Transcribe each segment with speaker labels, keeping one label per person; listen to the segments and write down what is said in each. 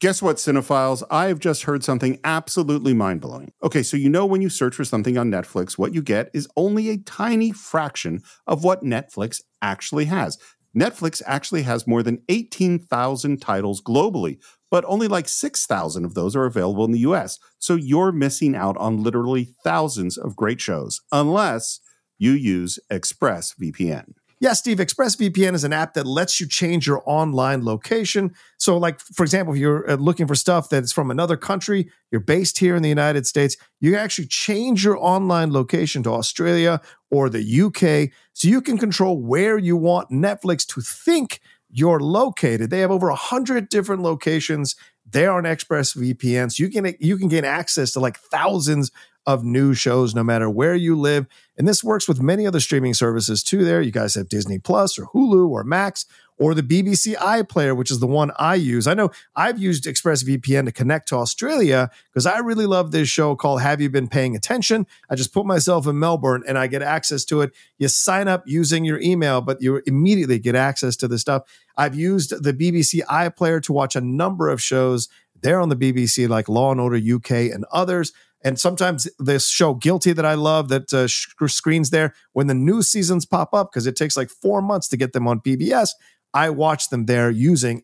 Speaker 1: Guess what, cinephiles? I have just heard something absolutely mind blowing. Okay, so you know when you search for something on Netflix, what you get is only a tiny fraction of what Netflix actually has. Netflix actually has more than 18,000 titles globally, but only like 6,000 of those are available in the US. So you're missing out on literally thousands of great shows, unless you use ExpressVPN.
Speaker 2: Yeah, Steve, ExpressVPN is an app that lets you change your online location. So, like, for example, if you're uh, looking for stuff that's from another country, you're based here in the United States, you can actually change your online location to Australia or the UK so you can control where you want Netflix to think you're located. They have over 100 different locations. They're on ExpressVPN. So you can, you can gain access to like thousands of new shows no matter where you live. And this works with many other streaming services too there. You guys have Disney Plus or Hulu or Max or the BBC iPlayer, which is the one I use. I know I've used ExpressVPN to connect to Australia because I really love this show called Have You Been Paying Attention? I just put myself in Melbourne and I get access to it. You sign up using your email, but you immediately get access to the stuff. I've used the BBC iPlayer to watch a number of shows. They're on the BBC, like Law and Order UK and others. And sometimes this show Guilty that I love that uh, sh- screens there when the new seasons pop up because it takes like four months to get them on PBS. I watch them there using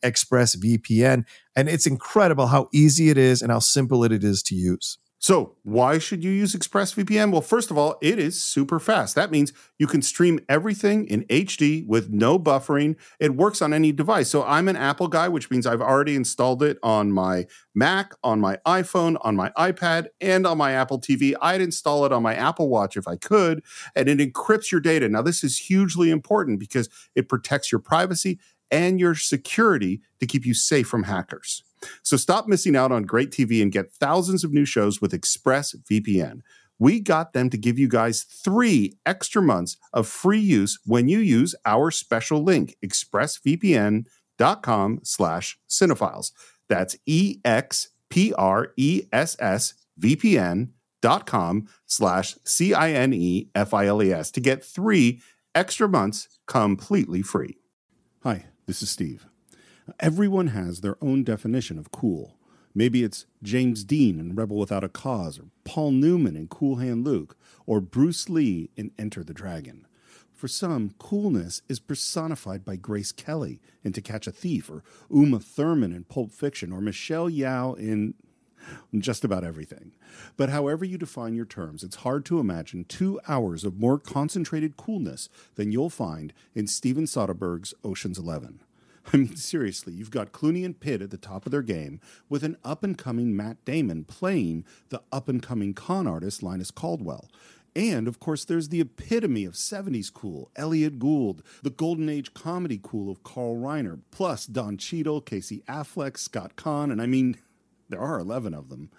Speaker 2: ExpressVPN, and it's incredible how easy it is and how simple it is to use.
Speaker 1: So, why should you use ExpressVPN? Well, first of all, it is super fast. That means you can stream everything in HD with no buffering. It works on any device. So, I'm an Apple guy, which means I've already installed it on my Mac, on my iPhone, on my iPad, and on my Apple TV. I'd install it on my Apple Watch if I could, and it encrypts your data. Now, this is hugely important because it protects your privacy and your security to keep you safe from hackers. So stop missing out on great TV and get thousands of new shows with ExpressVPN. We got them to give you guys three extra months of free use when you use our special link, expressvpn.com slash cinephiles. That's E E-X-P-R-E-S-S-V-P-N dot com slash E C-I-N-E-F-I-L-E-S to get three extra months completely free. Hi, this is Steve. Everyone has their own definition of cool. Maybe it's James Dean in Rebel Without a Cause, or Paul Newman in Cool Hand Luke, or Bruce Lee in Enter the Dragon. For some, coolness is personified by Grace Kelly in To Catch a Thief, or Uma Thurman in Pulp Fiction, or Michelle Yao in just about everything. But however you define your terms, it's hard to imagine two hours of more concentrated coolness than you'll find in Steven Soderbergh's Ocean's Eleven. I mean, seriously, you've got Clooney and Pitt at the top of their game with an up and coming Matt Damon playing the up and coming con artist Linus Caldwell. And of course, there's the epitome of 70s cool, Elliot Gould, the golden age comedy cool of Carl Reiner, plus Don Cheadle, Casey Affleck, Scott Kahn, and I mean, there are 11 of them.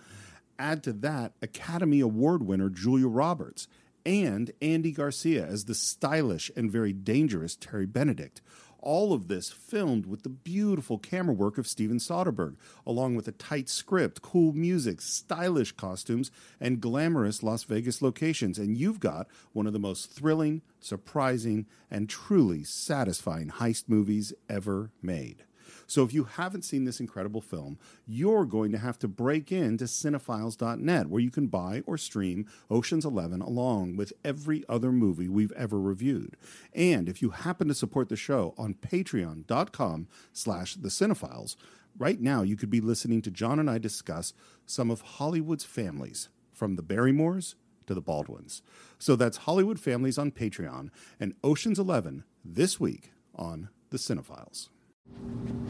Speaker 1: Add to that Academy Award winner Julia Roberts and Andy Garcia as the stylish and very dangerous Terry Benedict all of this filmed with the beautiful camera work of Steven Soderbergh, along with a tight script, cool music, stylish costumes, and glamorous Las Vegas locations. And you've got one of the most thrilling, surprising, and truly satisfying heist movies ever made. So if you haven't seen this incredible film, you're going to have to break into cinephiles.net where you can buy or stream Ocean's 11 along with every other movie we've ever reviewed. And if you happen to support the show on patreon.com slash the cinephiles, right now you could be listening to John and I discuss some of Hollywood's families from the Barrymores to the Baldwins. So that's Hollywood Families on Patreon and Ocean's 11 this week on The Cinephiles.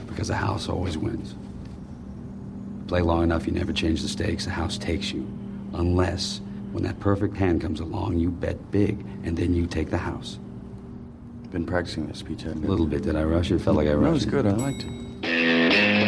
Speaker 3: Because the house always wins. Play long enough, you never change the stakes, the house takes you. Unless, when that perfect hand comes along, you bet big, and then you take the house.
Speaker 4: Been practicing this speech,
Speaker 3: A little bit. Did I rush it? Felt like I rushed
Speaker 4: That was good. I liked it.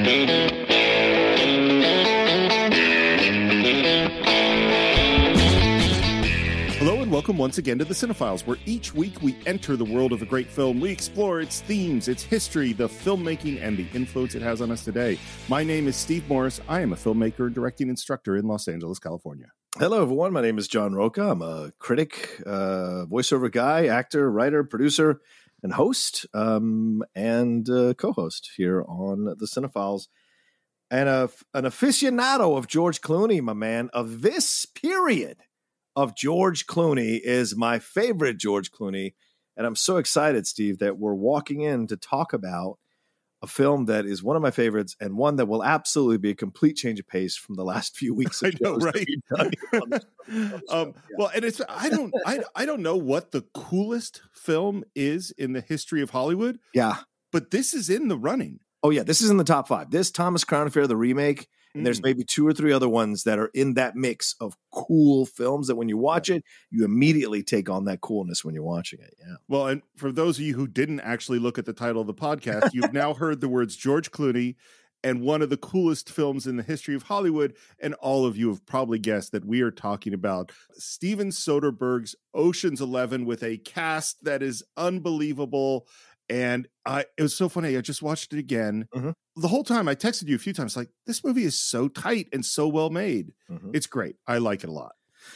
Speaker 1: Hello and welcome once again to the Cinephiles, where each week we enter the world of a great film. We explore its themes, its history, the filmmaking, and the influence it has on us today. My name is Steve Morris. I am a filmmaker and directing instructor in Los Angeles, California.
Speaker 2: Hello, everyone. My name is John Roca. I'm a critic, uh, voiceover guy, actor, writer, producer, and host, um, and uh, co host here on The Cinephiles. and a, an aficionado of George Clooney, my man, of this period of George Clooney is my favorite George Clooney. And I'm so excited, Steve, that we're walking in to talk about a film that is one of my favorites and one that will absolutely be a complete change of pace from the last few weeks. Of
Speaker 1: I know,
Speaker 2: shows that
Speaker 1: right?
Speaker 2: we've done here on this
Speaker 1: um, Well, and it's I don't I I don't know what the coolest film is in the history of Hollywood,
Speaker 2: Yeah.
Speaker 1: but this is in the running.
Speaker 2: Oh yeah, this is in the top five. This Thomas Crown Affair, the remake, and there's
Speaker 1: Mm.
Speaker 2: maybe two or three other ones that are in that mix of cool films that when you watch it, you immediately take on that coolness when you're watching it. Yeah.
Speaker 1: Well, and for those of you who didn't actually look at the title of the podcast, you've now heard the words George Clooney and one of the coolest films in the history of Hollywood. And all of you have probably guessed that we are talking about Steven Soderbergh's Ocean's Eleven with a cast that is unbelievable. And I, it was so funny. I just watched it again.
Speaker 2: Mhm.
Speaker 1: The whole time I texted you a few times, like, this movie is so tight and so well made.
Speaker 2: Mm-hmm.
Speaker 1: It's great. I like it a lot.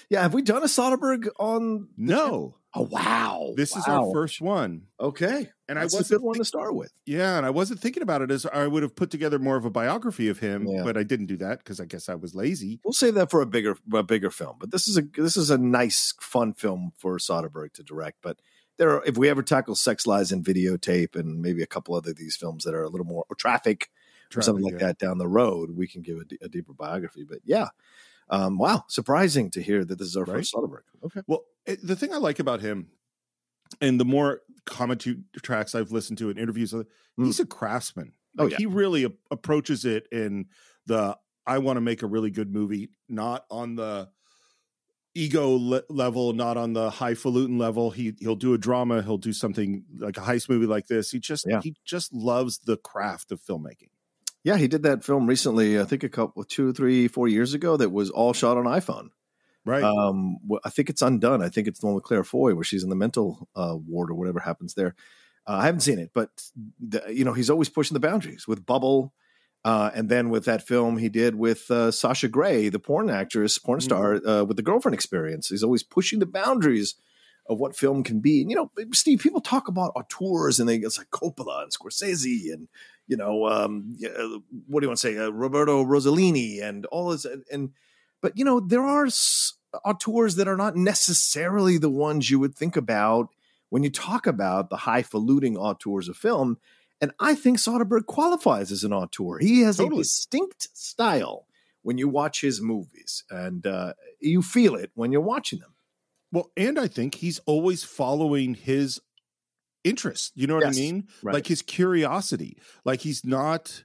Speaker 2: Yeah. Have we done a Soderbergh on
Speaker 1: No,
Speaker 2: Oh wow.
Speaker 1: this is our
Speaker 2: Wow.
Speaker 1: first one.
Speaker 2: Okay.
Speaker 1: And
Speaker 2: That's
Speaker 1: I
Speaker 2: a
Speaker 1: was
Speaker 2: good one to start with.
Speaker 1: Yeah, and I wasn't thinking about it as I would have put together more of a biography of him,
Speaker 2: Yeah.
Speaker 1: but I didn't do that because I guess I was lazy.
Speaker 2: We'll save that for a bigger a bigger film. But this is a this is a nice fun film for Soderbergh to direct. But there are if we ever tackle sex lies and videotape and maybe a couple other of these films that are a little more or traffic or something like
Speaker 1: Traffic, yeah.
Speaker 2: that down the road, we can give a, d- a deeper biography. But yeah, um, wow, surprising to hear that this is our
Speaker 1: Right?
Speaker 2: first Soderbergh. Okay,
Speaker 1: Well, it, the thing I like about him, and the more commentary tracks I've listened to and interviews, uh, he's a craftsman.
Speaker 2: Hmm. Oh,
Speaker 1: Like,
Speaker 2: yeah.
Speaker 1: he really a- approaches it in the I want to make a really good movie, not on the ego le- level, not on the highfalutin level. He he'll do a drama, he'll do something like a heist movie like this. He just
Speaker 2: Yeah.
Speaker 1: he just loves the craft of filmmaking.
Speaker 2: yeah, he did that film recently. I think a couple, two, three, four years ago. That was all shot on iPhone.
Speaker 1: Right.
Speaker 2: Um, wh- I think it's Undone. I think it's the one with Claire Foy where she's in the mental uh, ward or whatever happens there. Uh, I haven't seen it, but the, you know he's always pushing the boundaries with Bubble, uh, and then with that film he did with uh, Sasha Grey, the porn actress, porn star, uh, with the girlfriend experience. He's always pushing the boundaries of what film can be. And you know, Steve, people talk about auteurs and they it's like Coppola and Scorsese and you know, um, yeah, what do you want to say, uh, Roberto Rossellini and all this, and, and but you know there are s- auteurs that are not necessarily the ones you would think about when you talk about the highfalutin auteurs of film and i think soderbergh qualifies as an auteur he has
Speaker 1: Totally.
Speaker 2: a distinct style when you watch his movies and uh, you feel it when you're watching them
Speaker 1: Well, and I think he's always following his interest. You know what
Speaker 2: Yes,
Speaker 1: I mean?
Speaker 2: right.
Speaker 1: Like his curiosity. Like he's not,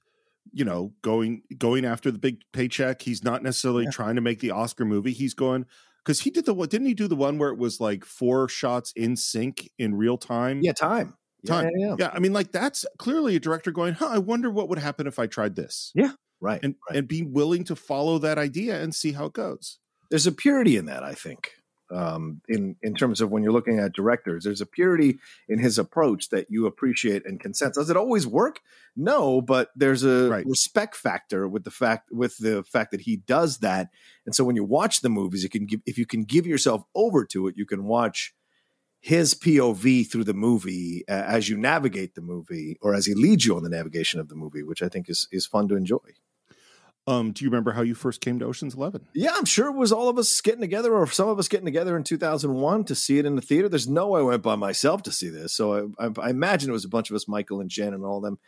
Speaker 1: you know, going going after the big paycheck. He's not necessarily trying to make the Oscar movie. He's going because he did the one. Didn't he do the one where it was like four shots in sync in real time?
Speaker 2: yeah time Yeah,
Speaker 1: Time.
Speaker 2: yeah, yeah.
Speaker 1: Yeah, I mean, like that's clearly a director going, huh, I wonder what would happen if I tried this.
Speaker 2: right
Speaker 1: And
Speaker 2: right
Speaker 1: and being willing to follow that idea and see how it goes.
Speaker 2: there's a purity in that i think um, in in terms of when you're looking at directors there's a purity in his approach that you appreciate and can sense does it always work no but there's a
Speaker 1: Right.
Speaker 2: respect factor with the fact with the fact that he does that and so when you watch the movies you can give if you can give yourself over to it you can watch his POV through the movie uh, as you navigate the movie or as he leads you on the navigation of the movie which I think is is fun to enjoy
Speaker 1: Um, do you remember how you first came to Ocean's Eleven?
Speaker 2: yeah, I'm sure it was all of us getting together, or some of us getting together in 2001 to see it in the theater. There's no way I went by myself to see this, so I, I, I imagine it was a bunch of us, Michael and Jen, and all of them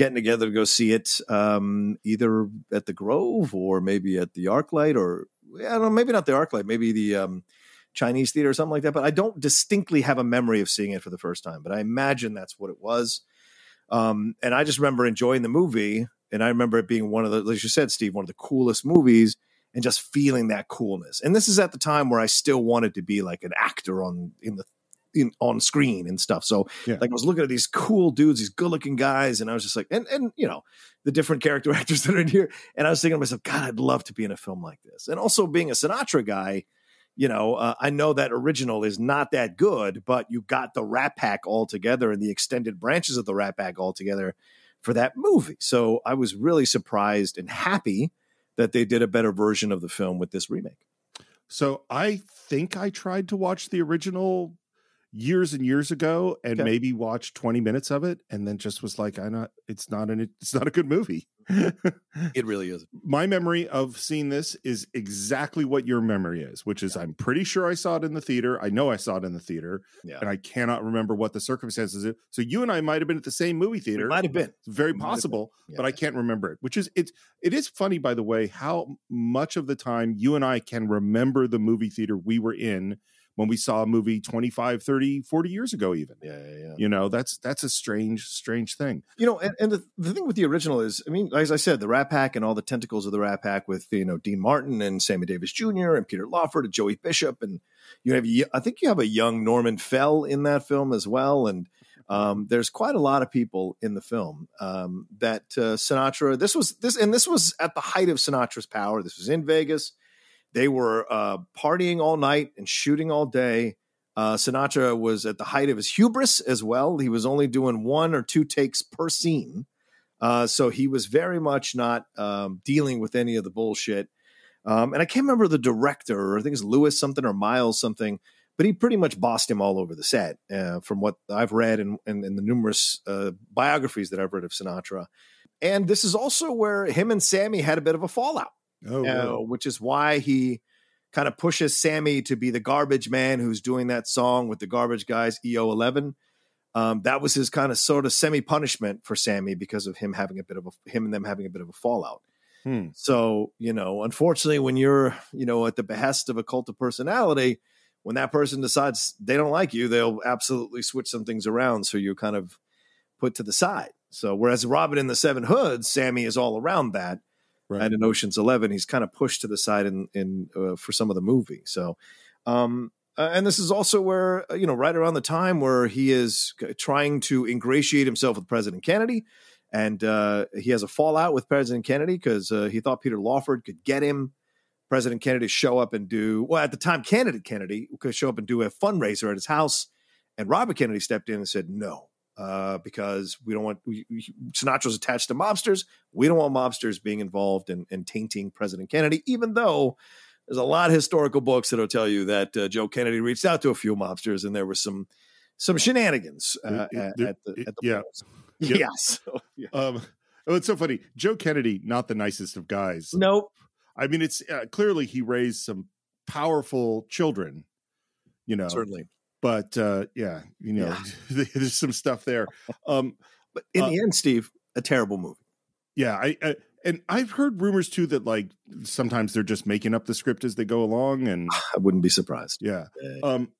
Speaker 2: getting together to go see it, um, either at the Grove or maybe at the ArcLight, or I don't know, maybe not the ArcLight, maybe the um, Chinese theater or something like that. But I don't distinctly have a memory of seeing it for the first time, but I imagine that's what it was. Um, and I just remember enjoying the movie, and I remember it being one of the, as you said, Steve, one of the coolest movies and just feeling that coolness. And this is at the time where I still wanted to be like an actor on in the in on screen and stuff. So
Speaker 1: Yeah.
Speaker 2: like I was looking at these cool dudes, these good looking guys, and I was just like, and and you know, the different character actors that are in here. And I was thinking to myself, God, I'd love to be in a film like this. And also being a Sinatra guy, you know, uh, I know that original is not that good, but you got the Rat Pack all together and the extended branches of the Rat Pack all together for that movie. So I was really surprised and happy that they did a better version of the film with this remake.
Speaker 1: So I think I tried to watch the original. years and years ago and
Speaker 5: Okay.
Speaker 1: maybe watched 20 minutes of it and then just was like, I not it's not an it's not a good movie.
Speaker 2: It really is.
Speaker 1: My memory of seeing this is exactly what your memory is, which is I'm pretty sure I saw it in the theater. I know I saw it in the theater,
Speaker 2: Yeah.
Speaker 1: and I cannot remember what the circumstances. Is. So you and I might have been at the same movie
Speaker 2: It
Speaker 1: theater.
Speaker 2: might have been.
Speaker 1: It's very
Speaker 2: Might have been.
Speaker 1: possible, but
Speaker 2: Yeah.
Speaker 1: I can't remember it. Which is it's it is funny, by the way, how much of the time you and I can remember the movie theater we were in when we saw a movie 25, 30, 40 years ago, even.
Speaker 2: Yeah, yeah, yeah.
Speaker 1: You know, that's that's a strange, strange thing.
Speaker 2: You know, and, and the, the thing with the original is, I mean, as I said, the Rat Pack and all the tentacles of the Rat Pack with you know Dean Martin and Sammy Davis Jr. and Peter Lawford and Joey Bishop, and you have y- I think you have a young Norman Fell in that film as well, and um, there's quite a lot of people in the film um, that uh, Sinatra. This was this, and this was at the height of Sinatra's power. This was in Vegas. They were uh, partying all night and shooting all day. Uh, Sinatra was at the height of his hubris as well. He was only doing one or two takes per scene. Uh, so he was very much not um, dealing with any of the bullshit. Um, and I can't remember the director, or I think it's Lewis something or Miles something, but he pretty much bossed him all over the set uh, from what I've read and in, in, the numerous uh, biographies that I've read of Sinatra. And this is also where him and Sammy had a bit of a fallout
Speaker 1: Oh,
Speaker 2: uh, which is why he kind of pushes Sammy to be the garbage man who's doing that song with the garbage guys, EO11. Um, that was his kind of sort of semi punishment for Sammy because of him having a bit of a him and them having a bit of a fallout.
Speaker 1: Hmm.
Speaker 2: So you know, unfortunately, when you're you know at the behest of a cult of personality, when that person decides they don't like you, they'll absolutely switch some things around. So you're kind of put to the side. So whereas Robin in the Seven Hoods, Sammy is all around that.
Speaker 1: Right.
Speaker 2: And in Ocean's Eleven, he's kind of pushed to the side in in uh, for some of the movie. So, um, uh, and this is also where uh, you know right around the time where he is c- trying to ingratiate himself with President Kennedy, and uh, he has a fallout with President Kennedy because uh, he thought Peter Lawford could get him. President Kennedy show up and do well at the time. Candidate Kennedy could show up and do a fundraiser at his house, and Robert Kennedy stepped in and said no uh, because we don't want we, we- Sinatra's attached to mobsters. We don't want mobsters being involved in, in tainting President Kennedy, even though there's a lot of historical books that'll tell you that uh, Joe Kennedy reached out to a few mobsters and there was some some shenanigans uh,
Speaker 1: It- it-
Speaker 2: at,
Speaker 1: there-
Speaker 2: at the,
Speaker 1: it-
Speaker 2: at the
Speaker 1: yeah.
Speaker 2: polls.
Speaker 1: Yep.
Speaker 2: Yeah, so, yeah.
Speaker 1: Um, oh, it's so funny. Joe Kennedy, not the nicest of guys.
Speaker 2: Nope.
Speaker 1: I mean, it's uh, clearly he raised some powerful children, you know.
Speaker 2: Certainly.
Speaker 1: But uh, yeah, you know, there's some stuff there. Um,
Speaker 2: But in
Speaker 1: Uh,
Speaker 2: the end, Steve, a terrible movie.
Speaker 1: yeah, I, I and I've heard rumors too that like sometimes they're just making up the script as they go along, and
Speaker 2: I wouldn't be surprised.
Speaker 1: yeah.
Speaker 2: Uh,
Speaker 1: Um,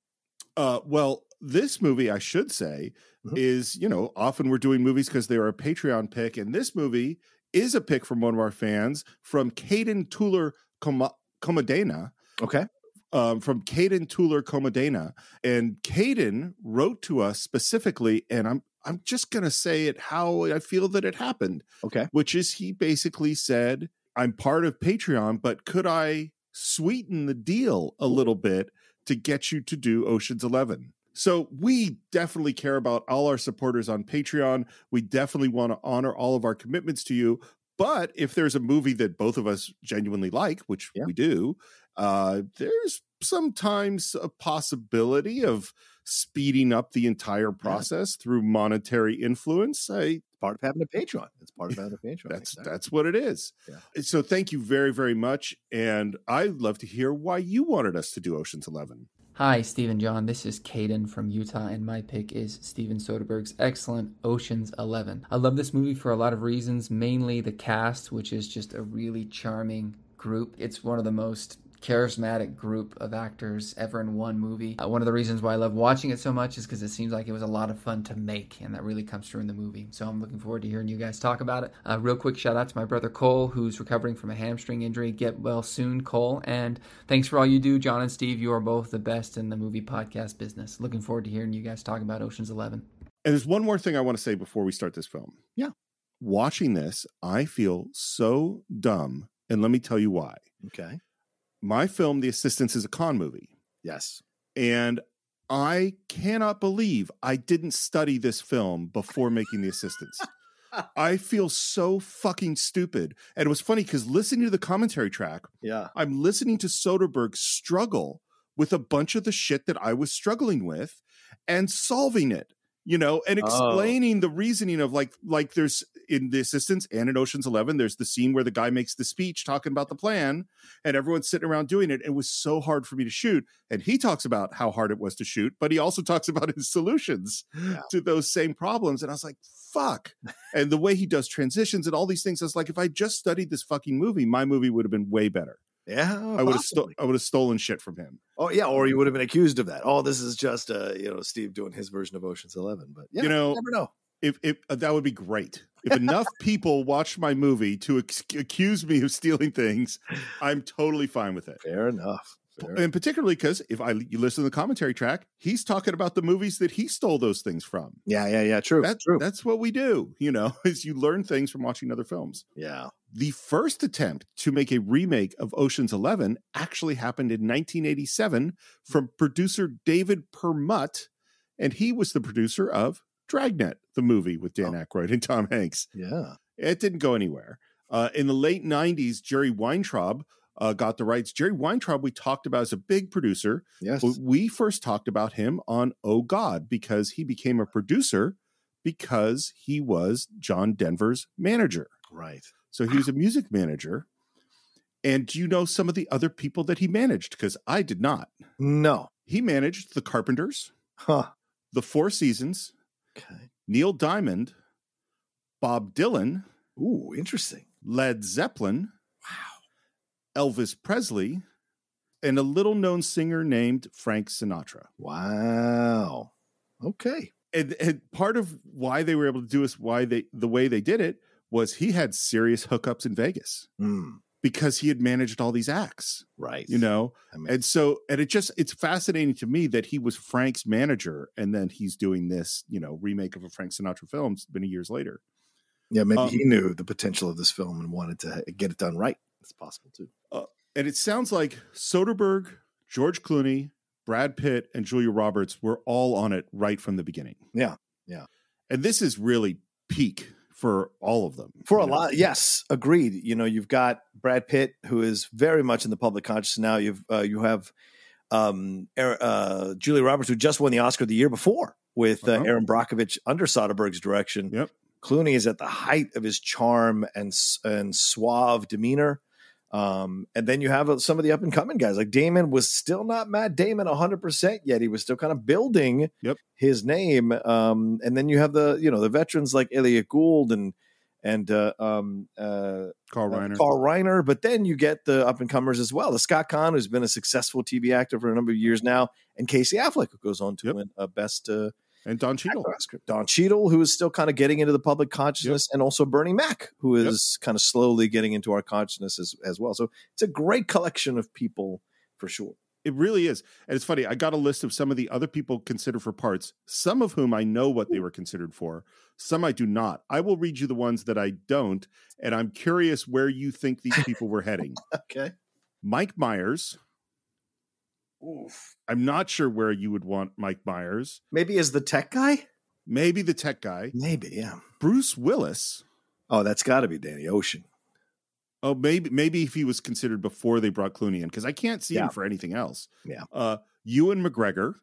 Speaker 1: uh, well, this movie, I should say,
Speaker 2: Mhm.
Speaker 1: is you know often we're doing movies because they are a Patreon pick, and this movie is a pick from one of our fans from Caden Tuller Coma- Comodena.
Speaker 2: okay.
Speaker 1: Um, from Caden Tuller Comodena, and Caden wrote to us specifically, and I'm I'm just gonna say it how I feel that it happened
Speaker 2: Okay.
Speaker 1: which is he basically said, I'm part of Patreon, but could I sweeten the deal a little bit to get you to do Ocean's 11? So we definitely care about all our supporters on Patreon. We definitely want to honor all of our commitments to you. But if there's a movie that both of us genuinely like, which
Speaker 2: Yeah.
Speaker 1: we do, uh, there's sometimes a possibility of speeding up the entire process through monetary influence. I
Speaker 2: Part of having a Patreon. It's part of having a Patreon.
Speaker 1: that's
Speaker 2: Exactly.
Speaker 1: that's what it is. Uh, So thank you very very much, and I'd love to hear why you wanted us to do Ocean's Eleven.
Speaker 6: Hi, Stephen John. This is Caden from Utah, and my pick is Steven Soderbergh's excellent Ocean's Eleven. I love this movie for a lot of reasons, mainly the cast, which is just a really charming group. It's one of the most charismatic group of actors ever in one movie. Uh, one of the reasons why I love watching it so much is because it seems like it was a lot of fun to make, and that really comes through in the movie. So I'm looking forward to hearing you guys talk about it. Uh, real quick shout out to my brother Cole, who's recovering from a hamstring injury. Get well soon, Cole. And thanks for all you do, John and Steve. You are both the best in the movie podcast business. Looking forward to hearing you guys talk about Ocean's Eleven.
Speaker 1: And there's one more thing I want to say before we start this film.
Speaker 2: Yeah.
Speaker 1: watching this, I feel so dumb, and let me tell you why.
Speaker 2: okay.
Speaker 1: My film, The Assistants, is a con movie,
Speaker 2: Yes.
Speaker 1: and I cannot believe I didn't study this film before making The Assistants. I feel so fucking stupid. And it was funny because listening to the commentary track,
Speaker 2: Yeah.
Speaker 1: I'm listening to Soderbergh struggle with a bunch of the shit that I was struggling with and solving it, you know, and
Speaker 2: Oh.
Speaker 1: explaining the reasoning of like, like there's in The Assistants and in Ocean's Eleven, there's the scene where the guy makes the speech talking about the plan and everyone's sitting around doing it. It was so hard for me to shoot. And he talks about how hard it was to shoot, but he also talks about his solutions to those same problems. And I was like, fuck. and the way he does transitions and all these things, I was like, if I just studied this fucking movie, my movie would have been way better.
Speaker 2: Yeah,
Speaker 1: I would have sto-
Speaker 2: possibly.
Speaker 1: I would have stolen shit from him.
Speaker 2: Oh yeah, or you would have been accused of that. Oh, this is just uh, you know Steve doing his version of Ocean's Eleven, but yeah,
Speaker 1: You know-
Speaker 2: never know.
Speaker 1: If, if uh, that would be great. If enough people watch my movie to ex- accuse me of stealing things, I'm totally fine with it.
Speaker 2: Fair enough. Fair
Speaker 1: And particularly because if I you listen to the commentary track, he's talking about the movies that he stole those things from.
Speaker 2: Yeah, yeah, yeah. True.
Speaker 1: That's
Speaker 2: true.
Speaker 1: That's what we do. You know, is you learn things from watching other films.
Speaker 2: yeah.
Speaker 1: the first attempt to make a remake of Ocean's Eleven actually happened in 1987 from producer David Permut, and he was the producer of Dragnet, the movie with Dan Aykroyd and Tom Hanks.
Speaker 2: Yeah.
Speaker 1: It didn't go anywhere. Uh, in the late 90s, Jerry Weintraub uh, got the rights. Jerry Weintraub, we talked about as a big producer.
Speaker 2: Yes.
Speaker 1: But we first talked about him on Oh God because he became a producer because he was John Denver's manager.
Speaker 2: Right.
Speaker 1: So he was a music manager. And do you know some of the other people that he managed? Because I did not.
Speaker 2: No.
Speaker 1: He managed the Carpenters,
Speaker 2: Huh.
Speaker 1: the Four Seasons,
Speaker 2: Okay.
Speaker 1: Neil Diamond, Bob Dylan,
Speaker 2: Ooh, interesting.
Speaker 1: Led Zeppelin, Elvis Presley, and a little known singer named Frank Sinatra.
Speaker 2: Wow. Okay.
Speaker 1: and, and part of why they were able to do this, why they the way they did it was he had serious hookups in Vegas
Speaker 2: Hmm.
Speaker 1: because he had managed all these acts,
Speaker 2: right.
Speaker 1: you know.
Speaker 2: I mean,
Speaker 1: And so, and it just it's fascinating to me that he was Frank's manager, and then he's doing this, you know, remake of a Frank Sinatra film many years later.
Speaker 2: yeah, maybe
Speaker 1: um,
Speaker 2: he knew the potential of this film and wanted to ha- get it done right. It's possible too.
Speaker 1: And it sounds like Soderbergh, George Clooney, Brad Pitt, and Julia Roberts were all on it right from the beginning.
Speaker 2: Yeah, yeah.
Speaker 1: And this is really peak for all of them
Speaker 2: For
Speaker 1: you
Speaker 2: a
Speaker 1: know?
Speaker 2: lot, yes, agreed. You know, you've got Brad Pitt, who is very much in the public conscious now. You've uh, you have um, Aaron, uh, Julia Roberts, who just won the Oscar the year before with uh,
Speaker 1: Uh-huh.
Speaker 2: Aaron Brockovich under Soderbergh's direction.
Speaker 1: Yep.
Speaker 2: Clooney is at the height of his charm and s- and suave demeanor. Um, and then you have uh, some of the up and coming guys like Damon was still not Matt Damon 100% yet. He was still kind of building
Speaker 1: Yep.
Speaker 2: his name. Um, and then you have the, you know, the veterans like Elliot Gould and, and, uh, um, uh,
Speaker 1: Carl
Speaker 2: uh,
Speaker 1: Reiner.
Speaker 2: Carl Reiner. But then you get the up and comers as well. The Scott Kahn, who's been a successful TV actor for a number of years now, and Casey Affleck, who goes on to
Speaker 1: Yep.
Speaker 2: win a best uh,
Speaker 1: and Don Cheadle.
Speaker 2: actor Oscar. Don Cheadle, who is still kind of getting into the public consciousness, and also Bernie Mac, who
Speaker 1: Yep.
Speaker 2: is kind of slowly getting into our consciousness as, as well. So it's a great collection of people for sure.
Speaker 1: It really is. And it's funny, I got a list of some of the other people considered for parts, some of whom I know what they were considered for, some I do not. I will read you the ones that I don't, and I'm curious where you think these people were heading.
Speaker 2: Okay.
Speaker 1: Mike Myers. I'm not sure where you would want Mike Myers.
Speaker 2: Maybe as the tech guy?
Speaker 1: Maybe the tech guy.
Speaker 2: Maybe, yeah.
Speaker 1: Bruce Willis.
Speaker 2: Oh, that's got to be Danny Ocean.
Speaker 1: Oh, maybe maybe if he was considered before they brought Clooney in, because I can't see
Speaker 2: Yeah.
Speaker 1: him for anything else.
Speaker 2: Yeah.
Speaker 1: Uh Ewan McGregor.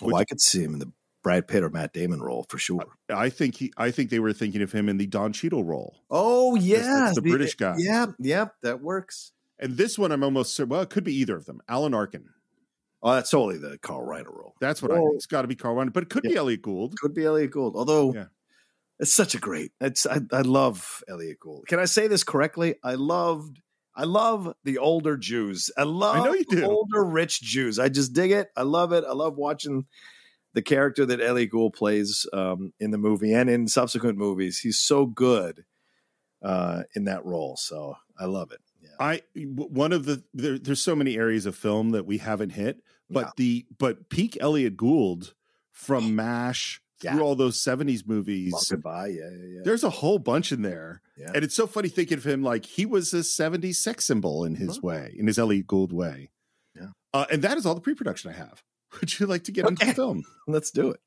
Speaker 2: Oh, I could see him in the Brad Pitt or Matt Damon role for sure.
Speaker 1: I think he I think they were thinking of him in the Don Cheadle role.
Speaker 2: Oh,
Speaker 1: that's
Speaker 2: yeah.
Speaker 1: the British guy.
Speaker 2: Yeah, yeah, that works.
Speaker 1: And this one, I'm almost certain. Well, it could be either of them. Alan Arkin.
Speaker 2: Oh, that's totally the Carl Reiner role.
Speaker 1: That's what I
Speaker 2: Whoa.
Speaker 1: think. It's got to be Carl Reiner, but it could be Elliot Gould.
Speaker 2: could be Elliot Gould. Although
Speaker 1: Yeah.
Speaker 2: it's such a great. It's I, I love Elliot Gould. Can I say this correctly? I loved I love the older Jews. I love
Speaker 1: you do.
Speaker 2: older rich Jews. I just dig it. I love it. I love watching the character that Elliot Gould plays um, in the movie and in subsequent movies. He's so good uh, in that role. So I love it. Yeah.
Speaker 1: I e, w- one of the there, there's so many areas of film that we haven't hit, but
Speaker 2: Yeah. Oh,
Speaker 1: the but peak Elliot Gould from Mash
Speaker 2: Yeah.
Speaker 1: through all those '70s movies.
Speaker 2: Well, goodbye. Yeah, yeah, yeah.
Speaker 1: There's a whole bunch in there,
Speaker 2: Yeah.
Speaker 1: and it's so funny thinking of him like he was a '70s sex symbol in his
Speaker 2: Mhm.
Speaker 1: way, in his Elliot Gould way.
Speaker 2: Yeah.
Speaker 1: uh, and that is all the pre-production I have. Would you like to get into
Speaker 2: Okay.
Speaker 1: film?
Speaker 2: Let's do it.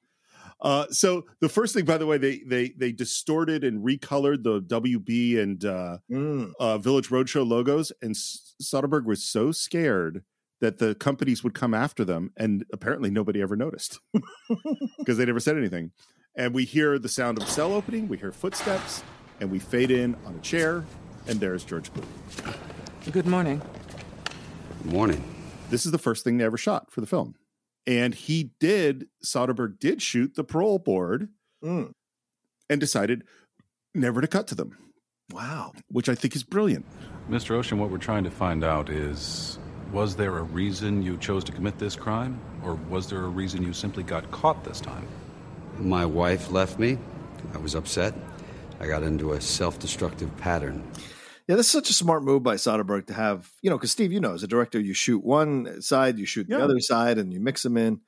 Speaker 1: Uh, so the first thing, by the way, they they they distorted and recolored the WB and uh,
Speaker 2: Mm.
Speaker 1: uh, Village Roadshow logos, and S- Soderbergh was so scared that the companies would come after them, and apparently nobody ever noticed because they never said anything. And we hear the sound of a cell opening, we hear footsteps, and we fade in on a chair, and there's George Clooney.
Speaker 7: Good morning.
Speaker 3: Good morning.
Speaker 1: This is the first thing they ever shot for the film, and he did. Soderbergh did shoot the parole board
Speaker 2: Mm.
Speaker 1: and decided never to cut to them,
Speaker 2: Wow.
Speaker 1: which I think is brilliant.
Speaker 8: Mr. Ocean, what we're trying to find out is was there a reason you chose to commit this crime, or was there a reason you simply got caught this time?
Speaker 3: My wife left me. I was upset. I got into a self destructive pattern.
Speaker 2: Yeah, that's such a smart move by Soderbergh to have, you know, because Steve, you know, as a director, you shoot one side, you shoot
Speaker 1: Yeah.
Speaker 2: the other side, and you mix them in,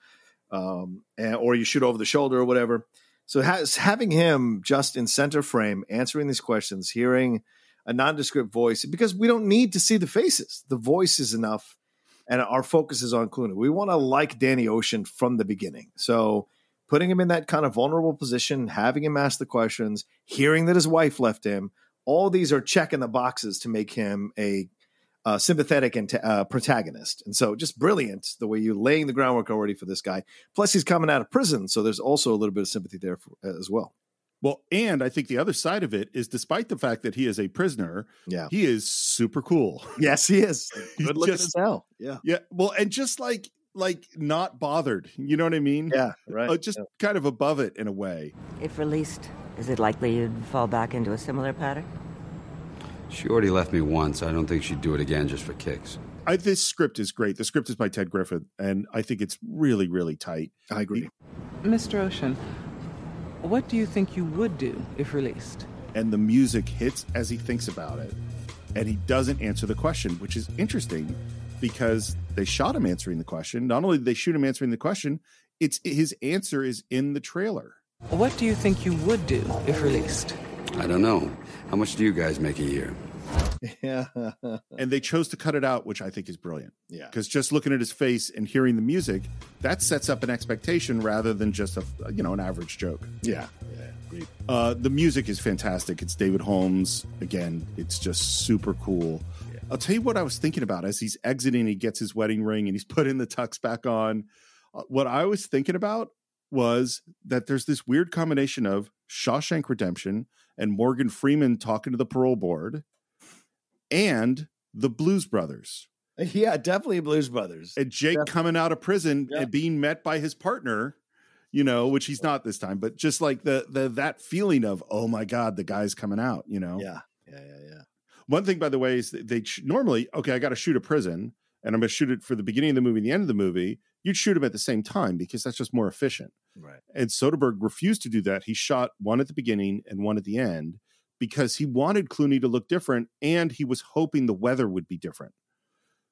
Speaker 2: um, and, or you shoot over the shoulder or whatever. So has, having him just in center frame, answering these questions, hearing a nondescript voice, because we don't need to see the faces. The voice is enough, and our focus is on Clooney. We want to like Danny Ocean from the beginning. So putting him in that kind of vulnerable position, having him ask the questions, hearing that his wife left him, all these are checking the boxes to make him a uh, sympathetic and uh, protagonist. And so just brilliant the way you're laying the groundwork already for this guy. Plus, he's coming out of prison. So there's also a little bit of sympathy there for, uh, as well.
Speaker 1: Well, and I think the other side of it is despite the fact that he is a prisoner,
Speaker 2: Yeah.
Speaker 1: he is super cool.
Speaker 2: Yes, he is.
Speaker 1: He
Speaker 2: Good looking as
Speaker 1: just-
Speaker 2: hell. Yeah.
Speaker 1: Yeah. Well, and just like like not bothered. You know what I mean?
Speaker 2: Yeah. Right.
Speaker 1: Uh, just kind of above it in a way.
Speaker 9: If released, is it likely you'd fall back into a similar pattern?
Speaker 3: She already left me once. I don't think she'd do it again just for kicks.
Speaker 1: I this script is great. The script is by Ted Griffin, and I think it's really, really tight.
Speaker 2: Yeah, I agree.
Speaker 7: Mr. Ocean, what do you think you would do if released?
Speaker 1: And the music hits as he thinks about it. And he doesn't answer the question, which is interesting because they shot him answering the question. Not only did they shoot him answering the question, it's his answer is in the trailer.
Speaker 7: What do you think you would do if released?
Speaker 3: I don't know. How much do you guys make a year?
Speaker 2: Yeah.
Speaker 1: and they chose to cut it out, which I think is brilliant.
Speaker 2: Yeah.
Speaker 1: because just looking at his face and hearing the music, that sets up an expectation rather than just a you know an average joke.
Speaker 2: Yeah.
Speaker 1: Uh, the music is fantastic. It's David Holmes again. It's just super cool. I'll tell you what I was thinking about as he's exiting. He gets his wedding ring and he's putting the tux back on. Uh, what I was thinking about was that there's this weird combination of Shawshank Redemption and Morgan Freeman talking to the parole board, and the Blues Brothers
Speaker 2: Yeah. Definitely Blues Brothers.
Speaker 1: and Jake
Speaker 2: Yeah.
Speaker 1: coming out of prison
Speaker 2: Yeah.
Speaker 1: and being met by his partner, you know, which he's not this time, but just like the the that feeling of oh my god, the guy's coming out, you know.
Speaker 2: Yeah. Yeah. Yeah. Yeah.
Speaker 1: One thing, by the way, is that they ch- normally okay, I got to shoot a prison, and I'm going to shoot it for the beginning of the movie, and the end of the movie. You'd shoot them at the same time because that's just more efficient.
Speaker 2: Right.
Speaker 1: And Soderbergh refused to do that. He shot one at the beginning and one at the end because he wanted Clooney to look different and he was hoping the weather would be different.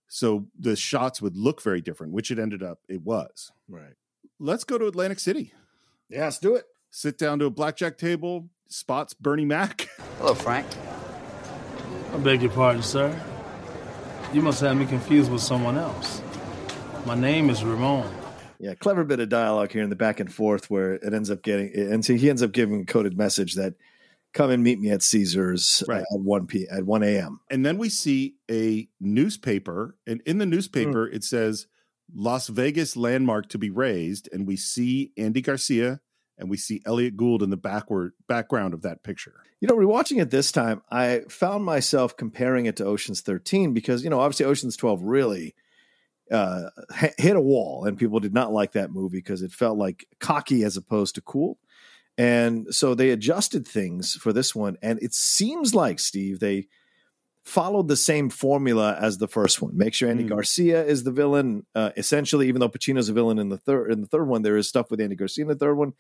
Speaker 1: So the shots would look very different, which it ended up it was.
Speaker 2: Right.
Speaker 1: Let's go to Atlantic City.
Speaker 2: Yeah. Let's do it.
Speaker 1: Sit down to a blackjack table, spots Bernie Mac.
Speaker 3: Hello, Frank.
Speaker 10: I beg your pardon, sir. You must have me confused with someone else. My name is Ramon.
Speaker 2: Yeah, clever bit of dialogue here in the back and forth where it ends up getting, and so he ends up giving a coded message that come and meet me at Caesars
Speaker 1: Right.
Speaker 2: at one p at one a.m.
Speaker 1: And then we see a newspaper, and in the newspaper it says Las Vegas landmark to be raised, and we see Andy Garcia and we see Elliot Gould in the backward background of that picture.
Speaker 2: You know, rewatching it this time, I found myself comparing it to Ocean's Thirteen because you know, obviously, Ocean's Twelve really uh, h- hit a wall, and people did not like that movie because it felt like cocky as opposed to cool. And so they adjusted things for this one, and it seems like Steve they followed the same formula as the first one. Make sure Andy
Speaker 1: Mm.
Speaker 2: Garcia is the villain, uh, essentially. Even though Pacino's a villain in the third in the third one, there is stuff with Andy Garcia in the third one,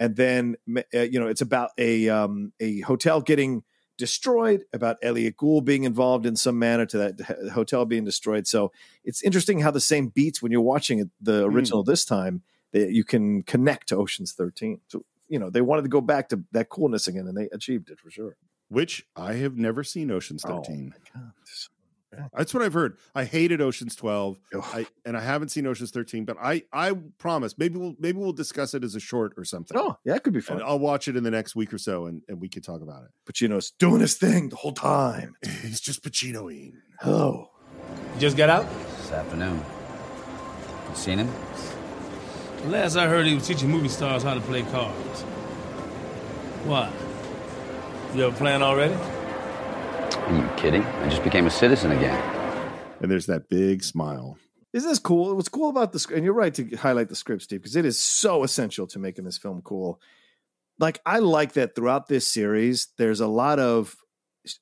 Speaker 2: and then m- uh, you know it's about a um, a hotel getting destroyed, about Elliot Gould being involved in some manner to that h- hotel being destroyed. So it's interesting how the same beats when you're watching it, the
Speaker 1: Mm.
Speaker 2: original this time that you can connect to Ocean's Thirteen. So you know they wanted to go back to that coolness again, and they achieved it for sure.
Speaker 1: which I have never seen Ocean's
Speaker 2: Oh,
Speaker 1: 13.
Speaker 2: my God.
Speaker 1: That's what I've heard. I hated Ocean's 12.
Speaker 2: Ugh.
Speaker 1: I and I haven't seen Ocean's 13, but I I promise maybe we'll maybe we'll discuss it as a short or something.
Speaker 2: Oh, yeah, it could be
Speaker 1: And
Speaker 2: fun.
Speaker 1: I'll watch it in the next week or so and, and we can talk about it.
Speaker 2: Pacino's doing his thing the whole time.
Speaker 1: It's just Pacinoing.
Speaker 2: Oh,
Speaker 10: You just got out?
Speaker 3: This afternoon. You seen him?
Speaker 10: Last I heard, he was teaching movie stars how to play cards. Why? You have a plan already?
Speaker 3: Are you kidding? I just became a citizen again.
Speaker 1: And there's that big smile.
Speaker 2: Isn't this cool? What's cool about the script, and you're right to highlight the script, Steve, because it is so essential to making this film cool. Like, I like that throughout this series, there's a lot of,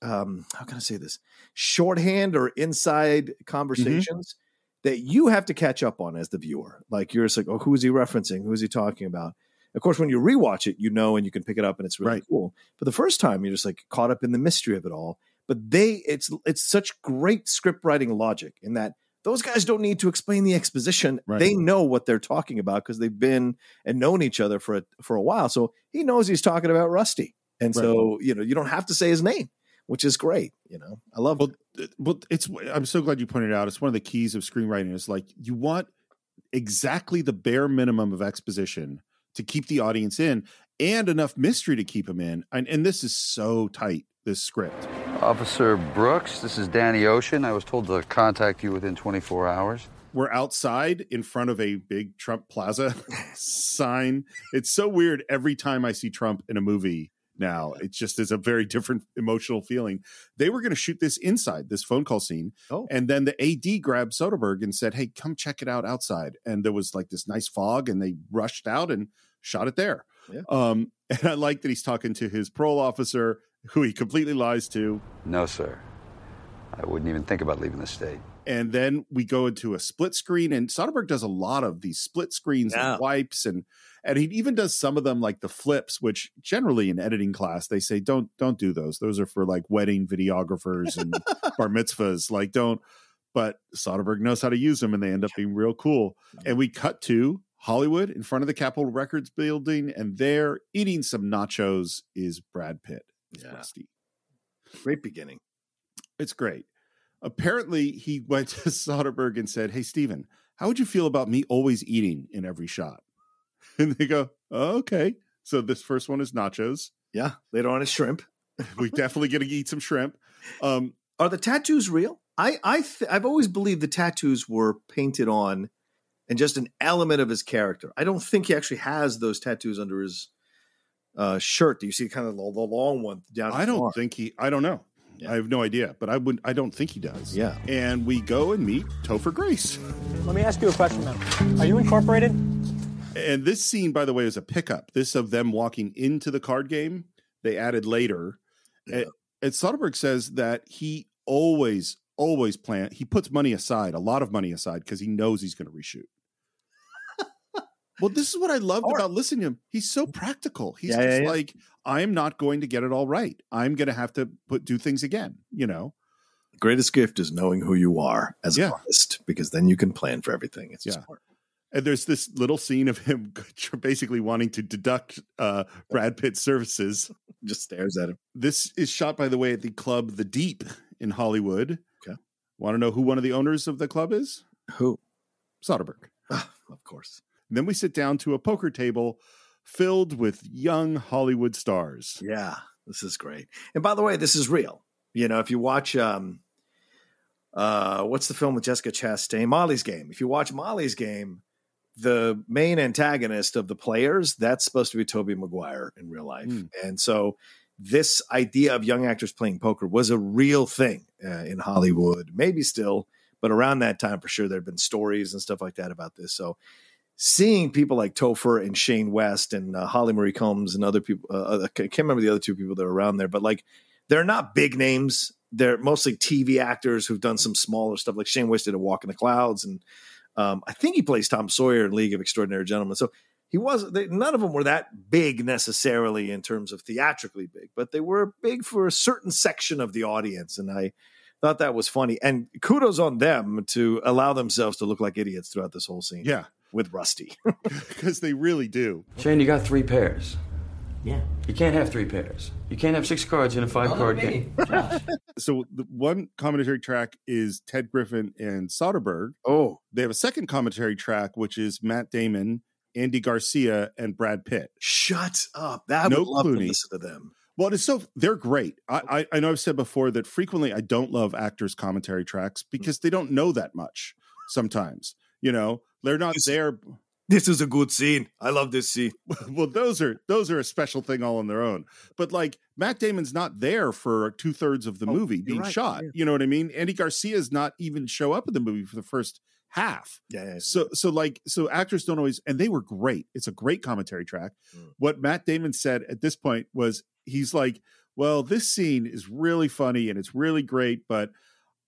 Speaker 2: um, how can I say this? Shorthand or inside conversations that you have to catch up on as the viewer. Like, you're just like, oh, who is he referencing? Who is he talking about? Of course, when you rewatch it, you know, and you can pick it up, and it's really
Speaker 1: Right.
Speaker 2: cool. But the first time, you're just like caught up in the mystery of it all. But they, it's it's such great script writing logic in that those guys don't need to explain the exposition.
Speaker 1: Right.
Speaker 2: They know what they're talking about because they've been and known each other for a, for a while. So he knows he's talking about Rusty, and so you know you don't have to say his name, which is great. You know, I love
Speaker 1: Well, it- well, it's. I'm so glad you pointed it out. It's one of the keys of screenwriting. Is like you want exactly the bare minimum of exposition to keep the audience in, and enough mystery to keep them in. And, and this is so tight. This script.
Speaker 3: Officer Brooks, this is Danny Ocean. I was told to contact you within 24 hours.
Speaker 1: We're outside in front of a big Trump Plaza sign. It's so weird. Every time I see Trump in a movie now, it just is a very different emotional feeling. They were going to shoot this inside this phone call scene,
Speaker 2: oh
Speaker 1: And then the AD grabbed Soderbergh and said, Hey, come check it out outside. And there was like this nice fog, and they rushed out and shot it there.
Speaker 2: Yeah.
Speaker 1: Um, and I like that he's talking to his parole officer, who he completely lies to.
Speaker 3: No, sir. I wouldn't even think about leaving the state.
Speaker 1: And then we go into a split screen, and Soderbergh does a lot of these split screens
Speaker 2: Yeah.
Speaker 1: and wipes, and and he even does some of them like the flips, which generally in editing class they say don't don't do those. Those are for like wedding videographers and bar mitzvahs. Like don't. But Soderbergh knows how to use them, and they end up being real cool. And we cut to Hollywood in front of the Capitol Records building, and there eating some nachos is Brad Pitt. as
Speaker 2: Yeah.
Speaker 1: Rusty.
Speaker 2: great beginning.
Speaker 1: It's great. Apparently, he went to Soderbergh and said, Hey, Steven, how would you feel about me always eating in every shot? And they go, "Oh, Okay. So this first one is nachos.
Speaker 2: Yeah, later on is shrimp.
Speaker 1: We definitely going to eat some shrimp. Um,
Speaker 2: Are the tattoos real? I I th- I've always believed the tattoos were painted on, and just an element of his character. I don't think he actually has those tattoos under his uh, shirt. Do you see kind of the, the long one down?
Speaker 1: I
Speaker 2: his
Speaker 1: don't
Speaker 2: arm?
Speaker 1: think he, I don't know.
Speaker 2: Yeah.
Speaker 1: I have no idea, but I would, I don't think he does.
Speaker 2: Yeah.
Speaker 1: And we go and meet Topher Grace.
Speaker 11: Let me ask you a question, ma'am. Are you incorporated?
Speaker 1: And this scene, by the way, is a pickup. This of them walking into the card game they added later.
Speaker 2: Yeah.
Speaker 1: And, and Soderbergh says that he always, always plan. He puts money aside, a lot of money aside, because he knows he's going to reshoot. well, this is what I loved
Speaker 2: Art.
Speaker 1: about listening to him. He's so practical. He's
Speaker 2: Yeah, yeah,
Speaker 1: just
Speaker 2: yeah.
Speaker 1: like, I am not going to get it all right. I'm going to have to put do things again. You know.
Speaker 2: The greatest gift is knowing who you are as
Speaker 1: Yeah.
Speaker 2: an artist, because then you can plan for everything. It's just
Speaker 1: Yeah.
Speaker 2: smart.
Speaker 1: And there's this little scene of him basically wanting to deduct uh, Brad Pitt's services
Speaker 2: Just stares at him.
Speaker 1: this is shot by the way at the club the deep in hollywood
Speaker 2: Okay.
Speaker 1: want to know who one of the owners of the club is
Speaker 2: Who?
Speaker 1: soderbergh
Speaker 2: Ah, of course.
Speaker 1: then we sit down to a poker table filled with young hollywood stars
Speaker 2: Yeah, this is great. And by the way, this is real. You know, if you watch um uh what's the film with Jessica Chastain? Molly's Game. If you watch Molly's Game, the main antagonist of the players, that's supposed to be Toby Maguire in real life.
Speaker 1: Mm.
Speaker 2: And so this idea of young actors playing poker was a real thing uh, in Hollywood, maybe still, but around that time for sure there had been stories and stuff like that about this. So seeing people like Topher and Shane West and uh, Holly Marie Combs and other people. Uh, I can't remember the other two people that are around there, but like they're not big names. They're mostly TV actors who've done some smaller stuff. Like Shane West did a Walk in the Clouds, and um, I think he plays Tom Sawyer in League of Extraordinary Gentlemen. So he was. They, none of them were that big necessarily in terms of theatrically big, but they were big for a certain section of the audience, and I. Thought that was funny, and kudos on them to allow themselves to look like idiots throughout this whole scene
Speaker 1: yeah
Speaker 2: with Rusty.
Speaker 1: because they really do
Speaker 4: Shane, you got three pairs.
Speaker 11: Yeah.
Speaker 4: You can't have three pairs. You can't have six cards in a five card game.
Speaker 1: so the one commentary track is ted griffin and soderbergh
Speaker 2: Oh,
Speaker 1: they have a second commentary track which is matt damon andy garcia and brad pitt
Speaker 2: shut up! That
Speaker 1: No
Speaker 2: would love to
Speaker 1: Clooney.
Speaker 2: listen to them.
Speaker 1: Well, it's so they're great. I, I I know I've said before that frequently I
Speaker 2: Mm.
Speaker 1: don't love actors' commentary tracks because they don't know that much sometimes. You know, They're not there.
Speaker 2: This is a good scene. I love this scene.
Speaker 1: well, those are those are a special thing all on their own. But like Matt Damon's not there for two thirds of the movie being
Speaker 2: Oh, right,
Speaker 1: shot.
Speaker 2: yeah.
Speaker 1: You know what I mean? Andy Garcia's not even show up in the movie for the first half.
Speaker 2: Yeah, yeah, yeah.
Speaker 1: So so like so actors don't always and they were great. It's a great commentary track.
Speaker 2: Hmm.
Speaker 1: What Matt Damon said at this point was he's like, "Well, this scene is really funny and it's really great, but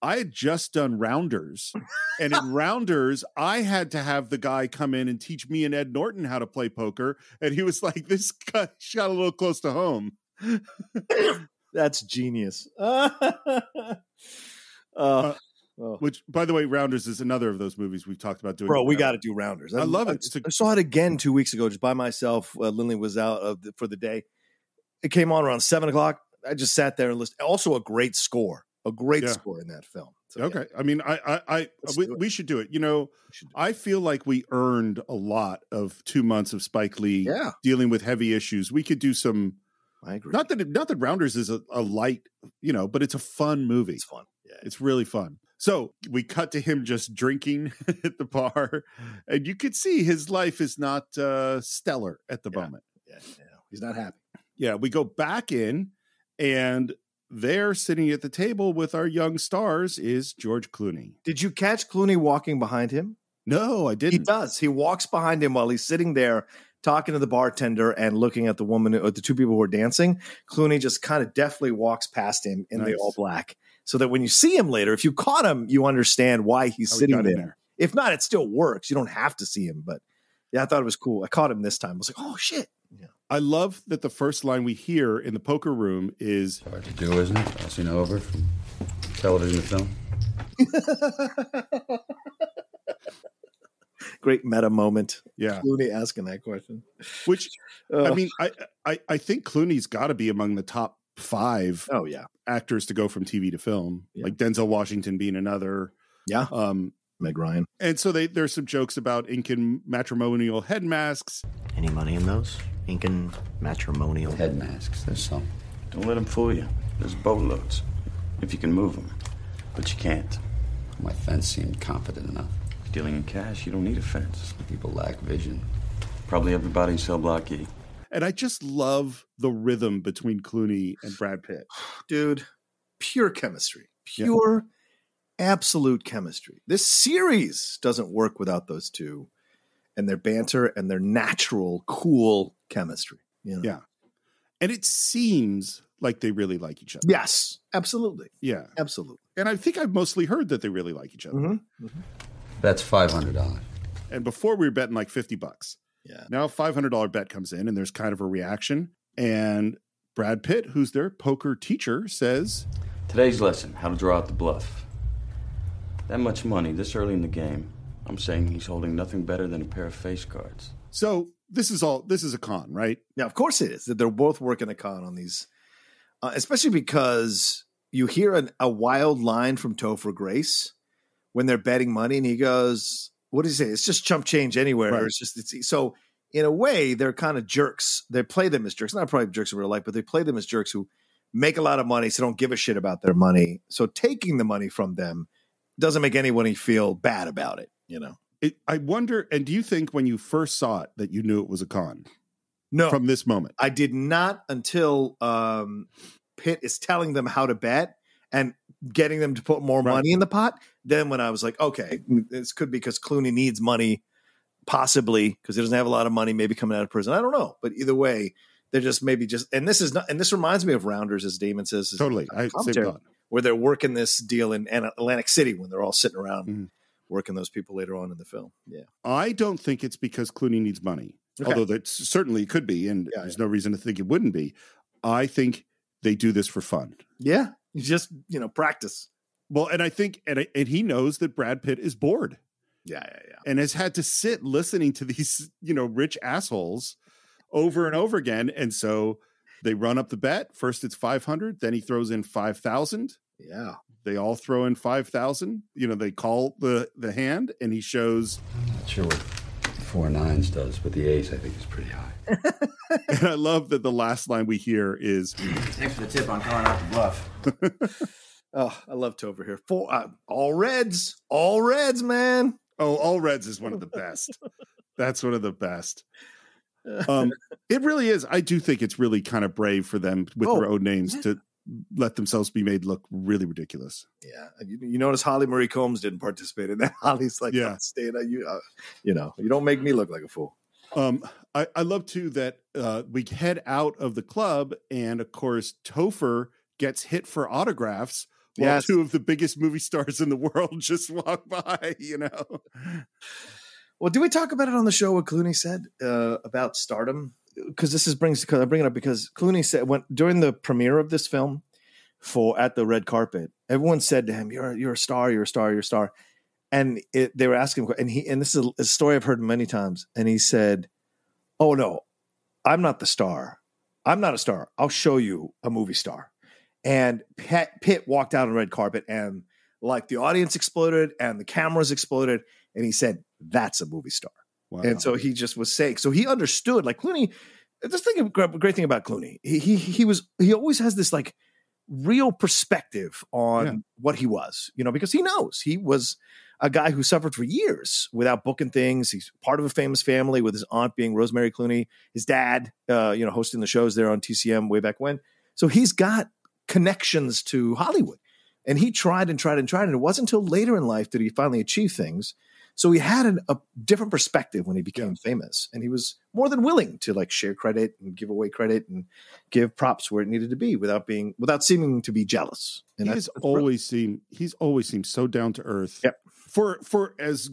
Speaker 1: I had just done Rounders, and in Rounders, I had to have the guy come in and teach me and Ed Norton how to play poker, and he was like, "This cut shot a little close to home."
Speaker 2: That's genius.
Speaker 1: Uh, Which, by the way, Rounders is another of those movies we've talked about doing.
Speaker 2: Bro, we got to do rounders.
Speaker 1: I love it. It's
Speaker 2: I saw it again two weeks ago, just by myself. Uh, Lindley was out of the, for the day. It came on around seven o'clock. I just sat there and listened. Also, a great score, a great
Speaker 1: Yeah.
Speaker 2: score in that film. So,
Speaker 1: okay. I mean, I, I, I
Speaker 2: Let's
Speaker 1: we,
Speaker 2: do it.
Speaker 1: we should do it. You know, I feel like we earned a lot of two months of Spike Lee
Speaker 2: Yeah.
Speaker 1: dealing with heavy issues. We could do some.
Speaker 2: I agree.
Speaker 1: Not that it, not that Rounders is a, a light, you know, but it's a fun movie. It's
Speaker 2: fun. Yeah.
Speaker 1: It's really fun. So we cut to him just drinking at the bar, and you could see his life is not uh, stellar at the moment.
Speaker 2: Yeah, yeah. He's not happy.
Speaker 1: Yeah, we go back in, and there, sitting at the table with our young stars, is George Clooney.
Speaker 2: Did you catch Clooney walking behind him?
Speaker 1: No, I didn't.
Speaker 2: He does. He walks behind him while he's sitting there talking to the bartender and looking at the woman or the two people who are dancing. Clooney just kind of deftly walks past him in the
Speaker 1: Nice.
Speaker 2: all black. So that when you see him later, if you caught him, you understand why he's
Speaker 1: How he
Speaker 2: sitting
Speaker 1: got in
Speaker 2: there. If not, it still works. You don't have to see him, but yeah, I thought it was cool. I caught him this time. I was like, oh shit.
Speaker 1: I love that the first line we hear in the poker room is
Speaker 3: to do, isn't it? Crossing over from television to film.
Speaker 2: Great meta moment.
Speaker 1: Yeah.
Speaker 2: Clooney asking that question.
Speaker 1: which I
Speaker 2: Ugh.
Speaker 1: mean, I I, I think Clooney's got to be among the top five
Speaker 2: Oh yeah.
Speaker 1: actors to go from TV to film,
Speaker 2: Yeah.
Speaker 1: like Denzel Washington being another.
Speaker 2: Yeah.
Speaker 1: Um,
Speaker 2: Meg Ryan.
Speaker 1: and so they there's some jokes about Incan matrimonial head masks.
Speaker 11: Any money in those? Incan matrimonial.
Speaker 3: Head masks, there's some.
Speaker 4: Don't let them fool you. There's boatloads. If you can move them, but you can't.
Speaker 3: My fence seemed confident enough.
Speaker 4: Dealing in cash, you don't need a fence.
Speaker 3: People lack vision.
Speaker 4: Probably everybody in cell block E.
Speaker 1: And I just love the rhythm between Clooney and Brad Pitt.
Speaker 2: dude, pure chemistry,
Speaker 1: Yeah.
Speaker 2: pure, absolute chemistry. This series doesn't work without those two and their banter and their natural, cool chemistry. You know?
Speaker 1: Yeah. And it seems like they really like each other.
Speaker 2: Yes, absolutely.
Speaker 1: Yeah.
Speaker 2: Absolutely.
Speaker 1: And I think I've mostly heard that they really like each other.
Speaker 3: That's $500.
Speaker 1: And before we were betting like 50 bucks.
Speaker 2: Yeah.
Speaker 1: Now a $500 bet comes in and there's kind of a reaction. And Brad Pitt, who's their poker teacher, says,
Speaker 4: Today's lesson: how to draw out the bluff. That much money this early in the game. I'm saying he's holding nothing better than a pair of face cards.
Speaker 1: so this is all, this is a con, right?
Speaker 2: Now, of course, it is that they're both working a con on these, uh, especially because you hear an, a wild line from Topher Grace when they're betting money, and he goes, "What does he say? It's just chump change anywhere.
Speaker 1: Right.
Speaker 2: Or it's just it's so." In a way, they're kind of jerks. They play them as jerks, not probably jerks in real life, but they play them as jerks who make a lot of money, so don't give a shit about their money. So taking the money from them doesn't make anyone feel bad about it. You know,
Speaker 1: It, I wonder, and do you think when you first saw it that you knew it was a con
Speaker 2: no,
Speaker 1: from this moment?
Speaker 2: I did not until um, Pitt is telling them how to bet and getting them to put more
Speaker 1: Right.
Speaker 2: money in the pot. Then when I was like, okay, this could be because Clooney needs money, possibly because he doesn't have a lot of money, maybe coming out of prison. I don't know, but either way, they're just maybe just. And this is not. And this reminds me of Rounders, as Damon says. is
Speaker 1: Totally. I same
Speaker 2: commentary,
Speaker 1: thought.
Speaker 2: where they're working this deal in An- Atlantic City when they're all sitting around
Speaker 1: Mhm.
Speaker 2: working those people later on in the film. Yeah.
Speaker 1: I don't think it's because Clooney needs money,
Speaker 2: Okay.
Speaker 1: although that certainly could be, and
Speaker 2: Yeah,
Speaker 1: there's no reason to think it wouldn't be. I think they do this for fun.
Speaker 2: Yeah. You just you know practice.
Speaker 1: Well, and I think, and, I- and he knows that Brad Pitt is bored
Speaker 2: Yeah. Yeah. Yeah.
Speaker 1: and has had to sit listening to these, you know, rich assholes over and over again. And so they run up the bet. First, it's 500. Then he throws in 5,000.
Speaker 2: Yeah.
Speaker 1: They all throw in 5,000. You know, they call the, the hand and he shows,
Speaker 3: Not sure what four nines does, but the ace I think is pretty high.
Speaker 1: and I love that the last line we hear is,
Speaker 11: Thanks for the tip on calling out the bluff.
Speaker 2: Oh, I love Tover here. Four uh, all reds, all reds, man.
Speaker 1: Oh, All Reds is one of the best. That's one of the best. Um, it really is. I do think it's really kind of brave for them with their
Speaker 2: Oh.
Speaker 1: own names to let themselves be made look really ridiculous.
Speaker 2: Yeah, you, you notice Holly Marie Combs didn't participate in that. Holly's like, yeah, stay in you, uh, you know, you don't make me look like a fool.
Speaker 1: Um, I, I love too that uh, we head out of the club, and of course, Topher gets hit for autographs while
Speaker 2: Yes.
Speaker 1: two of the biggest movie stars in the world just walk by. You know,
Speaker 2: Well, did we talk about it on the show? What Clooney said uh, about stardom? Because this is brings cause I bring it up because Clooney said when during the premiere of this film for at the red carpet, everyone said to him, "You're you're a star, you're a star, you're a star," and it, they were asking him, and he and this is a, a story I've heard many times, and he said, "Oh no, I'm not the star. I'm not a star. I'll show you a movie star." And Pitt, Pitt walked out on the red carpet, and like the audience exploded, and the cameras exploded, and he said, "That's a movie star." And so he just was saying, so he understood. Like Clooney, this thing, great thing about Clooney, he he, he was he always has this like real perspective on what he was, you know, because he knows he was a guy who suffered for years without booking things. He's part of a famous family with his aunt being Rosemary Clooney, his dad, uh, you know, hosting the shows there on TCM way back when. So he's got connections to Hollywood. And he tried and tried and tried. And it wasn't until later in life that he finally achieved things. So he had an, a different perspective when he became famous. And he was more than willing to like share credit and give away credit and give props where it needed to be without being, without seeming to be jealous. And
Speaker 1: he
Speaker 2: that's-
Speaker 1: has always seemed he's always seemed so down to earth. For for as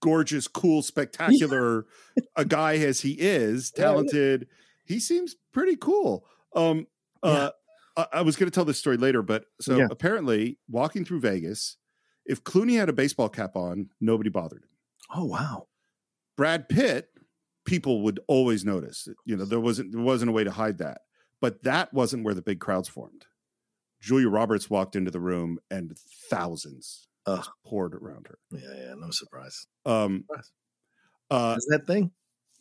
Speaker 1: gorgeous, cool, spectacular a guy as he is,
Speaker 2: Yeah, yeah.
Speaker 1: talented, he seems pretty cool. Um uh I, I was gonna tell this story later, but so
Speaker 2: Yeah.
Speaker 1: apparently walking through Vegas, if Clooney had a baseball cap on, nobody bothered him.
Speaker 2: Oh, wow.
Speaker 1: Brad Pitt, people would always notice. You know, there wasn't there wasn't a way to hide that. But that wasn't where the big crowds formed. Julia Roberts walked into the room and thousands just poured around her.
Speaker 2: Yeah, yeah, no surprise.
Speaker 1: Um, uh,
Speaker 2: Is that thing?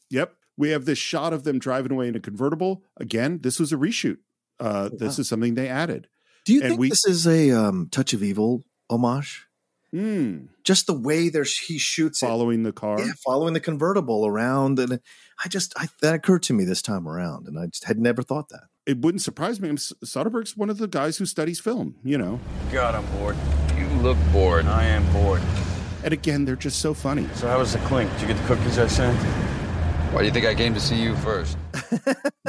Speaker 1: Yep. We have this shot of them driving away in a convertible. Again, this was a reshoot. Uh, This is something they added.
Speaker 2: Do you
Speaker 1: And
Speaker 2: think
Speaker 1: we-
Speaker 2: this is a um, touch of evil homage?
Speaker 1: Mm.
Speaker 2: Just the way there's he shoots
Speaker 1: following the car,
Speaker 2: yeah, following the convertible around, and I just I, that occurred to me this time around, and I just had never thought that.
Speaker 1: It wouldn't surprise me. I'm S- Soderbergh's one of the guys who studies film. You know.
Speaker 4: God, I'm bored. You look bored. I am bored.
Speaker 1: And again, they're just so funny.
Speaker 4: So how was the clink? Did you get the cookies I sent? Why do you think I came to see you first?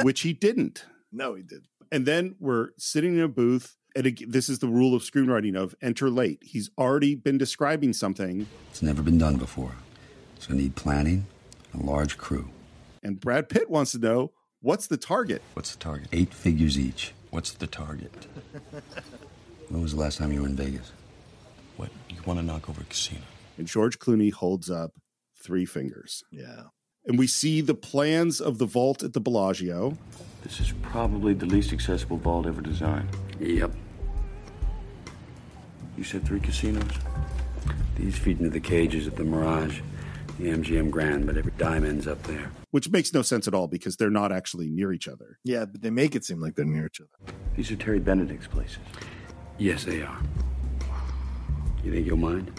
Speaker 1: Which he didn't.
Speaker 2: No, he did.
Speaker 1: And then we're sitting in a booth, and ag- this is the rule of screenwriting of enter late. He's already been describing something,
Speaker 3: It's never been done before. It's going to need planning, a large crew.
Speaker 1: and Brad Pitt wants to know what's the target.
Speaker 3: What's the target? Eight figures each. What's the target? when was the last time you were in Vegas?
Speaker 4: What? You want to knock over a casino?
Speaker 1: And George Clooney holds up three fingers.
Speaker 2: Yeah.
Speaker 1: And we see the plans of the vault at the Bellagio.
Speaker 4: This is probably the least accessible vault ever designed. Yep. You said three casinos?
Speaker 3: These feed into the cages at the Mirage, the MGM Grand, but every dime ends up there.
Speaker 1: Which makes no sense at all because they're not actually near each other.
Speaker 2: Yeah, but they make it seem like they're near each other.
Speaker 4: These are Terry Benedict's places.
Speaker 3: Yes, they are. You think you'll mind?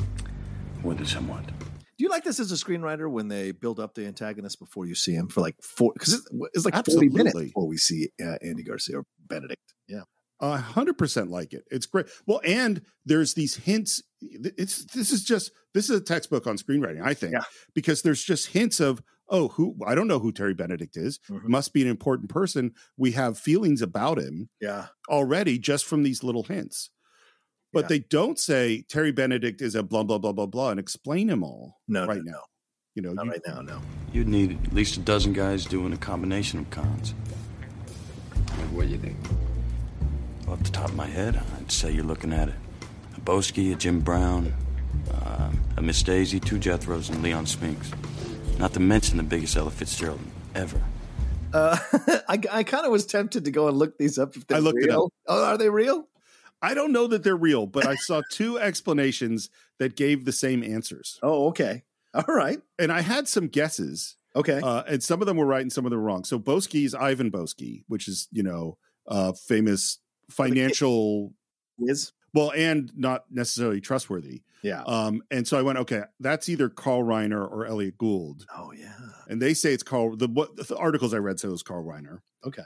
Speaker 4: More than somewhat.
Speaker 2: Do you like this as a screenwriter when they build up the antagonist before you see him for like four? Because it's, it's like forty minutes
Speaker 1: Absolutely.
Speaker 2: before we see uh, Andy Garcia or Benedict. Yeah,
Speaker 1: A hundred percent like it. It's great. Well, and there's these hints. eh, It's this is just this is a textbook on screenwriting, I think, because there's just hints of oh, who I don't know who Terry Benedict is.
Speaker 2: Mm-hmm.
Speaker 1: Must be an important person. We have feelings about him
Speaker 2: yeah.
Speaker 1: already just from these little hints, but they don't say Terry Benedict is a blah blah blah blah blah and explain him all
Speaker 2: No,
Speaker 1: right
Speaker 2: no,
Speaker 1: now. You know, you-
Speaker 2: right now, no.
Speaker 4: You'd need at least a dozen guys doing a combination of cons.
Speaker 3: What do you think?
Speaker 4: Off the top of my head, I'd say you're looking at it. A Boski, a Jim Brown, uh, a Miss Daisy, two Jethros, and Leon Spinks. Not to mention the biggest Ella Fitzgerald ever.
Speaker 2: Uh, I, I kind of was tempted to go and look these up. If they're
Speaker 1: I looked it
Speaker 2: real.
Speaker 1: up.
Speaker 2: Oh, are they real?
Speaker 1: I don't know that they're real, but I saw two explanations that gave the same answers.
Speaker 2: Oh, okay. All right.
Speaker 1: And I had some guesses.
Speaker 2: Okay.
Speaker 1: Uh, and some of them were right and some of them were wrong. So Bosky is Ivan Bosky, which is, you know, uh famous financial
Speaker 2: whiz.
Speaker 1: Well, and not necessarily trustworthy.
Speaker 2: Yeah.
Speaker 1: Um, and so I went, okay, that's either Carl Reiner or Elliot Gould.
Speaker 2: Oh yeah.
Speaker 1: And they say it's Carl. The what the articles I read said it was Carl Reiner.
Speaker 2: Okay.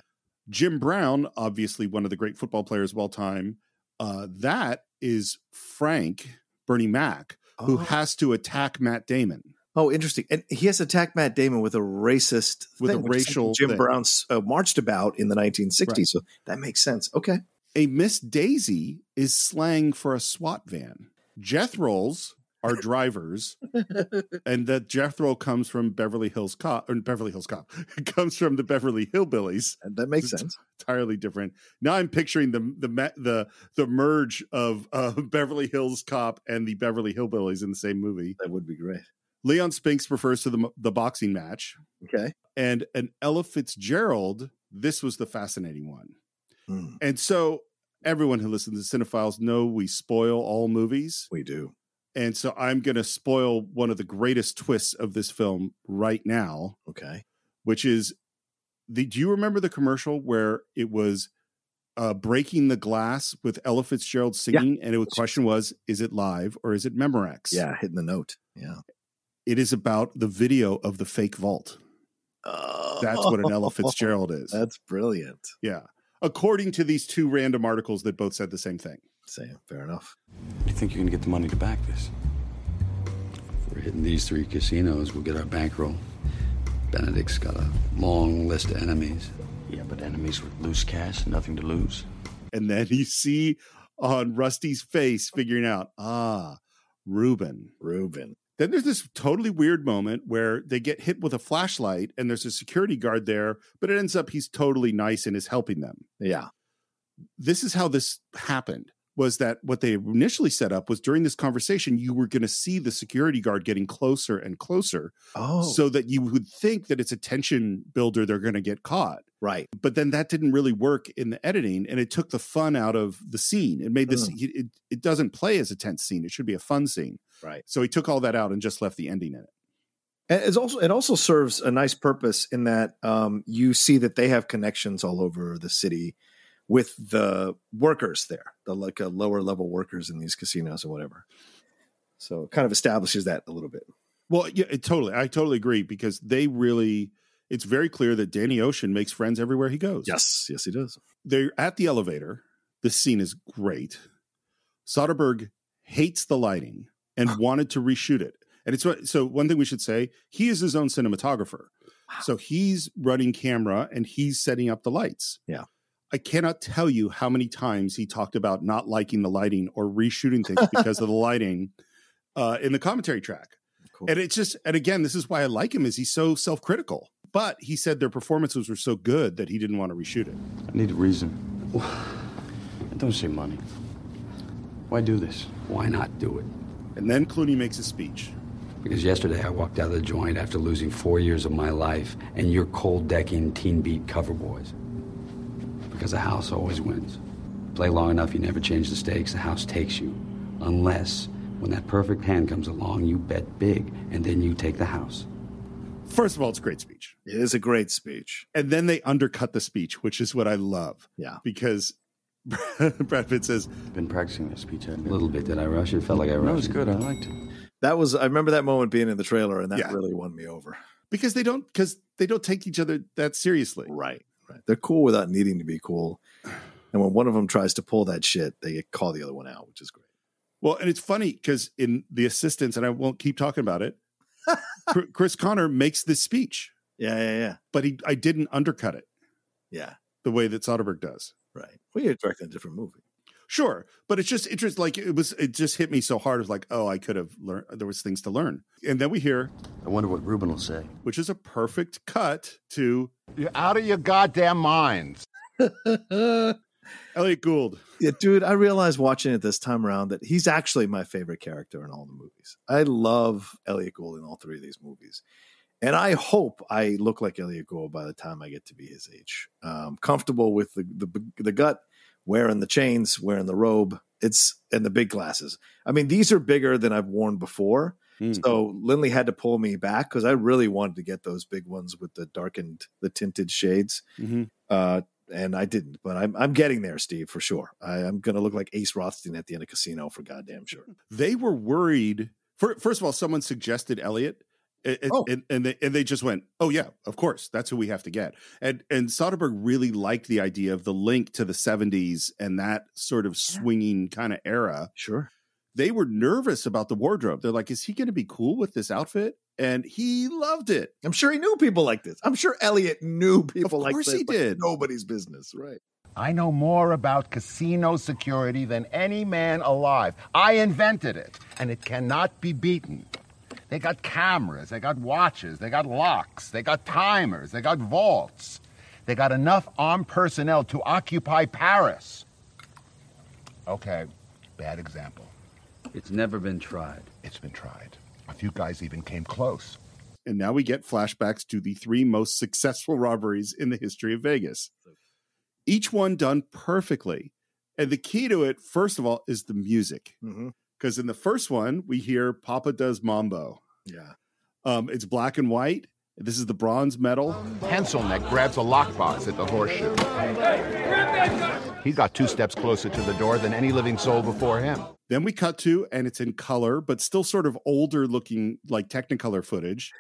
Speaker 1: Jim Brown, obviously one of the great football players of all time. Uh, that is Frank Bernie Mac, who
Speaker 2: Oh.
Speaker 1: has to attack Matt Damon.
Speaker 2: Oh, interesting. And he has attacked Matt Damon with a racist,
Speaker 1: With a
Speaker 2: thing, which is something
Speaker 1: racial
Speaker 2: Jim
Speaker 1: thing.
Speaker 2: Brown uh, marched about in the 1960s.
Speaker 1: Right.
Speaker 2: So that makes sense. Okay.
Speaker 1: A Miss Daisy is slang for a SWAT van. Jethrols are drivers, and that Jethro comes from Beverly Hills Cop or Beverly Hills Cop It comes from the Beverly Hillbillies.
Speaker 2: And that makes sense.
Speaker 1: Entirely different. Now I'm picturing the the me- the the merge of uh, Beverly Hills Cop and the Beverly Hillbillies in the same movie.
Speaker 2: That would be great.
Speaker 1: Leon Spinks refers to the m- the boxing match
Speaker 2: Okay.
Speaker 1: and an Ella Fitzgerald. This was the fascinating one.
Speaker 2: Hmm.
Speaker 1: And so everyone who listens to Cinephiles know we spoil all movies.
Speaker 2: We do.
Speaker 1: And so I'm going to spoil one of the greatest twists of this film right now,
Speaker 2: Okay.
Speaker 1: which is the do you remember the commercial where it was uh, breaking the glass with Ella Fitzgerald singing and it was question was is it live or is it Memorex?
Speaker 2: Yeah. Hitting the note. Yeah.
Speaker 1: It is about the video of the fake vault. That's what an Ella Fitzgerald is.
Speaker 2: That's brilliant.
Speaker 1: Yeah. According to these two random articles that both said the same thing.
Speaker 2: Sam, fair enough.
Speaker 4: Do you think you're gonna get the money to back this?
Speaker 3: If we're hitting these three casinos, we'll get our bankroll. Benedict's got a long list of enemies.
Speaker 4: Yeah, but enemies with loose cash, nothing to lose.
Speaker 1: And then you see on Rusty's face figuring out, ah, Ruben.
Speaker 2: Ruben.
Speaker 1: Then there's this totally weird moment where they get hit with a flashlight and there's a security guard there, but it ends up he's totally nice and is helping them.
Speaker 2: Yeah.
Speaker 1: This is how this happened was that what they initially set up was during this conversation you were going to see the security guard getting closer and closer
Speaker 2: Oh,
Speaker 1: so that you would think that it's a tension builder they're going to get caught
Speaker 2: right.
Speaker 1: but then that didn't really work in the editing and it took the fun out of the scene it made this it, it, it doesn't play as a tense scene it should be a fun scene
Speaker 2: Right.
Speaker 1: so he took all that out and just left the ending in it
Speaker 2: And it's also it also serves a nice purpose in that um, you see that they have connections all over the city with the workers there, the like uh, lower level workers in these casinos and whatever. So it kind of establishes that a little bit.
Speaker 1: well yeah it, totally i totally agree because they really it's very clear that danny ocean makes friends everywhere he goes
Speaker 2: Yes, yes, he does.
Speaker 1: they're at the elevator this scene is great soderbergh hates the lighting and wanted to reshoot it and it's what so one thing we should say he is his own cinematographer so he's running camera and he's setting up the lights
Speaker 2: Yeah.
Speaker 1: I cannot tell you how many times he talked about not liking the lighting or reshooting things because of the lighting uh, in the commentary track.
Speaker 2: Cool.
Speaker 1: And it's just, and again, this is why I like him is he's so self-critical. But he said their performances were so good that he didn't want to reshoot it.
Speaker 4: I need a reason. I don't see money. Why do this?
Speaker 3: Why not do it?
Speaker 1: And then Clooney makes a speech.
Speaker 3: Because yesterday I walked out of the joint after losing four years of my life, and you're cold decking teen beat cover boys. Because the house always wins. Play long enough, you never change the stakes, the house takes you. Unless, when that perfect hand comes along, you bet big, and then you take the house.
Speaker 1: First of all, it's a great speech.
Speaker 2: It is a great speech.
Speaker 1: And then they undercut the speech, which is what I love
Speaker 2: Yeah.
Speaker 1: because Brad Pitt says,
Speaker 4: I've been practicing that speech. I've
Speaker 3: A little bit, did I rush it? Felt like I
Speaker 4: That was
Speaker 3: rushed. it.
Speaker 4: good. I liked it.
Speaker 2: That was I remember that moment being in the trailer and that
Speaker 1: Yeah.
Speaker 2: really won me over.
Speaker 1: because they don't, because they don't take each other that seriously.
Speaker 2: Right. Right. They're cool without needing to be cool. And when one of them tries to pull that shit, they call the other one out, which is great.
Speaker 1: Well, and it's funny because in the assistants, and I won't keep talking about it, Chr- Chris Connor makes this speech,
Speaker 2: Yeah, yeah, yeah.
Speaker 1: but he I didn't undercut it
Speaker 2: Yeah.
Speaker 1: the way that Soderbergh does.
Speaker 2: Right. Well, you're directing a different movie.
Speaker 1: Sure, but it's just interesting. Like it was, it just hit me so hard. It was like, oh, I could have learned. There was things to learn, and then we hear,
Speaker 4: I wonder what Ruben will say.
Speaker 1: which is a perfect cut to
Speaker 12: You're out of your goddamn minds.
Speaker 1: Elliot Gould.
Speaker 2: Yeah, dude, I realized watching it this time around that he's actually my favorite character in all the movies. I love Elliot Gould in all three of these movies. And I hope I look like Elliot Gould by the time I get to be his age. Um, comfortable with the, the the gut, wearing the chains, wearing the robe, it's and the big glasses. I mean, these are bigger than I've worn before.
Speaker 1: Mm.
Speaker 2: So Lindley had to pull me back because I really wanted to get those big ones with the darkened, the tinted shades.
Speaker 1: Mhm.
Speaker 2: uh, and I didn't, but I'm I'm getting there, Steve, for sure. I, I'm gonna look like Ace Rothstein at the end of Casino for goddamn sure.
Speaker 1: They were worried. fir- First of all, someone suggested Elliot, a- a- and and they, and they just went, "Oh yeah, of course, that's who we have to get." And and Soderbergh really liked the idea of the link to the '70s and that sort of swinging kind of era.
Speaker 2: Sure.
Speaker 1: They were nervous about the wardrobe. They're like, "Is he going to be cool with this outfit?" And he loved it.
Speaker 2: I'm sure he knew people like this. I'm sure Elliot knew people
Speaker 1: of
Speaker 2: like
Speaker 1: course
Speaker 2: this.
Speaker 1: he
Speaker 2: but
Speaker 1: did.
Speaker 2: Nobody's business, right?
Speaker 12: I know more about casino security than any man alive. I invented it, and it cannot be beaten. They got cameras, they got watches, they got locks, they got timers, they got vaults. They got enough armed personnel to occupy Paris. Okay, bad example.
Speaker 3: It's never been tried.
Speaker 12: It's been tried. A few guys even came close.
Speaker 1: And now we get flashbacks to the three most successful robberies in the history of Vegas. Each one done perfectly. And the key to it, first of all, is the music. Because in the first one, we hear Papa Does Mambo.
Speaker 2: Yeah.
Speaker 1: Um, it's black and white. This is the bronze medal.
Speaker 12: Pencilneck grabs a lockbox at the horseshoe. He got two steps closer to the door than any living soul before him.
Speaker 1: Then we cut to, and it's in color, but still sort of older looking, like Technicolor footage.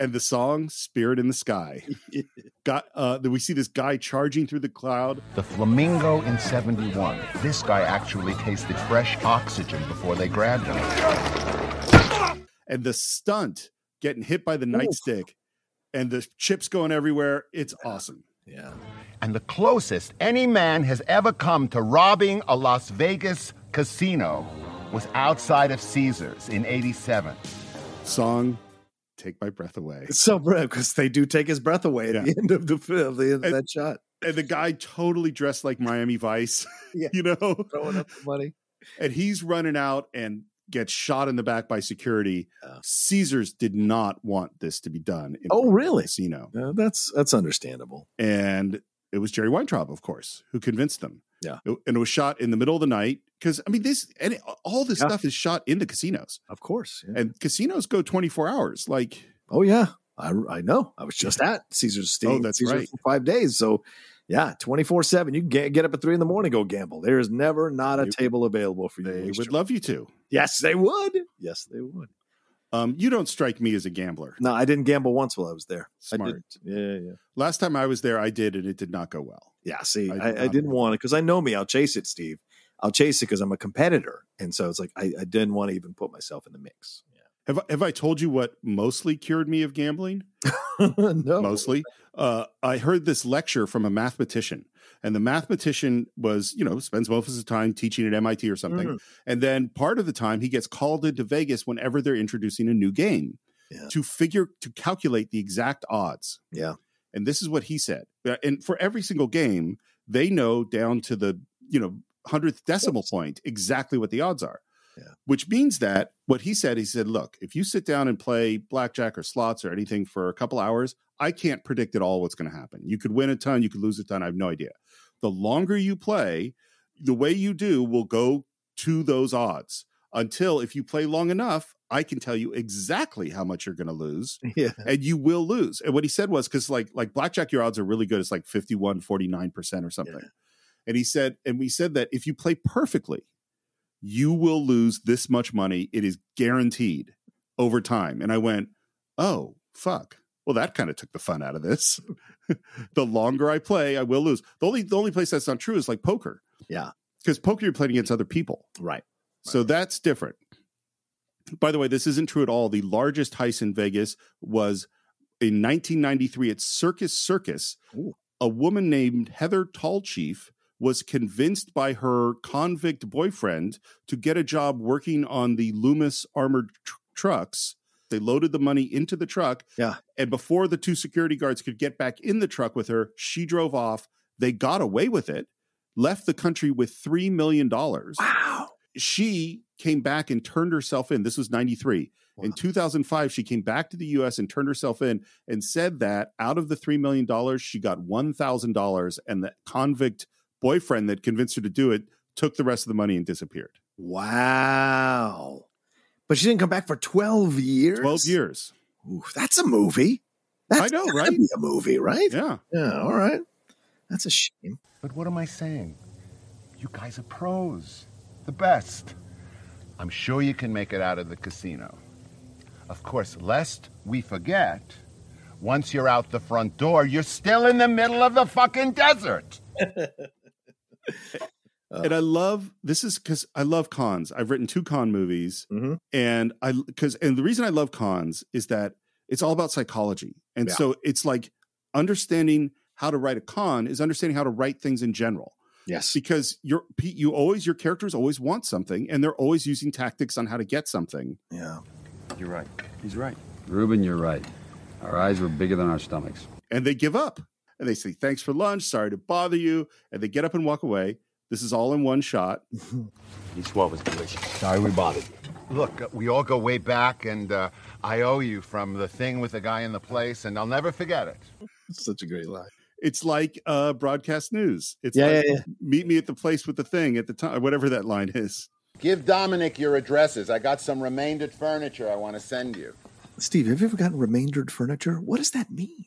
Speaker 1: And the song "Spirit in the Sky." Got uh, that we see this guy charging through the cloud.
Speaker 12: The flamingo in 71. This guy actually tasted fresh oxygen before they grabbed him.
Speaker 1: and the stunt getting hit by the nightstick and the chips going everywhere. It's awesome.
Speaker 2: Yeah.
Speaker 12: And the closest any man has ever come to robbing a Las Vegas casino was outside of Caesars in 87.
Speaker 1: Song, take my breath away.
Speaker 2: It's so because they do take his breath away at the end of the, of the end of that shot.
Speaker 1: And the guy totally dressed like Miami Vice, you know,
Speaker 2: throwing up the money.
Speaker 1: And he's running out and gets shot in the back by security. Caesars did not want this to be done. In
Speaker 2: Oh, really?
Speaker 1: Casino.
Speaker 2: Uh, that's that's understandable.
Speaker 1: and it was Jerry Weintraub, of course, who convinced them.
Speaker 2: Yeah.
Speaker 1: It- and it was shot in the middle of the night because I mean this and it, all this
Speaker 2: Yeah.
Speaker 1: stuff is shot in the casinos,
Speaker 2: of course,
Speaker 1: and casinos go twenty four hours. Like,
Speaker 2: Oh yeah, I I know. I was just at Caesar's Stadium.
Speaker 1: Oh, that's
Speaker 2: Caesar's
Speaker 1: right.
Speaker 2: for five days. So yeah, twenty four seven. You can get, get up at three in the morning, go gamble. There is never not a table available for you.
Speaker 1: they would love you to.
Speaker 2: Yes, they would. Yes, they would.
Speaker 1: Um, you don't strike me as a gambler.
Speaker 2: No, I didn't gamble once while I was there. I
Speaker 1: Smart.
Speaker 2: didn't. Yeah, yeah.
Speaker 1: Last time I was there, I did, and it did not go well.
Speaker 2: Yeah, see,
Speaker 1: I
Speaker 2: I,
Speaker 1: did
Speaker 2: I,
Speaker 1: not
Speaker 2: didn't want it because I know me. I'll chase it, Steve. I'll chase it because I'm a competitor, and so it's like I, I didn't want to even put myself in the mix.
Speaker 1: Have I- have I told you what mostly cured me of gambling?
Speaker 2: no,
Speaker 1: Mostly, uh, I heard this lecture from a mathematician, and the mathematician was, you know, spends most of his time teaching at MIT or something,
Speaker 2: Mhm.
Speaker 1: and then part of the time he gets called into Vegas whenever they're introducing a new game to figure to calculate the exact odds.
Speaker 2: Yeah.
Speaker 1: and this is what he said. Uh, And for every single game, they know down to the you know hundredth decimal point exactly what the odds are. Which means that what he said, he said, look, if you sit down and play blackjack or slots or anything for a couple hours, I can't predict at all what's going to happen. You could win a ton, you could lose a ton. I have no idea. The longer you play, the way you do will go to those odds until if you play long enough, I can tell you exactly how much you're going to lose
Speaker 2: Yeah.
Speaker 1: and you will lose. And what he said was because like like blackjack, your odds are really good. It's like 51, 49% or something. And he said, and we said that if you play perfectly, you will lose this much money. It is guaranteed over time. And I went, oh, fuck. Well, that kind of took the fun out of this. the longer I play, I will lose. The only the only place that's not true is like poker.
Speaker 2: Yeah.
Speaker 1: Because poker you're playing against other people.
Speaker 2: Right.
Speaker 1: So that's different. By the way, this isn't true at all. The largest heist in Vegas was in 1993 at Circus Circus. A woman named Heather Tallchief was convinced by her convict boyfriend to get a job working on the Loomis armored tr- trucks. They loaded the money into the truck.
Speaker 2: Yeah.
Speaker 1: And before the two security guards could get back in the truck with her, she drove off. They got away with it, left the country with $3 million. Wow. She came back and turned herself in. This was 93. In 2005, she came back to the US and turned herself in and said that out of the $3 million, she got $1,000. And the convict boyfriend that convinced her to do it took the rest of the money and disappeared.
Speaker 2: Wow. But she didn't come back for 12 years.
Speaker 1: 12 years.
Speaker 2: Oof, that's a movie. That's
Speaker 1: I know,
Speaker 2: gotta
Speaker 1: right?
Speaker 2: be a movie, right?
Speaker 1: Yeah.
Speaker 2: Yeah. All right. That's a shame.
Speaker 12: But what am I saying? You guys are pros, the best. I'm sure you can make it out of the casino. Of course, lest we forget, once you're out the front door, you're still in the middle of the fucking desert.
Speaker 1: and I love this is because I love cons. I've written two con movies, and I because and the reason I love cons is that it's all about psychology, and
Speaker 2: Yeah.
Speaker 1: so it's like understanding how to write a con is understanding how to write things in general.
Speaker 2: Yes,
Speaker 1: because you're Pete, you always your characters always want something, and they're always using tactics on how to get something.
Speaker 2: Yeah,
Speaker 3: You're right. He's right. Ruben, you're right. Our eyes were bigger than our stomachs.
Speaker 1: and they give up and they say thanks for lunch sorry to bother you and they get up and walk away this is all in one shot
Speaker 3: Each one was delicious
Speaker 12: sorry we bothered Look, uh, we all go way back, and uh, I owe you from the thing with the guy in the place, and I'll never forget it.
Speaker 2: Such a great line.
Speaker 1: it's like uh broadcast news it's
Speaker 12: Yeah,
Speaker 1: like
Speaker 12: yeah, yeah.
Speaker 1: meet me at the place with the thing at the time whatever that line is
Speaker 12: Give Dominic your addresses. I got some remaindered furniture I want to send you.
Speaker 2: Steve, have you ever gotten remaindered furniture? What does that mean?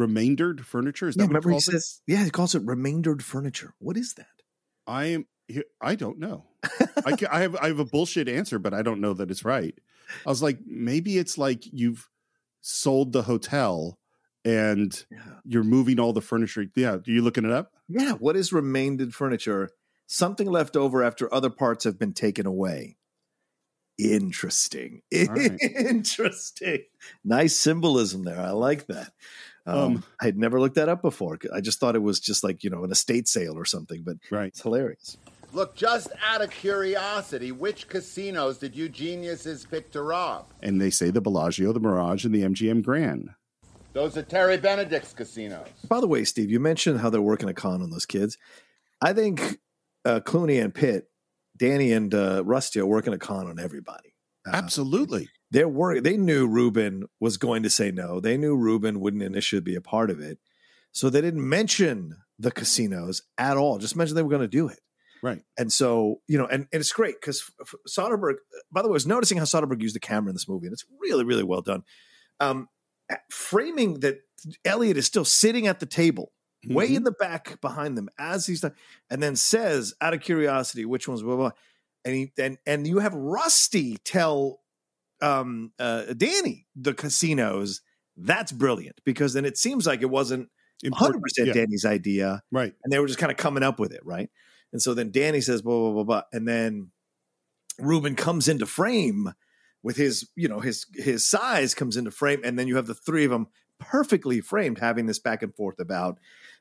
Speaker 1: remaindered furniture is that
Speaker 2: yeah,
Speaker 1: what it
Speaker 2: remember he
Speaker 1: calls it?
Speaker 2: says, yeah, he calls it remaindered furniture. What is that?
Speaker 1: i am he- i don't know I, ca- I have i have a bullshit answer but i don't know that it's right i was like maybe it's like you've sold the hotel and you're moving all the furniture yeah are you looking it up
Speaker 2: Yeah, what is remaindered furniture? Something left over after other parts have been taken away. Interesting.
Speaker 1: All right.
Speaker 2: Interesting. Nice symbolism there. I like that. Um,
Speaker 1: Um,
Speaker 2: I had never looked that up before. I just thought it was just like, you know, an estate sale or something, but
Speaker 1: right.
Speaker 2: it's hilarious.
Speaker 12: Look, just out of curiosity, which casinos did you geniuses pick to rob?
Speaker 1: and they say the Bellagio, the Mirage, and the MGM
Speaker 2: Uh,
Speaker 1: Grand.
Speaker 12: Those are Terry Benedict's casinos.
Speaker 2: By the way, Steve, you mentioned how they're working a con on those kids. I think uh, Clooney and Pitt, Danny and uh, Rusty are working a con on everybody.
Speaker 1: Absolutely.
Speaker 2: They're worried. They knew Ruben was going to say no. They knew Ruben wouldn't initially be a part of it. So they didn't mention the casinos at all. Just mentioned they were going to do it.
Speaker 1: Right.
Speaker 2: And so, you know, and, and it's great because Soderbergh, uh, by the way, I was noticing how Soderbergh used the camera in this movie, and it's really, really well done. Um, framing that Elliot is still sitting at the table,
Speaker 1: Mm-hmm.
Speaker 2: way in the back behind them as he's done, and then says, out of curiosity, which one's blah, blah. And he and and you have Rusty tell um uh Danny the casinos. That's brilliant because then it seems like it wasn't 100%
Speaker 1: Mm-hmm. yeah.
Speaker 2: Danny's idea.
Speaker 1: Right.
Speaker 2: And they were just kind of coming up with it, right? And so then Danny says, blah, blah, blah, blah. And then Ruben comes into frame with his, you know, his his size comes into frame, and then you have the three of them perfectly framed having this back and forth about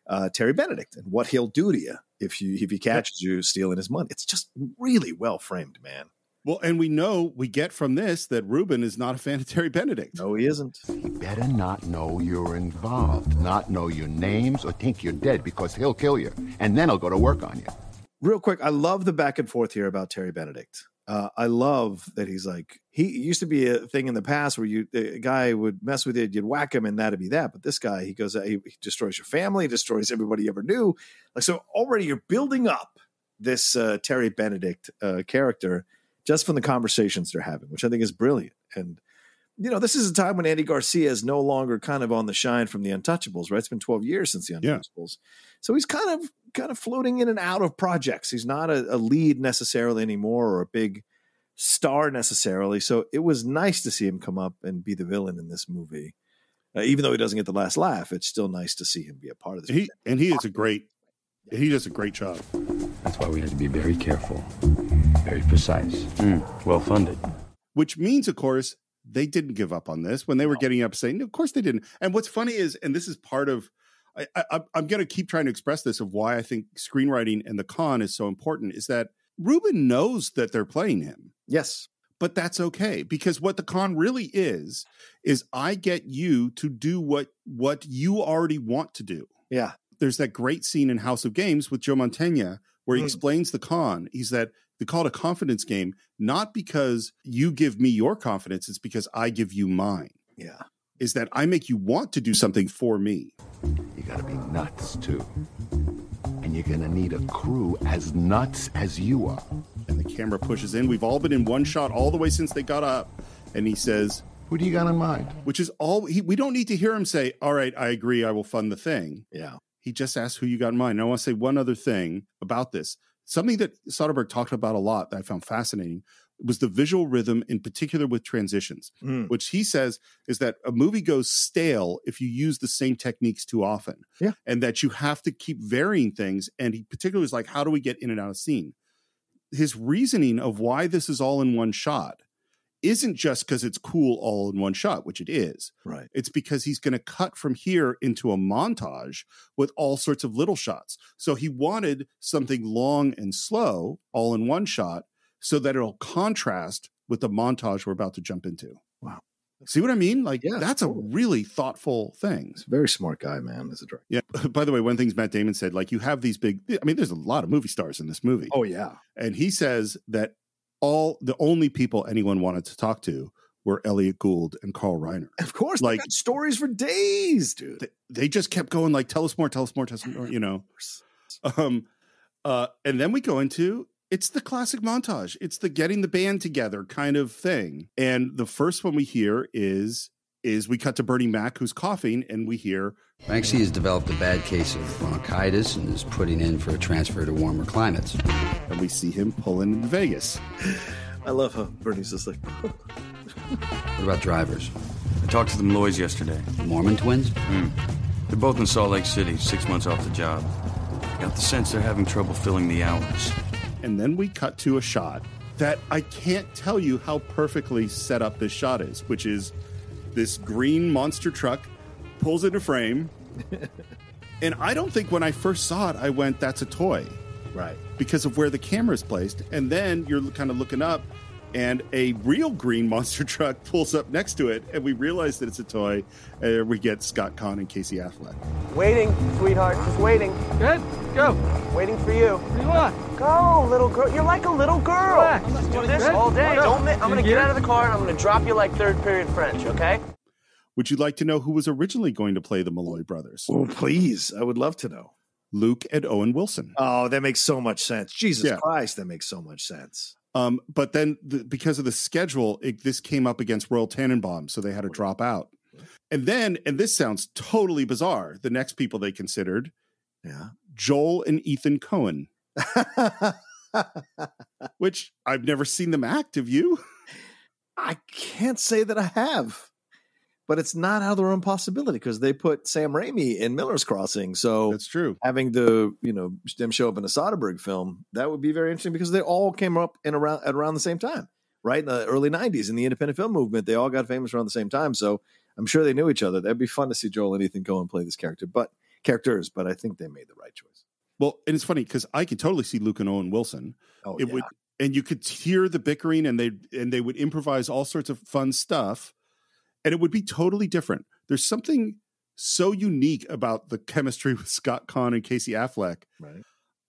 Speaker 2: uh, Terry Benedict and what he'll do to you if you if he catches you stealing his money. It's just really well framed, man.
Speaker 1: Well, and we know we get from this that Ruben is not a fan of Terry Benedict.
Speaker 2: No, he isn't.
Speaker 12: Better not know you're involved, not know your names, or think you're dead because he'll kill you, and then he'll go to work on you.
Speaker 2: Real quick, I love the back and forth here about Terry Benedict. Uh, I love that he's like he it used to be a thing in the past where you a guy would mess with you, you'd whack him, and that'd be that. But this guy, he goes, he, he destroys your family, destroys everybody you ever knew. Like so, already you're building up this uh, Terry Benedict uh, character just from the conversations they're having, which I think is brilliant. And you know, this is a time when Andy Garcia is no longer kind of on the shine from the Untouchables, right? It's been 12 years since the
Speaker 1: Yeah.
Speaker 2: Untouchables. So he's kind of kind of floating in and out of projects. He's not a, a lead necessarily anymore or a big star necessarily. So it was nice to see him come up and be the villain in this movie. Uh, even though he doesn't get the last laugh, it's still nice to see him be a part of this.
Speaker 1: He and he is a great he does a great job.
Speaker 3: That's why we had to be very careful, very precise, well funded.
Speaker 1: Which means, of course, they didn't give up on this when they were getting up saying, of course they didn't. And what's funny is, and this is part of I, I I'm- I'm gonna keep trying to express this of why I think screenwriting and the con is so important, is that Ruben knows that they're playing him.
Speaker 2: Yes.
Speaker 1: But that's okay because what the con really is is I get you to do what what you already want to do.
Speaker 2: Yeah.
Speaker 1: There's that great scene in House of Games with Joe Montaigne where he
Speaker 2: Mm.
Speaker 1: explains the con. He's that they call it a confidence game, not because you give me your confidence, it's because I give you mine.
Speaker 2: Yeah.
Speaker 1: Is that I make you want to do something for me.
Speaker 12: You gotta be nuts, too. And you're gonna need a crew as nuts as you are.
Speaker 1: And the camera pushes in. We've all been in one shot all the way since they got up. And he says,
Speaker 12: Who do you got in mind?
Speaker 1: Which is all he, we don't need to hear him say, All right, I agree, I will fund the thing.
Speaker 2: Yeah.
Speaker 1: He just asked who you got in mind. And I want to say one other thing about this. Something that Soderbergh talked about a lot that I found fascinating was the visual rhythm, in particular with transitions,
Speaker 2: Mm.
Speaker 1: which he says is that a movie goes stale if you use the same techniques too often.
Speaker 2: Yeah.
Speaker 1: And that you have to keep varying things. And he particularly was like, how do we get in and out of scene? His reasoning of why this is all in one shot isn't just because it's cool all in one shot, which it is.
Speaker 2: Right.
Speaker 1: It's because he's going to cut from here into a montage with all sorts of little shots. So he wanted something long and slow all in one shot so that it'll contrast with the montage we're about to jump into.
Speaker 2: Wow.
Speaker 1: See what I mean? Like, that's a really thoughtful thing.
Speaker 2: He's a very smart guy, man, as a director.
Speaker 1: Yeah. By the way, one of the things Matt Damon said, like you have these big. I mean, there's a lot of movie stars in this movie.
Speaker 2: Oh yeah.
Speaker 1: And he says that all the only people anyone wanted to talk to were Elliot Gould and Carl Reiner.
Speaker 2: Of course,
Speaker 1: Like-
Speaker 2: like stories for days, dude.
Speaker 1: They, they just kept going like, tell us more, tell us more, tell us more. You know. Um. Uh. And then we go into it's the classic montage. It's the getting the band together kind of thing. And the first one we hear is is we cut to Bernie Mac who's coughing, and we hear
Speaker 3: Banksy has developed a bad case of bronchitis and is putting in for a transfer to warmer climates.
Speaker 1: And we see him pulling in Vegas.
Speaker 2: I love how Bernie's just like,
Speaker 3: What about drivers?
Speaker 4: I talked to the Malloys yesterday.
Speaker 3: Mormon twins?
Speaker 4: They're both in Salt Lake City, six months off the job. Got the sense they're having trouble filling the hours.
Speaker 1: And then we cut to a shot that I can't tell you how perfectly set up this shot is, which is this green monster truck pulls into frame. and I don't think when I first saw it, I went, that's a toy
Speaker 2: right.
Speaker 1: because of where the camera is placed. And then you're kind of looking up, and a real green monster truck pulls up next to it. And we realize that it's a toy. And we get Scott Conn and Casey Affleck.
Speaker 13: Waiting, sweetheart, just waiting. Good, go. Waiting for you. What do you want? Go, little girl. You're like a little girl.
Speaker 14: Relax.
Speaker 13: Let's do
Speaker 14: Good.
Speaker 13: this all day.
Speaker 14: Go.
Speaker 13: Don't mi- I'm
Speaker 14: You
Speaker 13: gonna
Speaker 14: get
Speaker 13: get
Speaker 14: it?
Speaker 13: out of the car and I'm gonna drop you like third period French, okay?
Speaker 1: Would you like to know who was originally going to play the Malloy brothers?
Speaker 2: Oh, please. I would love to know.
Speaker 1: Luke and Owen Wilson.
Speaker 2: Oh, that makes so much sense. Jesus
Speaker 1: Yeah.
Speaker 2: Christ, that makes so much sense.
Speaker 1: Um, but then the, because of the schedule, it, this came up against Royal Tannenbaum, so they had to drop out. And then, and this sounds totally bizarre. The next people they considered,
Speaker 2: yeah,
Speaker 1: Joel and Ethan Cohen, which I've never seen them act. Have you?
Speaker 2: I can't say that I have, but it's not out of the realm of possibility because they put Sam Raimi in Miller's Crossing. So
Speaker 1: that's true.
Speaker 2: Having the you know them show up in a Soderbergh film that would be very interesting because they all came up in around at around the same time, right in the early '90s in the independent film movement. They all got famous around the same time, so I'm sure they knew each other. That'd be fun to see Joel and Ethan go and play this character, but characters. But I think they made the right choice.
Speaker 1: Well, and it's funny because I could totally see Luke and Owen Wilson.
Speaker 2: Oh,
Speaker 1: it
Speaker 2: yeah.
Speaker 1: would, and you could hear the bickering, and they and they would improvise all sorts of fun stuff, and it would be totally different. There's something so unique about the chemistry with Scott Conn and Casey Affleck.
Speaker 2: Right.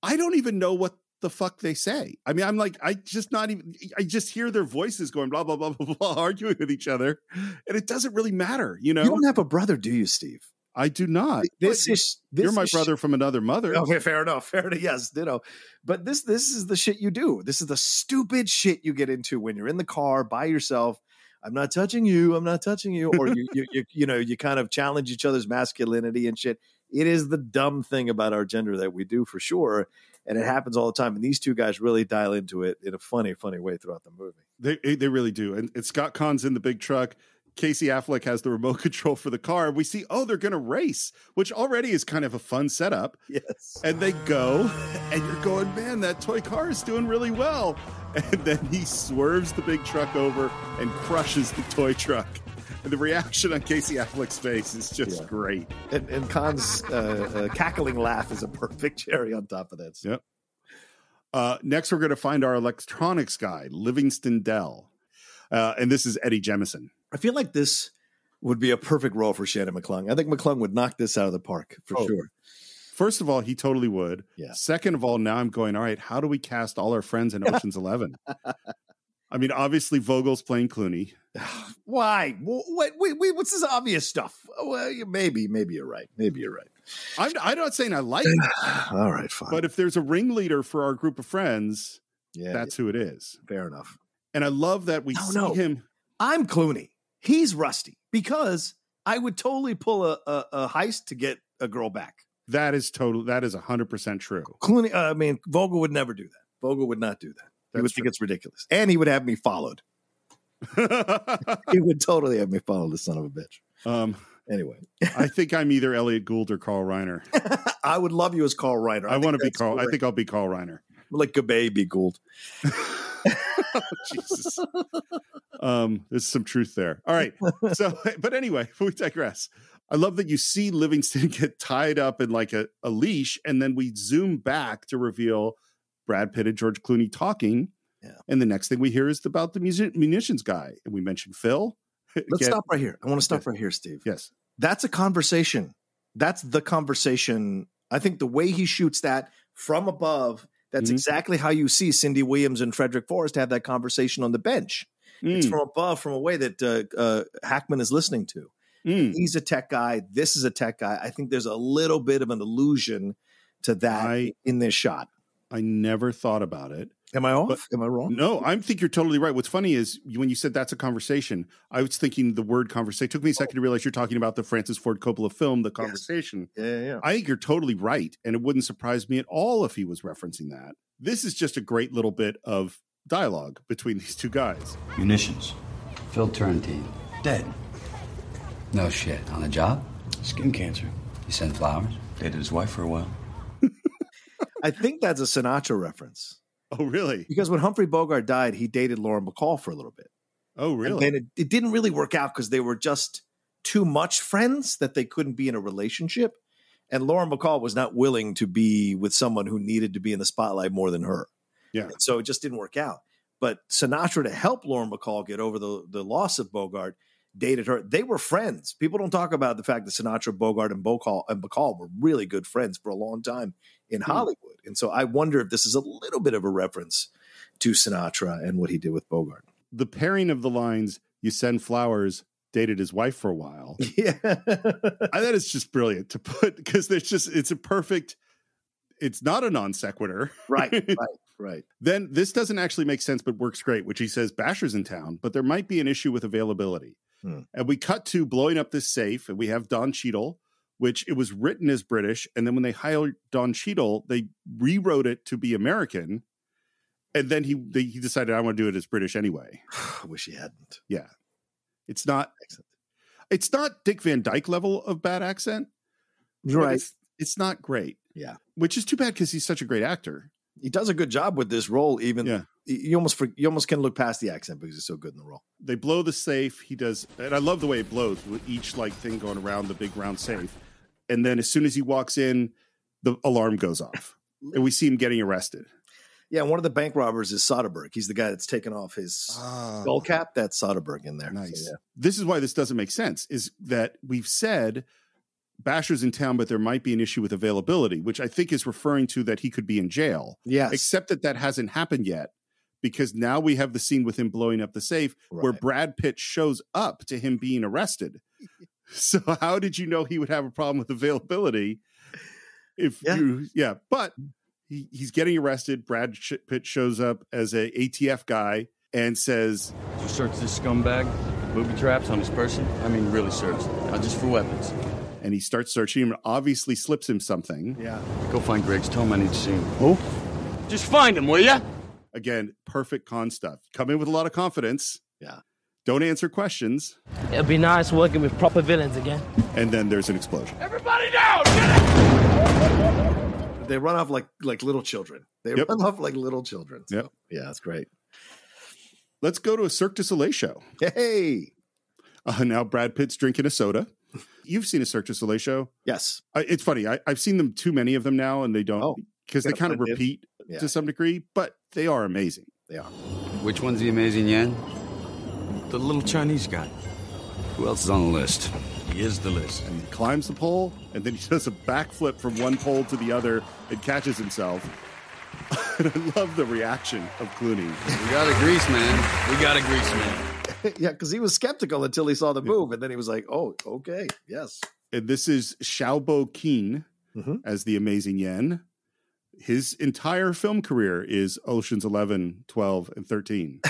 Speaker 1: I don't even know what the fuck they say. I mean, I'm like, I just not even. I just hear their voices going blah blah blah blah blah, arguing with each other, and it doesn't really matter, you know.
Speaker 2: You don't have a brother, do you, Steve?
Speaker 1: I do not.
Speaker 2: This
Speaker 1: But
Speaker 2: is- this
Speaker 1: you're my
Speaker 2: is-
Speaker 1: brother from another mother.
Speaker 2: Okay, fair enough. Fair enough. Yes, ditto. But this this is the shit you do. This is the stupid shit you get into when you're in the car by yourself. I'm not touching you. I'm not touching you. Or you you, you you know you kind of challenge each other's masculinity and shit. It is the dumb thing about our gender that we do for sure, and it happens all the time. And these two guys really dial into it in a funny, funny way throughout the movie.
Speaker 1: They eh, they really do. And, and Scott Kahn's in the big truck. Casey Affleck has the remote control for the car. We see, oh, they're going to race, which already is kind of a fun setup.
Speaker 2: Yes.
Speaker 1: And they go, and you're going, man, that toy car is doing really well. And then he swerves the big truck over and crushes the toy truck. And the reaction on Casey Affleck's face is just great.
Speaker 2: And, and Khan's uh, uh, cackling laugh is a perfect cherry on top of that.
Speaker 1: Yep. Uh, next, we're going to find our electronics guy, Livingston Dell. Uh, and this is Eddie Jemison.
Speaker 2: I feel like this would be a perfect role for Shannon McClung. I think McClung would knock this out of the park for
Speaker 1: Oh.
Speaker 2: sure.
Speaker 1: First of all, he totally would.
Speaker 2: Yeah.
Speaker 1: Second of all, now I'm going, all right, how do we cast all our friends in Ocean's 11? I mean, obviously Vogel's playing Clooney.
Speaker 2: Why? Wh- What? Wait, wait, what's this obvious stuff? Oh, Well, you- maybe, maybe you're right. Maybe you're right.
Speaker 1: I'm, I'm not saying I like it,
Speaker 2: All right, fine.
Speaker 1: but if there's a ringleader for our group of friends,
Speaker 2: Yeah,
Speaker 1: that's who it is.
Speaker 2: Fair enough.
Speaker 1: And I love that we see
Speaker 2: no.
Speaker 1: him.
Speaker 2: I'm Clooney. He's Rusty because I would totally pull a, a, a heist to get a girl back.
Speaker 1: That is total. That is hundred percent true.
Speaker 2: Clooney, uh, I mean, Vogel would never do that. Vogel would not do that. he would think it's ridiculous. And he would have me followed. he would totally have me followed, the son of a bitch.
Speaker 1: Um,
Speaker 2: anyway,
Speaker 1: I think I'm either Elliot Gould or Carl Reiner.
Speaker 2: I would love you as Carl Reiner.
Speaker 1: I, want to be
Speaker 2: that's
Speaker 1: Carl. I
Speaker 2: great.
Speaker 1: think I'll be Carl Reiner.
Speaker 2: Like a baby Gould.
Speaker 1: Jesus. Um, there's some truth there. All right. So, but anyway, we digress. I love that you see Livingston get tied up in like a, a leash, and then we zoom back to reveal Brad Pitt and George Clooney talking. And the next thing we hear is about the music, munitions guy. And we mentioned Phil.
Speaker 2: Let's stop right here. I want to stop right here, Steve.
Speaker 1: Yes.
Speaker 2: That's a conversation. That's the conversation. I think the way he shoots that from above, that's exactly how you see Cindy Williams and Frederick Forrest have that conversation on the bench.
Speaker 1: Mm,
Speaker 2: It's from above, from a way that uh, uh, Hackman is listening to.
Speaker 1: mm.
Speaker 2: He's a tech guy. This is a tech guy. I think there's a little bit of an allusion to that in this shot.
Speaker 1: I never thought about it.
Speaker 2: Am I off? Am I wrong?
Speaker 1: No, I think you're totally right. What's funny is when you said that's a conversation, I was thinking the word conversation. It took me a
Speaker 2: Oh.
Speaker 1: second to realize you're talking about the Francis Ford Coppola film, The Conversation.
Speaker 2: Yeah, yeah.
Speaker 1: I think you're totally right. And it wouldn't surprise me at all if he was referencing that. This is just a great little bit of dialogue between these two guys.
Speaker 3: Munitions. Phil Turrentine.
Speaker 11: Dead.
Speaker 3: No shit. On the job?
Speaker 4: Skin cancer.
Speaker 3: You send flowers?
Speaker 4: Dated his wife for a while.
Speaker 2: I think that's a Sinatra reference.
Speaker 1: Oh, really?
Speaker 2: Because when Humphrey Bogart died, he dated Lauren Bacall for a little bit.
Speaker 1: Oh,
Speaker 2: And
Speaker 1: really?
Speaker 2: then it, it didn't really work out because they were just too much friends that they couldn't be in a relationship. And Lauren Bacall was not willing to be with someone who needed to be in the spotlight more than her.
Speaker 1: Yeah.
Speaker 2: And so it just didn't work out. But Sinatra, to help Lauren Bacall get over the, the loss of Bogart, dated her. They were friends. People don't talk about the fact that Sinatra, Bogart, and Bacall, and Bacall were really good friends for a long time in
Speaker 1: Hmm.
Speaker 2: Hollywood. And so I wonder if this is a little bit of a reference to Sinatra and what he did with Bogart.
Speaker 1: The pairing of the lines, you send flowers, dated his wife for a while.
Speaker 2: Yeah.
Speaker 1: I, that is just brilliant to put because there's just, it's a perfect, it's not a non sequitur.
Speaker 2: Right, right, right.
Speaker 1: Then this doesn't actually make sense, but works great, which he says Basher's in town, but there might be an issue with availability.
Speaker 2: Hmm.
Speaker 1: And we cut to blowing up this safe, and we have Don Cheadle, which it was written as British, and then when they hired Don Cheadle, they rewrote it to be American, and then he they, he decided I want to do it as British anyway.
Speaker 2: I wish he hadn't.
Speaker 1: Yeah, it's not it's not Dick Van Dyke level of bad accent, but
Speaker 2: Right.
Speaker 1: It's, it's not great.
Speaker 2: Yeah.
Speaker 1: which is too bad because he's such a great actor.
Speaker 2: He does a good job with this role, even you almost for, you almost can look past the accent because he's so good in the role.
Speaker 1: they blow the safe. He does, and I love the way it blows with each like thing going around the big round safe. And then as soon as he walks in, the alarm goes off, and we see him getting arrested.
Speaker 2: Yeah, one of the bank robbers is Soderbergh. He's the guy that's taken off his skull cap. That's Soderbergh in there. Ah. Nice.
Speaker 1: This is why this doesn't make sense. Is that we've said Basher's in town, but there might be an issue with availability, which I think is referring to that he could be in jail.
Speaker 2: Yes.
Speaker 1: except that that hasn't happened yet. Because now we have the scene with him blowing up the safe where Brad Pitt shows up to him being arrested. So how did you know he would have a problem with availability? If you, yeah, but he, he's getting arrested. Brad Sh- Pitt shows up as a ATF guy and says,
Speaker 4: You search this scumbag, booby traps on his person. I mean, really search, not just for weapons.
Speaker 1: and he starts searching him. and Obviously, slips him something.
Speaker 2: Yeah,
Speaker 4: Go find Griggs. Tell him I need to see him.
Speaker 1: Oh,
Speaker 4: Just find him, will ya?
Speaker 1: again, perfect con stuff. Come in with a lot of confidence.
Speaker 2: Yeah,
Speaker 1: don't answer questions,
Speaker 14: It'd be nice working with proper villains again.
Speaker 1: and then there's an explosion.
Speaker 14: Everybody down!
Speaker 2: They run off like like little children. They
Speaker 1: Yep.
Speaker 2: run off like little children.
Speaker 1: Yep.
Speaker 2: Yeah, that's great.
Speaker 1: Let's go to a Cirque du Soleil show.
Speaker 2: Hey.
Speaker 1: Uh, now Brad Pitt's drinking a soda. You've seen a Cirque du Soleil show.
Speaker 2: Yes.
Speaker 1: I, it's funny. I, I've seen them too many of them now, and they don't because they
Speaker 3: Oh, Yeah,
Speaker 1: kind of
Speaker 3: but they-
Speaker 1: repeat
Speaker 3: yeah.
Speaker 1: to some degree, but they are amazing.
Speaker 2: They are.
Speaker 3: Which one's the amazing yen?
Speaker 4: The little Chinese guy.
Speaker 3: Who else is on the list?
Speaker 4: He is the list.
Speaker 1: And he climbs the pole, and then he does a backflip from one pole to the other and catches himself. and I love the reaction of Clooney.
Speaker 3: We got a grease man. We got a grease man.
Speaker 2: yeah, because he was skeptical until he saw the move, and then he was like, "Oh, okay, yes."
Speaker 1: And Uh, this is Xiaobo Keen as the amazing Yen. His entire film career is Oceans 11, 12, and 13.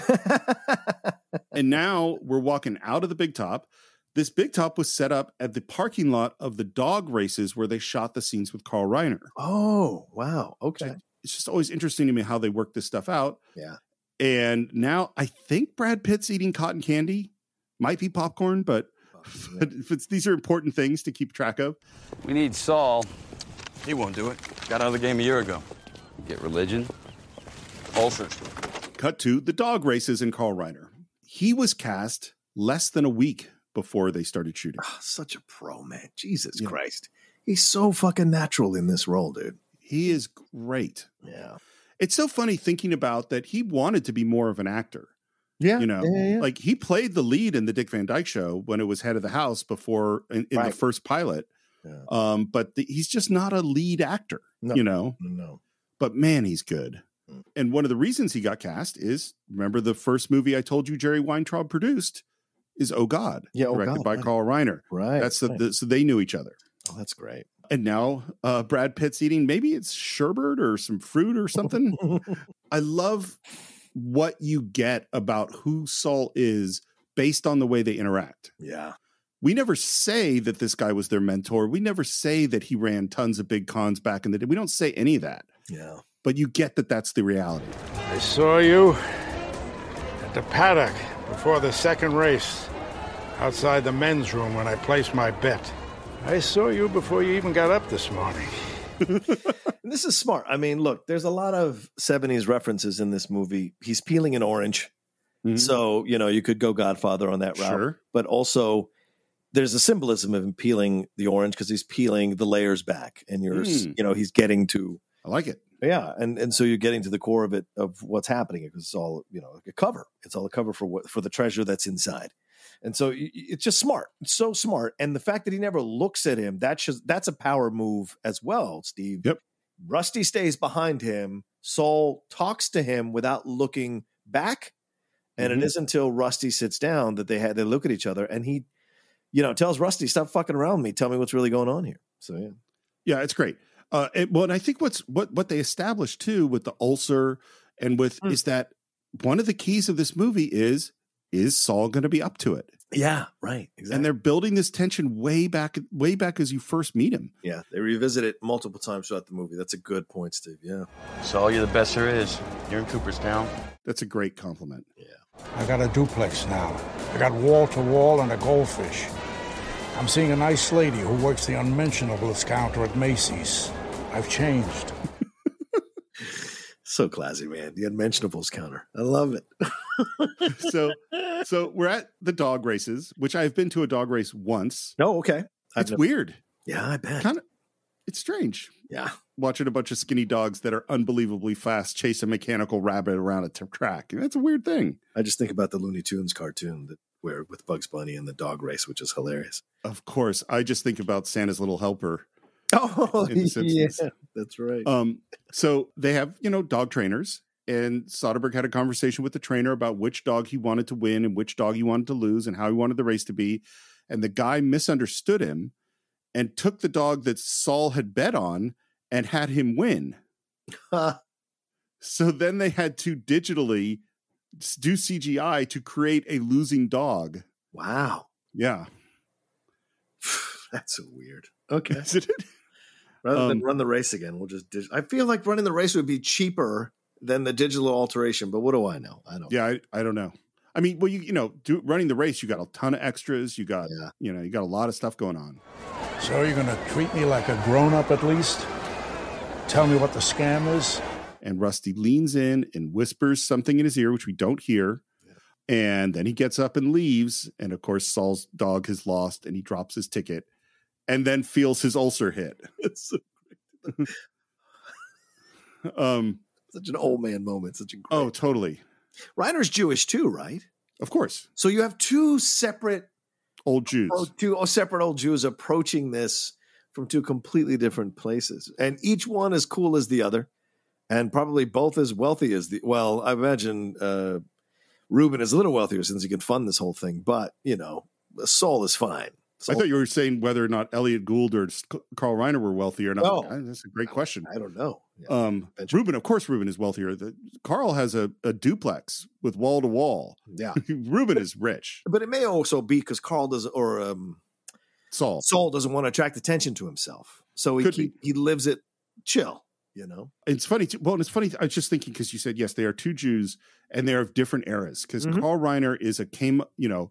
Speaker 1: and now we're walking out of the big top This big top was set up at the parking lot of the dog races where they shot the scenes with Carl Reiner.
Speaker 2: Oh, wow. Okay.
Speaker 1: It's just always interesting to me how they work this stuff out.
Speaker 2: Yeah.
Speaker 1: And now I think Brad Pitt's eating cotton candy, might be popcorn, but, but it's- these are important things to keep track of.
Speaker 4: We need Saul. He won't do it. Got out of the game a year ago. Get religion. Ulcers.
Speaker 1: Cut to the dog races and Carl Reiner. He was cast less than a week before they started shooting.
Speaker 2: Such a pro, man. Jesus Christ. He's so fucking natural in this role, dude.
Speaker 1: He is great.
Speaker 2: Yeah.
Speaker 1: It's so funny thinking about that he wanted to be more of an actor.
Speaker 2: Yeah.
Speaker 1: You know, like he played the lead in the Dick Van Dyke show when it was head of the house before in, in the
Speaker 2: Right.
Speaker 1: first pilot.
Speaker 2: Yeah.
Speaker 1: Um, but the, he's just not a lead actor,
Speaker 2: No. Mm.
Speaker 1: you know?
Speaker 2: No.
Speaker 1: But man, he's good. And one of the reasons he got cast is remember the first movie I told you Jerry Weintraub produced is Oh God,
Speaker 2: Yeah, Oh
Speaker 1: directed
Speaker 2: God,
Speaker 1: by
Speaker 2: right.
Speaker 1: Carl Reiner.
Speaker 2: Right,
Speaker 1: That's the,
Speaker 2: right.
Speaker 1: the so they knew each other.
Speaker 2: Oh, that's great.
Speaker 1: And now uh, Brad Pitt's eating maybe it's sherbet or some fruit or something. I love what you get about who Saul is based on the way they interact.
Speaker 2: Yeah.
Speaker 1: We never say that this guy was their mentor. We never say that he ran tons of big cons back in the day. We don't say any of that.
Speaker 2: Yeah.
Speaker 1: But you get that that's the reality.
Speaker 15: I saw you at the paddock before the second race, outside the men's room when I placed my bet. I saw you before you even got up this morning.
Speaker 2: And this is smart. I mean, look, there's a lot of 70s references in this movie. He's peeling an orange. Mm-hmm. So, you know, you could go Godfather on that route.
Speaker 1: Sure.
Speaker 2: But also, there's a symbolism of him peeling the orange because he's peeling the layers back and you're, s-
Speaker 1: Mm.
Speaker 2: you know, he's getting to.
Speaker 1: I like it.
Speaker 2: Yeah. And, and so you're getting to the core of it, of what's happening because it's all, you know, a cover. It's all a cover for what, for the treasure that's inside. And so y- y- it's just smart. It's so smart. And the fact that he never looks at him, that's just, that's a power move as well, Steve.
Speaker 1: Yep.
Speaker 2: Rusty stays behind him. Saul talks to him without looking back. And it
Speaker 1: Mhm.
Speaker 2: isn't until Rusty sits down that they had they look at each other and he, you know, tells Rusty, stop fucking around with me. Tell me what's really going on here. So yeah.
Speaker 1: Yeah, it's great. Uh, and, well, and I think what's what what they established too with the ulcer and with
Speaker 2: Mm.
Speaker 1: is that one of the keys of this movie is is Saul going to be up to it?
Speaker 2: Yeah, right.
Speaker 1: And they're building this tension way back way back as you first meet him.
Speaker 2: Yeah. They revisit it multiple times throughout the movie. That's a good point, Steve. Yeah.
Speaker 4: Saul, you're the best there is. You're in Cooperstown.
Speaker 1: That's a great compliment.
Speaker 15: I got a duplex now. I got wall to wall and a goldfish. I'm seeing a nice lady who works the unmentionables counter at Macy's. I've changed.
Speaker 2: So classy, man. The unmentionables counter. I love it.
Speaker 1: so so we're at the dog races, which I've been to a dog race once.
Speaker 2: Oh, okay. I've
Speaker 1: it's
Speaker 2: never-
Speaker 1: weird.
Speaker 2: Yeah, I bet.
Speaker 1: Kind of it's strange.
Speaker 2: Yeah.
Speaker 1: Watching a bunch of skinny dogs that are unbelievably fast chase a mechanical rabbit around a t- track. That's a weird thing.
Speaker 2: I just think about the Looney Tunes cartoon that where with Bugs Bunny and the dog race, which is hilarious.
Speaker 1: Of course, I just think about Santa's little helper.
Speaker 2: Oh,
Speaker 1: In The Simpsons.
Speaker 2: that's right.
Speaker 1: Um, so they have, you know, dog trainers, and Soderbergh had a conversation with the trainer about which dog he wanted to win and which dog he wanted to lose and how he wanted the race to be. And the guy misunderstood him and took the dog that Saul had bet on and had him win. Uh, so then they had to digitally s- do CGI to create a losing dog.
Speaker 2: Wow.
Speaker 1: Yeah.
Speaker 2: That's so weird. Okay.
Speaker 1: Isn't it?
Speaker 2: Rather
Speaker 1: Um,
Speaker 2: than run the race again, we'll just. dig- I feel like running the race would be cheaper than the digital alteration, but what do I know? I don't.
Speaker 1: Yeah, I, I don't know. I mean, well, you you know, do, running the race, you got a ton of extras. You got you know, you got a lot of stuff going on.
Speaker 15: So you're gonna treat me like a grown up at least? Tell me what the scam is?
Speaker 1: And Rusty leans in and whispers something in his ear, which we don't hear. And then he gets up and leaves. And of course, Saul's dog has lost, and he drops his ticket, and then feels his ulcer hit.
Speaker 2: It's so
Speaker 1: um,
Speaker 2: such an old man moment. Such a great.
Speaker 1: Oh, totally.
Speaker 2: Reiner's Jewish too, right?
Speaker 1: Of course.
Speaker 2: So you have two separate
Speaker 1: old Jews,
Speaker 2: two oh, separate old Jews approaching this from two completely different places, and each one as cool as the other, and probably both as wealthy as the. Well, I imagine uh, Reuben is a little wealthier since he can fund this whole thing, but you know, Saul is fine.
Speaker 1: I thought you were saying whether or not Elliot Gould or S- Carl Reiner were wealthy or not.
Speaker 2: No.
Speaker 1: "Ah, That's a great question.
Speaker 2: I don't know.
Speaker 1: Um, Ruben, of course, Ruben is wealthier. The, Carl has a, a duplex with wall to wall.
Speaker 2: Yeah.
Speaker 1: Ruben is rich.
Speaker 2: But it may also be because Carl does or um,
Speaker 1: Saul
Speaker 2: Saul doesn't want to attract attention to himself, so he
Speaker 1: Could
Speaker 2: keep, he lives it chill. You know,
Speaker 1: It's funny. Too, well, and it's funny. I was just thinking because you said yes, they are two Jews and they are of different eras. Because
Speaker 2: Mhm.
Speaker 1: Carl Reiner is a came, you know,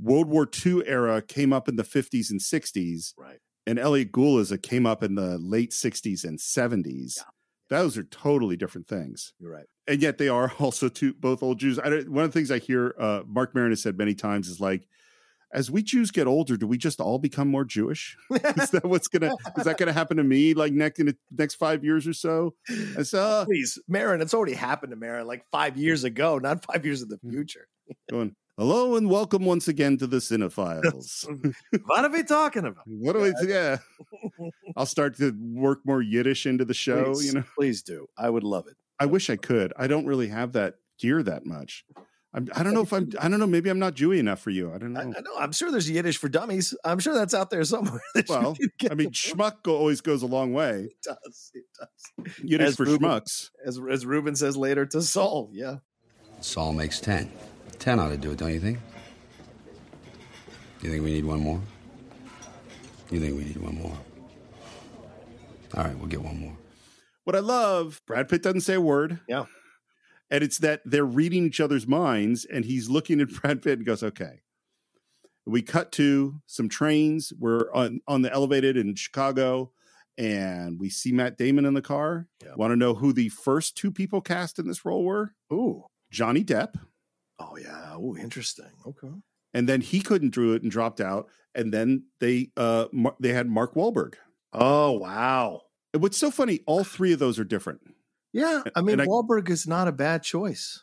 Speaker 1: World War II era came up in the fifties and sixties,
Speaker 2: right?
Speaker 1: And Elliot Gould is a came up in the late sixties and seventies. Those are totally different things.
Speaker 2: you're right.
Speaker 1: and yet they are also two both old Jews. I don't, one of the things I hear uh, Mark Maron has said many times is like, as we Jews get older, do we just all become more Jewish? is that what's gonna is that gonna happen to me like next in the next five years or so? "Uh, And so
Speaker 2: please, Uh, Marin, it's already happened to Marin like five years ago, not five years in the future.
Speaker 1: going hello and welcome once again to the Cinephiles.
Speaker 2: what are we talking about?
Speaker 1: What do we? Yeah, I'll start to work more Yiddish into the show.
Speaker 2: Please,
Speaker 1: you know,
Speaker 2: please do. I would love it.
Speaker 1: I wish I could. I don't really have that gear that much. I'm, I don't know if I'm. I don't know. Maybe I'm not Jewy enough for you. I don't know.
Speaker 2: I know. I'm sure there's Yiddish for dummies. I'm sure that's out there somewhere.
Speaker 1: Well, I mean, schmuck go- always goes a long way.
Speaker 2: It does. It does.
Speaker 1: Yiddish
Speaker 2: As
Speaker 1: for
Speaker 2: Ruben-
Speaker 1: schmucks.
Speaker 2: As, as Ruben says later to Saul. Yeah.
Speaker 3: Saul makes 10. 10 ought to do it, don't you think? You think we need one more? You think we need one more? All right, we'll get one more.
Speaker 1: What I love, Brad Pitt doesn't say a word.
Speaker 2: Yeah.
Speaker 1: And it's that they're reading each other's minds, and he's looking at Brad Pitt and goes, okay. We cut to some trains. We're on, on the elevated in Chicago, and we see Matt Damon in the car. Want to know who the first two people cast in this role were?
Speaker 2: Ooh.
Speaker 1: Johnny Depp.
Speaker 2: Oh yeah. Oh, interesting. Okay.
Speaker 1: And then he couldn't do it and dropped out. And then they uh, Mar- they had Mark Wahlberg.
Speaker 2: Oh wow!
Speaker 1: And what's so funny? All three of those are different.
Speaker 2: Yeah. I mean,
Speaker 1: And I-
Speaker 2: Wahlberg is not a bad choice.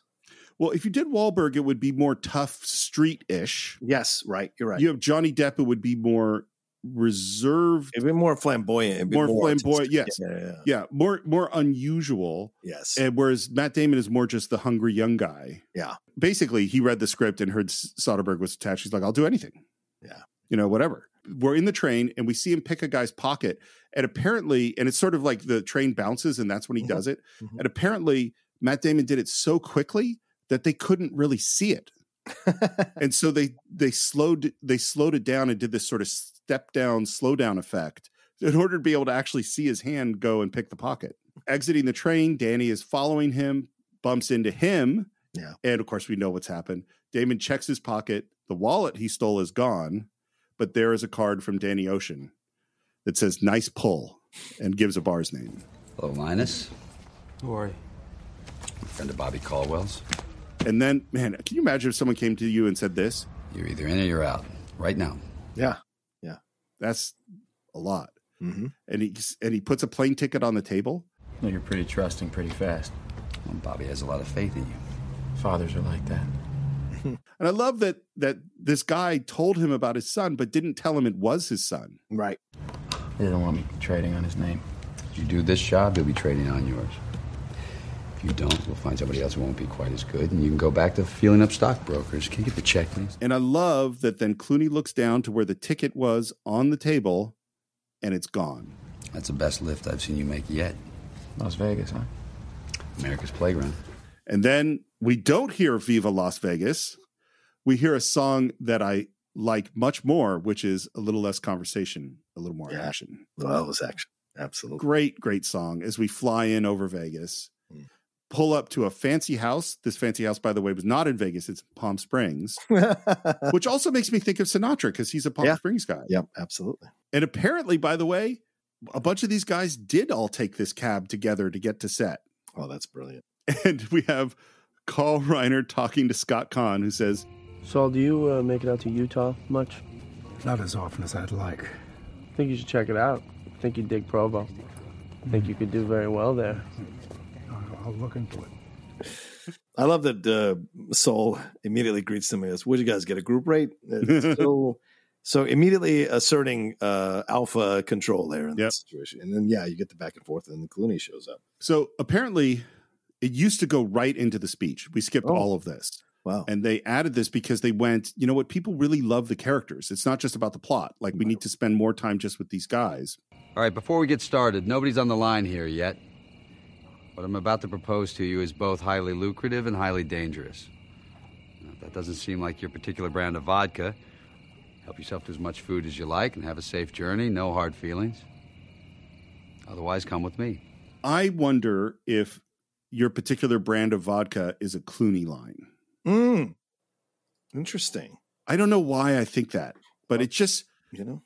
Speaker 1: Well, if you did Wahlberg, it would be more tough street ish.
Speaker 2: Yes. Right. You're right.
Speaker 1: You have Johnny Depp, it would be more reserved,
Speaker 2: It'd be more flamboyant. It'd be
Speaker 1: more,
Speaker 2: more
Speaker 1: flamboyant.
Speaker 2: artistic.
Speaker 1: Yes,
Speaker 2: Yeah, yeah,
Speaker 1: yeah. more more unusual.
Speaker 2: Yes.
Speaker 1: and whereas Matt Damon is more just the hungry young guy.
Speaker 2: Yeah.
Speaker 1: Basically, he read the script and heard S- Soderbergh was attached. He's like, "I'll do anything."
Speaker 2: Yeah.
Speaker 1: you know, whatever. We're in the train and we see him pick a guy's pocket. And apparently, and it's sort of like the train bounces and that's when he
Speaker 2: Mm-hmm.
Speaker 1: does it. And apparently, Matt Damon did it so quickly that they couldn't really see it. and so they they slowed they slowed it down and did this sort of step down slow down effect in order to be able to actually see his hand go and pick the pocket. Exiting the train, Danny is following him, bumps into him.
Speaker 2: Yeah.
Speaker 1: And of course we know what's happened. Damon checks his pocket. The wallet he stole is gone, but there is a card from Danny Ocean that says nice pull and gives a bar's name.
Speaker 3: Hello, Linus.
Speaker 1: Who are you?
Speaker 3: Friend of Bobby Caldwell's.
Speaker 1: And then, man, can you imagine if someone came to you and said this?
Speaker 3: You're either in or you're out right now.
Speaker 2: Yeah. Yeah. Mm-hmm.
Speaker 1: That's a lot. And he and he puts a plane ticket on the table.
Speaker 11: No, you're pretty trusting pretty fast.
Speaker 3: Well, Bobby has a lot of faith in you.
Speaker 11: Fathers are like that.
Speaker 1: And I love that that this guy told him about his son, but didn't tell him it was his son.
Speaker 2: Right.
Speaker 11: They don't want me trading on his name.
Speaker 3: If you do this job, you'll be trading on yours. If you don't, we'll find somebody else who won't be quite as good, and you can go back to feeling up stockbrokers. Can you get the check, please?
Speaker 1: And I love that then Clooney looks down to where the ticket was on the table and it's gone.
Speaker 3: That's the best lift I've seen you make yet.
Speaker 11: Las Vegas, huh?
Speaker 3: America's Playground.
Speaker 1: And then we don't hear Viva Las Vegas. We hear a song that I like much more, which is a little less conversation, a little more action.
Speaker 2: Well, it was action. Absolutely.
Speaker 1: Great, great song as we fly in over Vegas, pull up to a fancy house. This fancy house, by the way, was not in Vegas, it's Palm Springs, which also makes me think of Sinatra because he's a Palm Springs guy.
Speaker 2: Yep. Absolutely.
Speaker 1: And apparently, by the way, a bunch of these guys did all take this cab together to get to set.
Speaker 2: Oh, that's brilliant.
Speaker 1: And we have Carl Reiner talking to Scott Kahn, who says,
Speaker 14: Saul, do you uh, make it out to Utah much?
Speaker 16: Not as often as I'd like.
Speaker 14: I think you should check it out. I think you dig Provo. I think you could do very well there.
Speaker 16: I'll look into it.
Speaker 2: I love that uh, Saul immediately greets them as, "Would you guys get a group rate?" It's so, so immediately asserting uh, alpha control there in that situation, and then yeah, you get the back and forth, and then Clooney shows up.
Speaker 1: So apparently, it used to go right into the speech. We skipped all of this.
Speaker 2: Wow.
Speaker 1: And they added this because they went, you know what? People really love the characters. It's not just about the plot. Like, we need to spend more time just with these guys.
Speaker 3: All right, before we get started, nobody's on the line here yet. What I'm about to propose to you is both highly lucrative and highly dangerous. Now, if that doesn't seem like your particular brand of vodka, help yourself to as much food as you like and have a safe journey, no hard feelings. Otherwise, come with me.
Speaker 1: I wonder if your particular brand of vodka is a Clooney line.
Speaker 2: Mm. Interesting.
Speaker 1: I don't know why I think that, but it just
Speaker 2: you know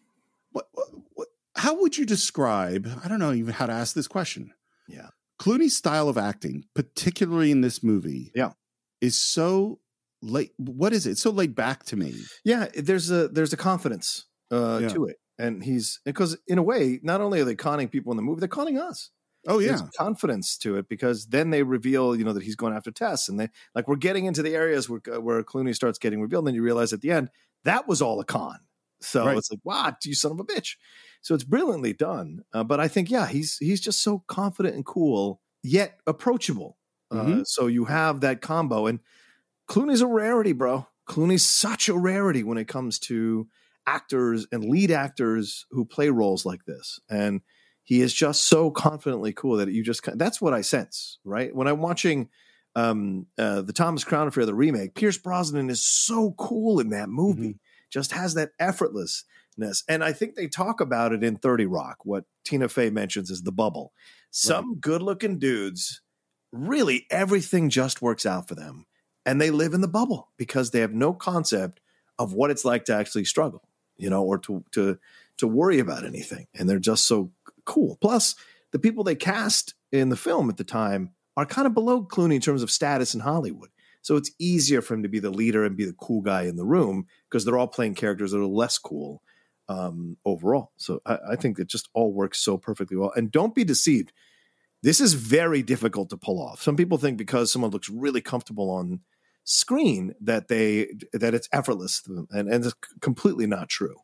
Speaker 1: what, what, what how would you describe? I don't know even how to ask this question.
Speaker 2: Yeah.
Speaker 1: Clooney's style of acting, particularly in this movie,
Speaker 2: Yeah.
Speaker 1: is so late. What is it? It's so laid back to me.
Speaker 2: Yeah, there's a there's a confidence uh,
Speaker 1: Yeah.
Speaker 2: to it, and he's because in a way, not only are they conning people in the movie, they're conning us.
Speaker 1: Oh
Speaker 2: There's confidence to it because then they reveal, you know, that he's going after Tess, and they like we're getting into the areas where uh, where Clooney starts getting revealed, and then you realize at the end that was all a con. So
Speaker 1: Right.
Speaker 2: it's like, wow, you son of a bitch. So it's brilliantly done, uh, but I think yeah, he's he's just so confident and cool, yet approachable. Uh,
Speaker 1: Mhm.
Speaker 2: so you have that combo, and Clooney's a rarity, bro. Clooney's such a rarity when it comes to actors and lead actors who play roles like this. And he is just so confidently cool that you just that's what I sense, right? When I'm watching um uh the Thomas Crown Affair the remake, Pierce Brosnan is so cool in that movie. Just has that effortlessness. And I think they talk about it in 30 Rock. What Tina Fey mentions is the bubble. Some good-looking dudes really everything just works out for them and they live in the bubble because they have no concept of what it's like to actually struggle you know or to to to worry about anything and they're just so cool plus the people they cast in the film at the time are kind of below clooney in terms of status in hollywood so it's easier for him to be the leader and be the cool guy in the room because they're all playing characters that are less cool um, overall so I, I think it just all works so perfectly well and don't be deceived this is very difficult to pull off. Some people think because someone looks really comfortable on screen that they that it's effortless, and, and it's completely not true.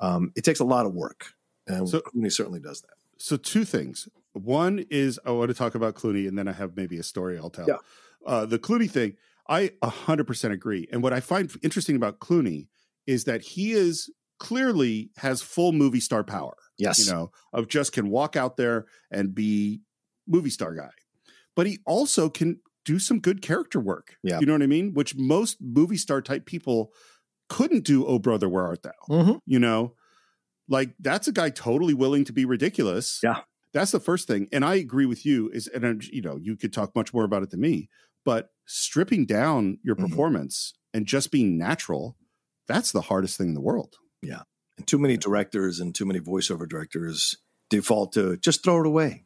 Speaker 2: Um, it takes a lot of work, and
Speaker 1: So-
Speaker 2: Clooney certainly does that.
Speaker 1: So two things. One is I want to talk about Clooney, and then I have maybe a story I'll tell.
Speaker 2: Yeah.
Speaker 1: Uh, the Clooney thing, I 100% agree. And what I find interesting about Clooney is that he is clearly has full movie star power.
Speaker 2: Yes.
Speaker 1: you know, of just can walk out there and be movie star guy, but he also can do some good character work.
Speaker 2: Yeah.
Speaker 1: you know what I mean. Which most movie star type people couldn't do. Oh brother, where art thou?
Speaker 2: Mm-hmm.
Speaker 1: you know like that's a guy totally willing to be ridiculous
Speaker 2: Yeah.
Speaker 1: that's the first thing and i agree with you is and I'm- you know you could talk much more about it than me but stripping down your
Speaker 2: Mm-hmm.
Speaker 1: performance and just being natural that's the hardest thing in the world
Speaker 2: Yeah, and too many directors and too many voiceover directors default to just throw it away.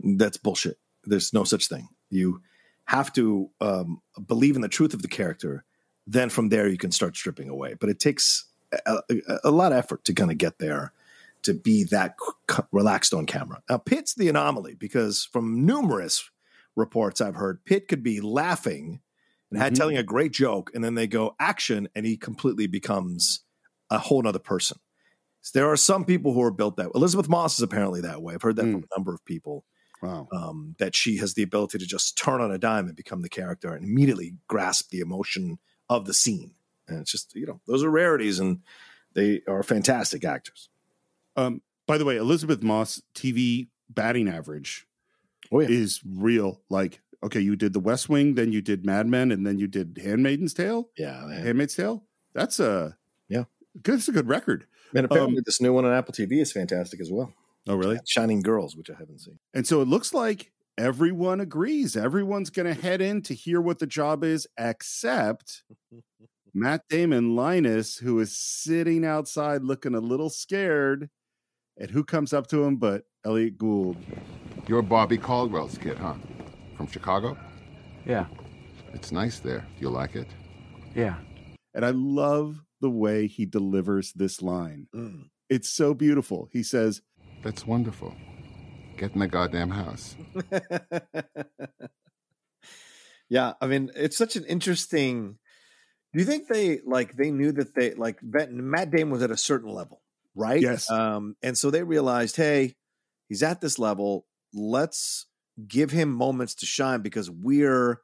Speaker 2: That's bullshit. There's no such thing. You have to um, believe in the truth of the character. Then from there, you can start stripping away. But it takes a, a, a lot of effort to kind of get there to be that c- c- relaxed on camera. Now, Pitt's the anomaly because from numerous reports I've heard, Pitt could be laughing and
Speaker 1: Mm-hmm.
Speaker 2: had telling a great joke, and then they go action, and he completely becomes a whole nother person. So there are some people who are built that way. Elizabeth Moss is apparently that way. I've heard that
Speaker 1: Hmm.
Speaker 2: from a number of people.
Speaker 1: Wow.
Speaker 2: Um, that she has the ability to just turn on a dime and become the character and immediately grasp the emotion of the scene. And it's just, you know, those are rarities and they are fantastic actors.
Speaker 1: um by the way elizabeth moss tv batting average
Speaker 2: Oh,
Speaker 1: is real like okay you did the west wing then you did mad men and then you did handmaiden's tale
Speaker 2: Yeah. man.
Speaker 1: handmaid's tale that's a
Speaker 2: Yeah.
Speaker 1: good it's a good record
Speaker 2: And apparently
Speaker 1: Um,
Speaker 2: this new one on Apple TV is fantastic as well.
Speaker 1: oh really
Speaker 2: Shining Girls, which I haven't seen.
Speaker 1: And so it looks like everyone agrees. Everyone's going to head in to hear what the job is, except Matt Damon Linus, who is sitting outside looking a little scared. And who comes up to him but Elliot Gould?
Speaker 12: You're Bobby Caldwell's kid, huh? From Chicago?
Speaker 11: Yeah,
Speaker 12: It's nice there. You like it?
Speaker 11: yeah.
Speaker 1: And I love the way he delivers this line.
Speaker 2: Mm.
Speaker 1: It's so beautiful. He says,
Speaker 12: That's wonderful. Get in the goddamn house.
Speaker 2: Yeah, I mean, it's such an interesting. Do you think they like they knew that they like that Matt Damon was at a certain level, right?
Speaker 1: Yes.
Speaker 2: Um, and so they realized, hey, he's at this level. Let's give him moments to shine because we're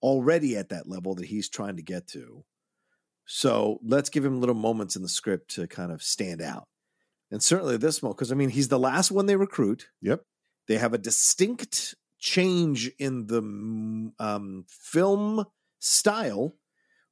Speaker 2: already at that level that he's trying to get to. So let's give him little moments in the script to kind of stand out. And certainly this moment, because I mean, he's the last one they recruit.
Speaker 1: Yep.
Speaker 2: They have a distinct change in the um, film style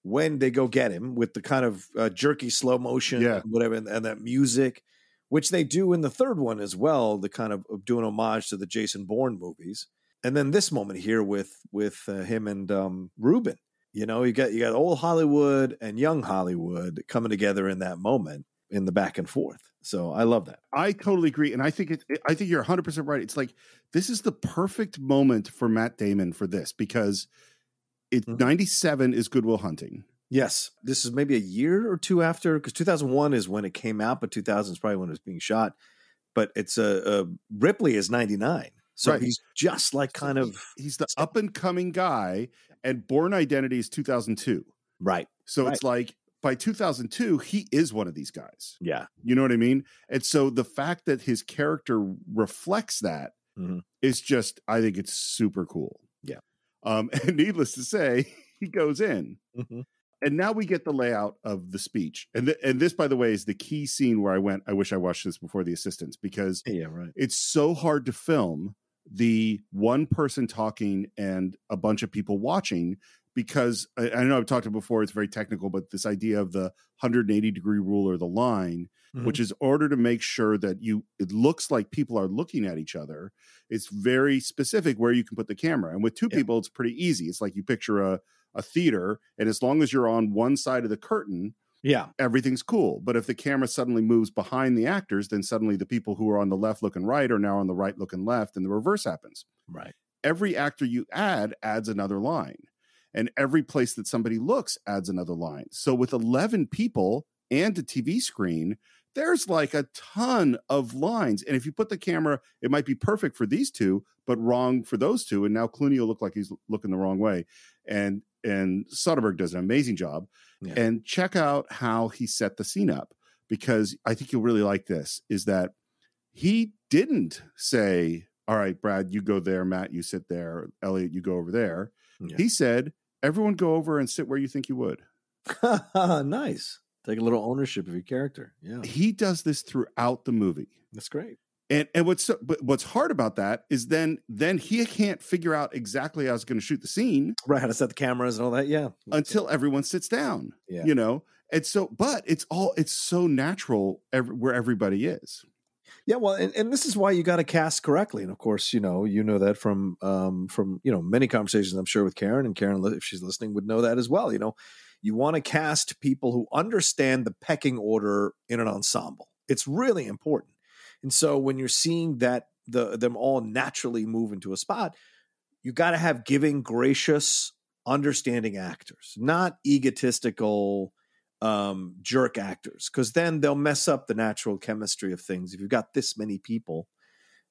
Speaker 2: when they go get him with the kind of uh, jerky slow motion,
Speaker 1: Yeah.
Speaker 2: and whatever, and, and that music, which they do in the third one as well. The kind of of doing homage to the Jason Bourne movies, and then this moment here with with uh, him and um, Ruben. You know, you got you got old Hollywood and young Hollywood coming together in that moment in the back and forth. So I love that.
Speaker 1: I totally agree, and I think it, I think you're 100 percent right. It's like this is the perfect moment for Matt Damon for this because it
Speaker 2: Mm-hmm.
Speaker 1: 97 is Goodwill Hunting.
Speaker 2: Yes, this is maybe a year or two after because 2001 is when it came out, but 2000 is probably when it was being shot. But it's a uh, uh, Ripley is 99, so
Speaker 1: Right.
Speaker 2: he's just like kind of
Speaker 1: He's the up and coming guy, and Born Identity is 2002.
Speaker 2: Right.
Speaker 1: So it's like by 2002 he is one of these guys.
Speaker 2: yeah.
Speaker 1: You know what I mean? And so the fact that his character reflects that is
Speaker 2: Mhm.
Speaker 1: just, I think it's super cool.
Speaker 2: Yeah.
Speaker 1: Um, and needless to say, he goes in.
Speaker 2: Mhm.
Speaker 1: And now we get the layout of the speech. And, th- and this, by the way, is the key scene where I went, I wish I watched this before the assistants because
Speaker 2: yeah, right.
Speaker 1: it's so hard to film the one person talking and a bunch of people watching because I, I know I've talked to before, it's very technical, but this idea of the 180 degree rule or the line, which
Speaker 17: Mhm.
Speaker 1: is order to make sure that you it looks like people are looking at each other. It's very specific where you can put the camera. And with two people, it's pretty easy. It's like you picture a a theater, and as long as you're on one side of the curtain,
Speaker 2: yeah,
Speaker 1: everything's cool. But if the camera suddenly moves behind the actors, then suddenly the people who are on the left looking right are now on the right looking left, and the reverse happens.
Speaker 2: Right.
Speaker 1: Every actor you add adds another line, and every place that somebody looks adds another line. So with 11 people and a TV screen, there's like a ton of lines. And if you put the camera, it might be perfect for these two, but wrong for those two. And now Clooney will look like he's looking the wrong way. And and Soderbergh does an amazing job. And check out how he set the scene up because I think you'll really like this. Is that he didn't say, All right, Brad, you go there, Matt, you sit there, Elliot, you go over there.
Speaker 2: Yeah.
Speaker 1: He said, Everyone go over and sit where you think you would.
Speaker 2: nice. Take a little ownership of your character. Yeah,
Speaker 1: He does this throughout the movie.
Speaker 2: that's great.
Speaker 1: And and what's so, but what's hard about that is then then he can't figure out exactly how he's going to shoot the scene
Speaker 2: Right, how to set the cameras and all that. Yeah,
Speaker 1: until everyone sits down.
Speaker 2: Yeah.
Speaker 1: You know. And so but it's all it's so natural every, where everybody is.
Speaker 2: Yeah, well, and, and this is why you got to cast correctly. And of course, you know, you know that from um, from you know many conversations I'm sure with Karen, and Karen, if she's listening, would know that as well. You know, you want to cast people who understand the pecking order in an ensemble. It's really important. And so when you're seeing that the them all naturally move into a spot, you got to have giving, gracious, understanding actors, not egotistical um, jerk actors, because then they'll mess up the natural chemistry of things. If you've got this many people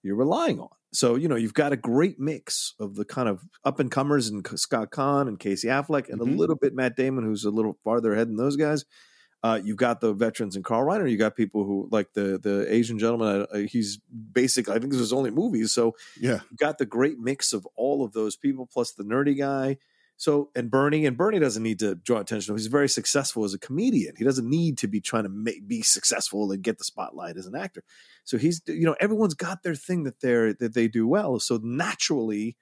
Speaker 2: you're relying on, so you know you've got a great mix of the kind of up and comers and Scott Kahn and Casey Affleck, and a little bit Matt Damon, who's a little farther ahead than those guys. Uh, you've got the veterans and Carl Reiner. You got people who like the the Asian gentleman. Uh, he's basically, I think this was his only movie. So
Speaker 1: Yeah.
Speaker 2: you got the great mix of all of those people plus the nerdy guy so and bernie and bernie doesn't need to draw attention he's very successful as a comedian he doesn't need to be trying to make, be successful and get the spotlight as an actor so he's you know everyone's got their thing that they're that they do well so naturally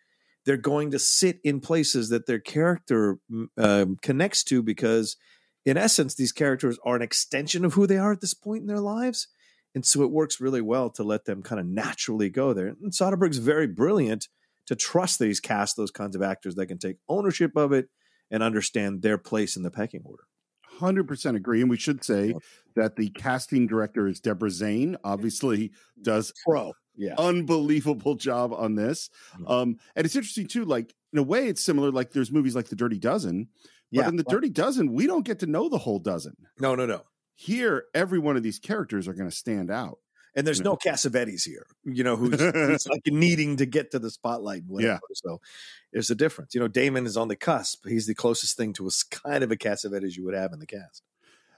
Speaker 2: they're going to sit in places that their character mm, um, connects to because in essence these characters are an extension of who they are at this point in their lives and so it works really well to let them kind of naturally go there. And Soderbergh's very brilliant to trust that he's cast those kinds of actors that can take ownership of it and understand their place in the pecking order.
Speaker 1: Hundred percent agree, and we should say that the casting director is Deborah Zane. Obviously, does
Speaker 2: pro, yeah,
Speaker 1: Oh, unbelievable job on this. Um, and it's interesting too. Like in a way, it's similar. Like there's movies like The Dirty Dozen, but
Speaker 2: Yeah.
Speaker 1: in The Dirty Dozen, we don't get to know the whole dozen.
Speaker 2: No, no, no.
Speaker 1: Here, every one of these characters are going to stand out,
Speaker 2: And there's no Cassavetes here, you know, who's, who's like needing to get to the spotlight. and Whatever. So there's a difference. You know, Damon is on the cusp. He's the closest thing to a s- kind of a Cassavetes you would have in the cast.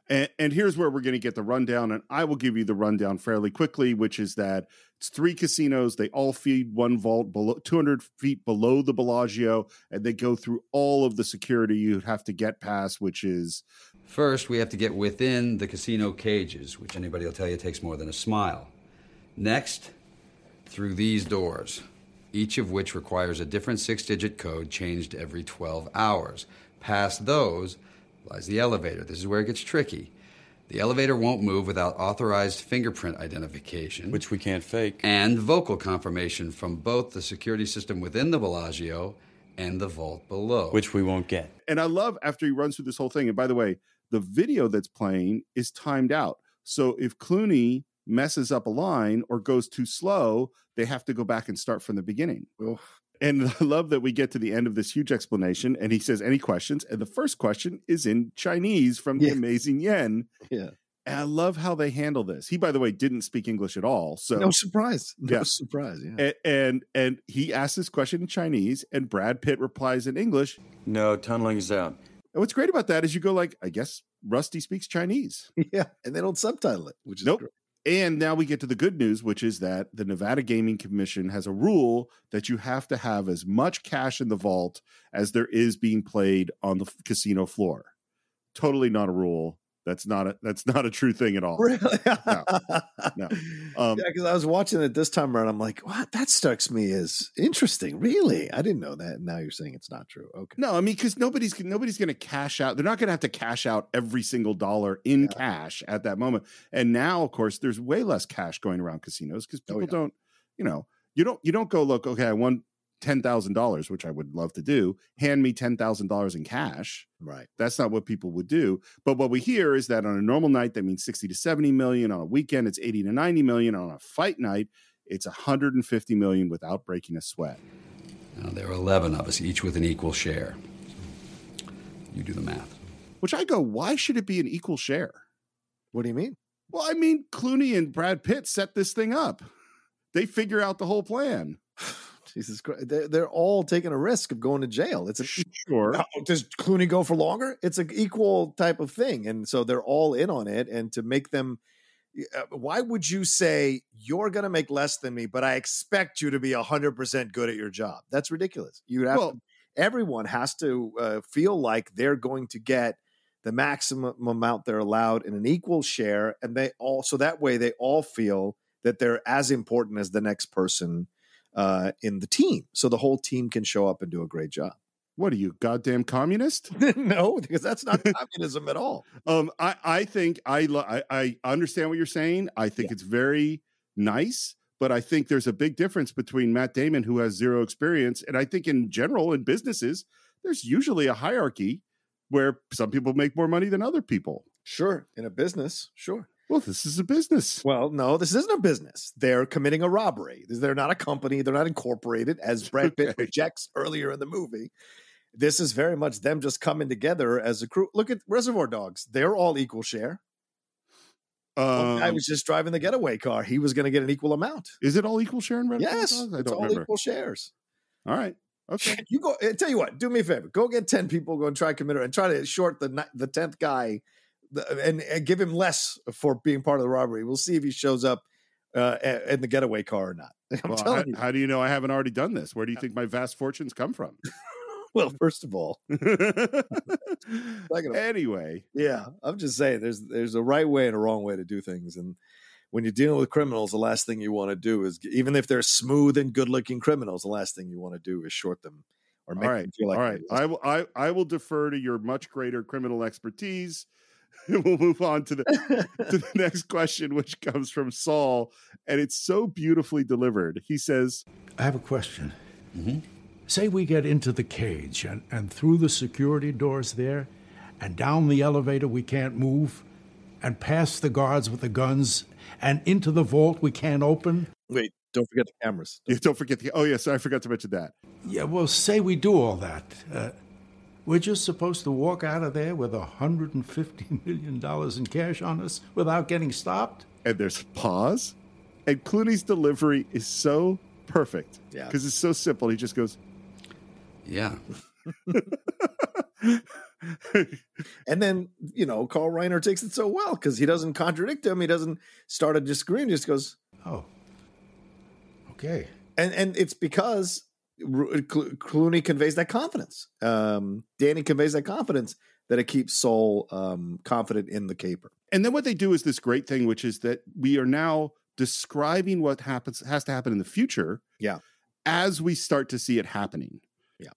Speaker 1: And, and here's where we're going to get the rundown, and I will give you the rundown fairly quickly, which is that it's three casinos. They all feed one vault below 200 feet below the Bellagio, and they go through all of the security you'd have to get past, which is
Speaker 3: First, we have to get within the casino cages, which anybody will tell you takes more than a smile. Next, through these doors. each of which requires a different six digit code changed every 12 hours. Past those lies the elevator. This is where it gets tricky. The elevator won't move without authorized fingerprint identification, which we can't fake, and vocal confirmation from both the security system within the Bellagio and the vault below, which we won't get.
Speaker 1: And I love after he runs through this whole thing. And by the way, the video that's playing is timed out. So if Clooney messes up a line or goes too slow, they have to go back and start from the beginning. And I love that we get to the end of this huge explanation and he says, Any questions? And the first question is in Chinese from the amazing Yen.
Speaker 2: Yeah.
Speaker 1: And I love how they handle this. He, by the way, didn't speak English at all. So
Speaker 2: no surprise. No
Speaker 1: Yeah.
Speaker 2: surprise. Yeah.
Speaker 1: A- and and he asks this question in Chinese, and Brad Pitt replies in English.
Speaker 4: No, tunneling is out.
Speaker 1: And what's great about that is you go like, I guess Rusty speaks Chinese.
Speaker 2: Yeah, and they don't subtitle it, which is
Speaker 1: nope. And now we get to the good news, which is that the Nevada Gaming Commission has a rule that you have to have as much cash in the vault as there is being played on the f- casino floor. Totally not a rule. That's not a that's not a true thing at all.
Speaker 2: Really?
Speaker 1: No. no. Um,
Speaker 2: yeah, because I was watching it this time around. I'm like, wow, that strikes me as interesting. Really? I didn't know that. And now you're saying it's not true. Okay.
Speaker 1: No, I mean, because nobody's nobody's going to cash out. They're not going to have to cash out every single dollar in cash at that moment. And now, of course, there's way less cash going around casinos because people don't, you know, you don't you don't go look. Okay, I won ten thousand dollars, which I would love to do. Hand me ten thousand dollars in cash.
Speaker 2: Right.
Speaker 1: That's not what people would do. But what we hear is that on a normal night, that means sixty to seventy million. On a weekend, it's eighty to ninety million. On a fight night, it's hundred and fifty million without breaking a sweat.
Speaker 3: Now, there are 11 of us, each with an equal share. You do the math.
Speaker 1: Which I go, why should it be an equal share?
Speaker 2: What do you mean?
Speaker 1: Well, I mean, Clooney and Brad Pitt set this thing up. They figure out the whole plan.
Speaker 2: Jesus Christ. They're, they're all taking a risk of going to jail. It's a
Speaker 1: sure.
Speaker 2: does Clooney go for longer? It's an equal type of thing. And so they're all in on it. And to make them, uh, why would you say you're going to make less than me, but I expect you to be 100% good at your job? That's ridiculous. You have
Speaker 1: Well-
Speaker 2: to, everyone has to uh, feel like they're going to get the maximum amount they're allowed in an equal share. And they all, so that way they all feel that they're as important as the next person uh, in the team. So the whole team can show up and do a great job.
Speaker 1: What are you, goddamn communist?
Speaker 2: no, because that's not communism at all.
Speaker 1: Um, I, I think I, lo- I I understand what you're saying. I think it's very nice, but I think there's a big difference between Matt Damon, who has zero experience, and I think in general in businesses, there's usually a hierarchy where some people make more money than other people.
Speaker 2: Sure, in a business, sure.
Speaker 1: Well, this is a business.
Speaker 2: Well, no, this isn't a business. They're committing a robbery. They're not a company. They're not incorporated, as Brad Pitt rejects earlier in the movie. This is very much them just coming together as a crew. Look at Reservoir Dogs. They're all equal share. I
Speaker 1: Um,
Speaker 2: was just driving the getaway car. He was going to get an equal amount.
Speaker 1: is it all equal share and red?
Speaker 2: Yes,
Speaker 1: I don't
Speaker 2: it's all
Speaker 1: remember.
Speaker 2: equal shares.
Speaker 1: All right. Okay.
Speaker 2: You go. I tell you what. Do me a favor. Go get ten people. Go and try committer and try to short the ni- the tenth guy, the, and, and give him less for being part of the robbery. We'll see if he shows up uh, a- in the getaway car or not. I'm
Speaker 1: Well,
Speaker 2: telling
Speaker 1: how,
Speaker 2: you.
Speaker 1: how do you know I haven't already done this? Where do you think my vast fortunes come from?
Speaker 2: well, first of all,
Speaker 1: Eh
Speaker 2: Second of all,
Speaker 1: anyway,
Speaker 2: yeah, I'm just saying. There's there's a right way and a wrong way to do things, and when you're dealing with criminals, the last thing you want to do is, even if they're smooth and good looking criminals, the last thing you want to do is short them or
Speaker 1: all
Speaker 2: make
Speaker 1: right,
Speaker 2: them feel like
Speaker 1: all
Speaker 2: they're
Speaker 1: right.
Speaker 2: less
Speaker 1: I will, I, I will defer to your much greater criminal expertise. we'll move on to the to the next question, which comes from Saul, and it's so beautifully delivered. He says,
Speaker 16: I have a question. Say we get into the cage and, and through the security doors there, and down the elevator we can't move, and past the guards with the guns, and into the vault we can't open.
Speaker 2: Wait, don't forget the cameras.
Speaker 1: "Yeah, "Don't forget the oh yes, I forgot to mention that."
Speaker 16: Yeah, well, say we do all that. Uh, we're just supposed to walk out of there with $150 million in cash on us without getting stopped?
Speaker 1: And there's a pause, and Clooney's delivery is so perfect,
Speaker 2: Yeah.
Speaker 1: because it's so simple. He just goes,
Speaker 3: Yeah.
Speaker 2: And then, you know, Carl Reiner takes it so well because he doesn't contradict him. He doesn't start a disagreement. He just goes,
Speaker 16: Oh. Okay.
Speaker 2: and and it's because Ru- Clo- Clooney conveys that confidence. Um, Danny conveys that confidence that it keeps Saul um, confident in the caper.
Speaker 1: And then what they do is this great thing, which is that we are now describing what happens has to happen in the future.
Speaker 2: Yeah.
Speaker 1: as we start to see it happening.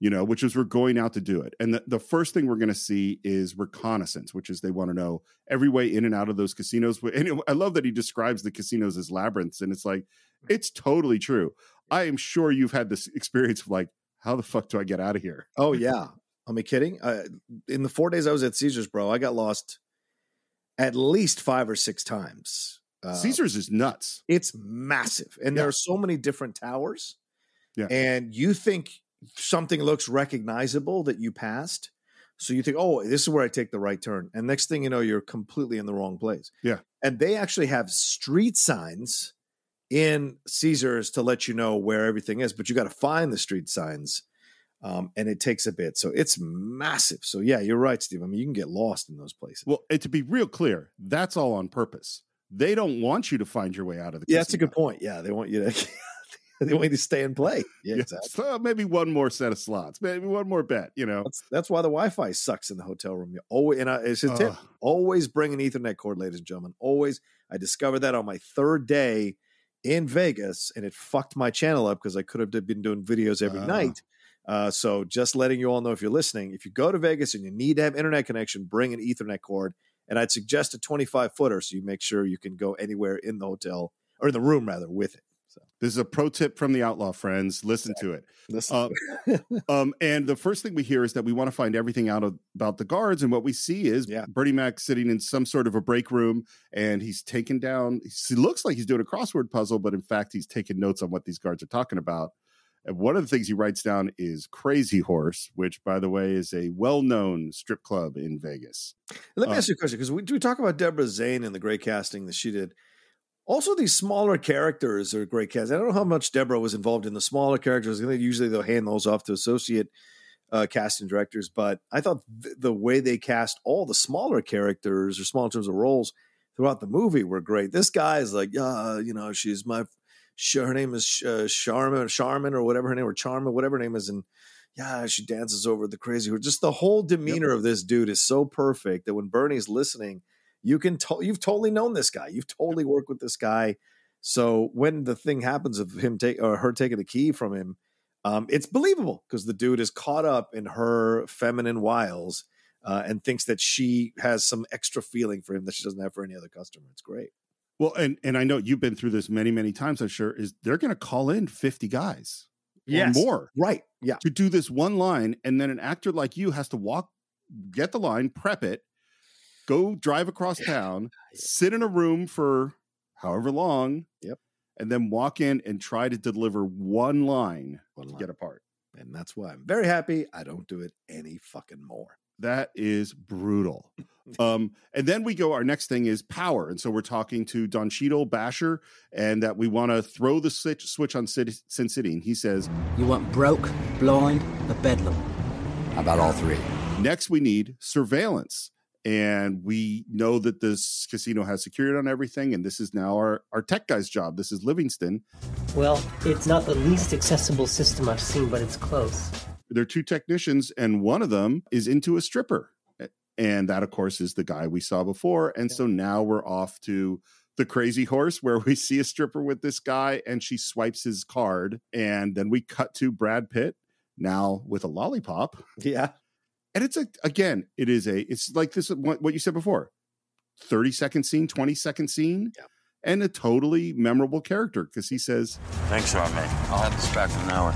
Speaker 1: You know, which is we're going out to do it. And the, the first thing we're going to see is reconnaissance, which is they want to know every way in and out of those casinos. And it- I love that he describes the casinos as labyrinths. And it's like, it's totally true. I am sure you've had this experience of like, how the fuck do I get out of here?
Speaker 2: Oh yeah, am I kidding? Uh, in the four days I was at Caesars, bro, I got lost at least five or six times. Uh,
Speaker 1: Caesars is nuts.
Speaker 2: It's massive, and there are so many different towers.
Speaker 1: Yeah.
Speaker 2: and you think something looks recognizable that you passed, so you think, "Oh, this is where I take the right turn," and next thing you know, you're completely in the wrong place.
Speaker 1: Yeah.
Speaker 2: And they actually have street signs in Caesars to let you know where everything is, but you got to find the street signs. Um, and it takes a bit. So it's massive. So yeah, you're right, Steve. I mean, you can get lost in those places.
Speaker 1: Well, and to be real clear, that's all on purpose. They don't want you to find your way out of the
Speaker 2: Yeah, that's a good point. Yeah, they want you to they want you to stay and play. Yeah, exactly.
Speaker 1: So maybe one more set of slots, maybe one more bet, you know.
Speaker 2: That's, that's why the Wi-Fi sucks in the hotel room. You always and I, it's a tip.
Speaker 1: Ugh.
Speaker 2: Always bring an Ethernet cord, ladies and gentlemen. Always. I discovered that on my third day in Vegas, and it fucked my channel up because I could have been doing videos every
Speaker 1: Ah.
Speaker 2: night. Uh, so just letting you all know if you're listening, if you go to Vegas and you need to have internet connection, bring an Ethernet cord. And I'd suggest a 25 footer so you make sure you can go anywhere in the hotel or in the room rather with it.
Speaker 1: This is a pro tip from the outlaw friends. Listen to it. Um, um, and the first thing we hear is that we want to find everything out of, about the guards, and what we see is Bernie Mac sitting in some sort of a break room, and he's taking down. He looks like he's doing a crossword puzzle, but in fact, he's taking notes on what these guards are talking about. And one of the things he writes down is Crazy Horse, which, by the way, is a well-known strip club in Vegas.
Speaker 2: Let me
Speaker 1: Uh,
Speaker 2: ask you a question because we, we talk about Deborah Zane and the great casting that she did. Also, these smaller characters are great cast. I don't know how much Deborah was involved in the smaller characters. I think usually they'll hand those off to associate uh, casting directors, but I thought th- the way they cast all the smaller characters or small in terms of roles throughout the movie were great. This guy is like, yeah, you know, she's my, sh- her name is uh, Charmin, Charmin or whatever her name, or Charmin, whatever her name is, and yeah, she dances over the crazy. horse. Just the whole demeanor of this dude is so perfect that when Bernie's listening, you can to- you've totally known this guy, you've totally worked with this guy. So when the thing happens of him take or her taking the key from him, um, it's believable because the dude is caught up in her feminine wiles uh, and thinks that she has some extra feeling for him that she doesn't have for any other customer. It's great.
Speaker 1: Well, and and I know you've been through this many many times. I'm sure is they're going to call in 50 guys,
Speaker 2: Yes.
Speaker 1: or more,
Speaker 2: right? Yeah,
Speaker 1: to do this one line, and then an actor like you has to walk, get the line, prep it, go drive across town, sit in a room for however long,
Speaker 2: yep,
Speaker 1: and then walk in and try to deliver one line to get a part.
Speaker 2: And that's why I'm very happy I don't do it any fucking more.
Speaker 1: That is brutal. um, and then we go. Our next thing is power, and so we're talking to Don Cheadle Basher, and that we want to throw the switch, switch on Sid, Sin City. And he says, "You want broke, blind, the bedlam." How about all three? Next, we need surveillance, and we know that this casino has security on everything, and this is now our our tech guy's job. This is Livingston.
Speaker 17: Well, it's not the least accessible system I've seen, but it's close.
Speaker 1: There are two technicians, and one of them is into a stripper. And that, of course, is the guy we saw before. And so now we're off to the crazy horse where we see a stripper with this guy and she swipes his card. And then we cut to Brad Pitt now with a lollipop.
Speaker 2: Yeah.
Speaker 1: And it's a, again, it is a, it's like this, what what you said before 30 second scene, 20 second scene, and a totally memorable character because he says,
Speaker 4: Thanks, Charmaine. I'll have this back in an hour.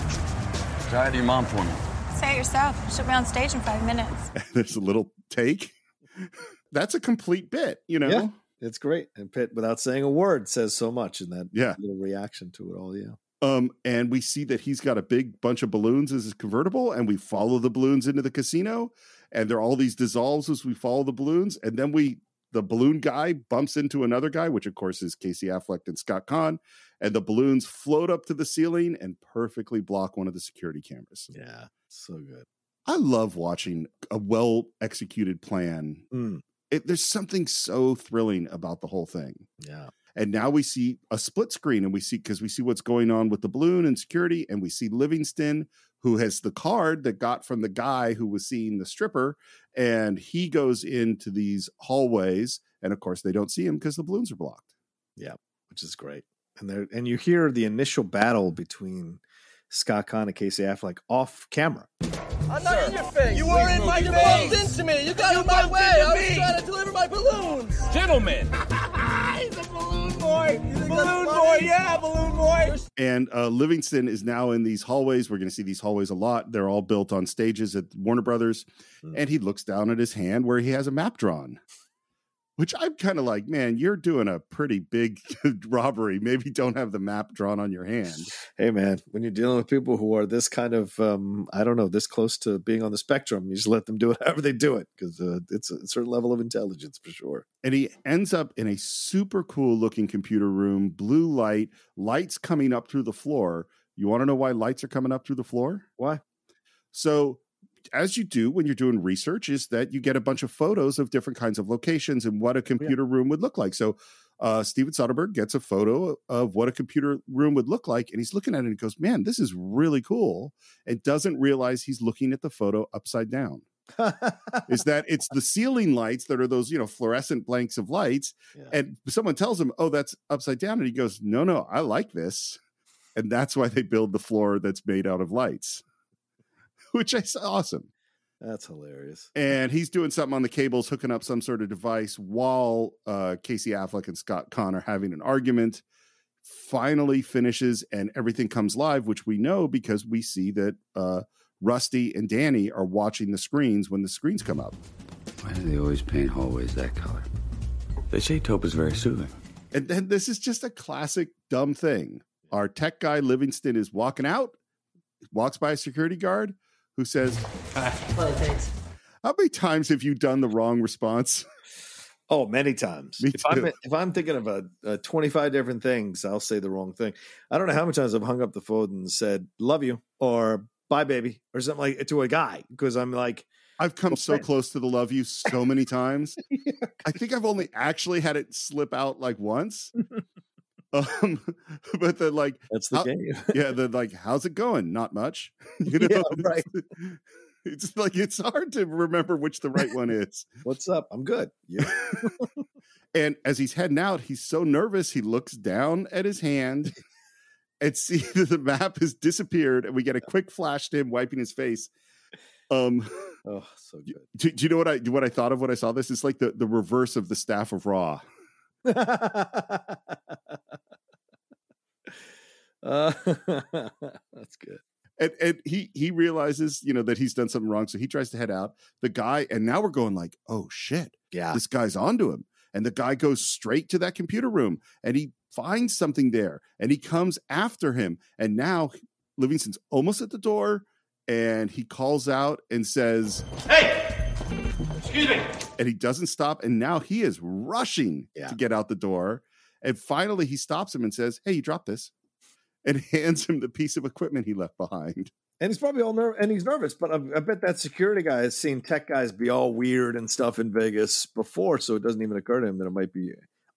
Speaker 4: Say hi to your mom for me.
Speaker 18: Say it yourself. She'll be on stage in five minutes.
Speaker 1: there's a little take. That's a complete bit, you know?
Speaker 2: Yeah, it's great. And Pitt, without saying a word, says so much in that
Speaker 1: Yeah.
Speaker 2: little reaction to it all. Yeah.
Speaker 1: Um, and we see that he's got a big bunch of balloons as his convertible, and we follow the balloons into the casino, and there are all these dissolves as we follow the balloons, and then we the balloon guy bumps into another guy, which of course is Casey Affleck and Scott Kahn, and the balloons float up to the ceiling and perfectly block one of the security cameras.
Speaker 2: Yeah, so good.
Speaker 1: I love watching a well executed plan.
Speaker 2: Mm,
Speaker 1: It, there's something so thrilling about the whole thing.
Speaker 2: Yeah.
Speaker 1: And now we see a split screen and we see because we see what's going on with the balloon and security, and we see Livingston, who has the card that got from the guy who was seeing the stripper, and he goes into these hallways, and of course they don't see him because the balloons are blocked.
Speaker 2: Yeah, which is great. and there and you hear the initial battle between Scott Conn and Casey Affleck off camera.
Speaker 13: I'm not in your face.
Speaker 19: You were in my
Speaker 13: you
Speaker 19: face.
Speaker 13: bumped into me. You got
Speaker 19: You
Speaker 13: in my
Speaker 19: bumped
Speaker 13: way.
Speaker 19: into
Speaker 13: I was
Speaker 19: me.
Speaker 13: trying to deliver my balloon.
Speaker 19: Gentlemen.
Speaker 13: He's a balloon boy.
Speaker 19: Balloon boy, yeah,
Speaker 13: balloon boy.
Speaker 1: And uh, Livingston is now in these hallways. We're going to see these hallways a lot. They're all built on stages at Warner Brothers. And he looks down at his hand where he has a map drawn, which I'm kind of like, man, you're doing a pretty big robbery. Maybe don't have the map drawn on your hand.
Speaker 2: Hey man, when you're dealing with people who are this kind of um, I don't know, this close to being on the spectrum, you just let them do it however they do it because uh, it's a certain level of intelligence for sure.
Speaker 1: And he ends up in a super cool looking computer room, blue light, lights coming up through the floor. You want to know why lights are coming up through the floor?
Speaker 2: Why?
Speaker 1: So, as you do when you're doing research, is that you get a bunch of photos of different kinds of locations and what a computer room would look like. So, uh, Steven Soderbergh gets a photo of what a computer room would look like, and he's looking at it and he goes, Man, this is really cool. And doesn't realize he's looking at the photo upside down is that it's the ceiling lights that are those you know fluorescent blanks of lights and someone tells him oh that's upside down and he goes no no i like this and that's why they build the floor that's made out of lights which is awesome
Speaker 2: That's hilarious.
Speaker 1: and he's doing something on the cables hooking up some sort of device while uh, casey affleck and scott conn are having an argument finally finishes and everything comes live which we know because we see that uh, rusty and danny are watching the screens when the screens come up
Speaker 3: Why do they always paint hallways that color? They say taupe is very soothing.
Speaker 1: And then this is just a classic dumb thing. Our tech guy Livingston is walking out, walks by a security guard who says,
Speaker 17: Well, thanks.
Speaker 1: How many times have you done the wrong response?
Speaker 2: Oh, many times.
Speaker 1: Me
Speaker 2: if I'm
Speaker 1: too.
Speaker 2: if I'm thinking of a, a 25 different things, I'll say the wrong thing. I don't know how many times I've hung up the phone and said "love you" or "bye, baby" or something like to a guy because I'm like
Speaker 1: I've come so close to the love you so many times. I think I've only actually had it slip out like once. Um, but then like
Speaker 2: that's the game.
Speaker 1: yeah, the like, how's it going? Not much. You know,
Speaker 2: Yeah, right.
Speaker 1: it's like it's hard to remember which the right one is.
Speaker 2: What's up? I'm good. Yeah.
Speaker 1: and as he's heading out, he's so nervous he looks down at his hand and see that the map has disappeared, and we get a quick flash to him wiping his face. Um
Speaker 2: oh so good.
Speaker 1: Do, do you know what I what I thought of when I saw this? It's like the, the reverse of the staff of Raw.
Speaker 2: Uh, that's good.
Speaker 1: and and he he realizes you know that he's done something wrong so he tries to head out the guy and now we're going like oh shit
Speaker 2: yeah
Speaker 1: this guy's onto him and the guy goes straight to that computer room and he finds something there and he comes after him and now livingston's almost at the door and he calls out and says
Speaker 19: Excuse me.
Speaker 1: and he doesn't stop and now he is rushing to get out the door and finally he stops him and says hey you dropped this and hands him the piece of equipment he left behind
Speaker 2: And he's probably all nervous, and he's nervous. But I, I bet that security guy has seen tech guys be all weird and stuff in Vegas before, so it doesn't even occur to him that it might be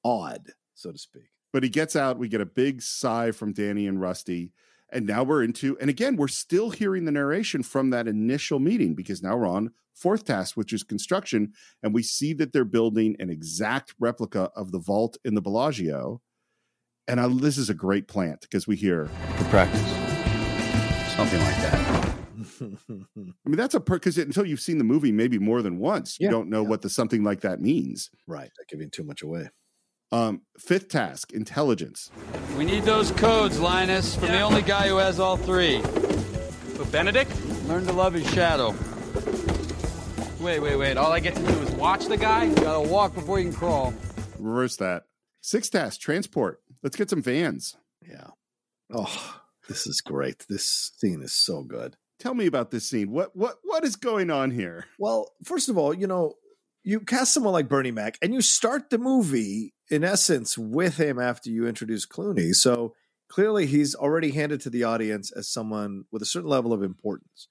Speaker 2: odd, so to speak.
Speaker 1: But he gets out. We get a big sigh from Danny and Rusty. And now we're into, and again, we're still hearing the narration from that initial meeting because now we're on fourth task, which is construction. And we see that they're building an exact replica of the vault in the Bellagio. And I, this is a great plant because we hear
Speaker 3: For practice. Something like that.
Speaker 1: I mean, that's a perk because until you've seen the movie maybe more than once, you don't know what the something like that means.
Speaker 2: Right. That giving too much away.
Speaker 1: Um, fifth task intelligence.
Speaker 20: We need those codes, Linus, from the only guy who has all three. But Benedict? Learn to love his shadow. Wait, wait, wait. All I get to do is watch the guy? You gotta walk before you can crawl.
Speaker 1: Reverse that. Sixth task transport. Let's get some vans.
Speaker 2: Oh, this is great. This scene is so good.
Speaker 1: Tell me about this scene. What what what is going on here?
Speaker 2: Well, first of all, you know, you cast someone like Bernie Mac and you start the movie in essence with him after you introduce Clooney. So clearly he's already handed to the audience as someone with a certain level of importance.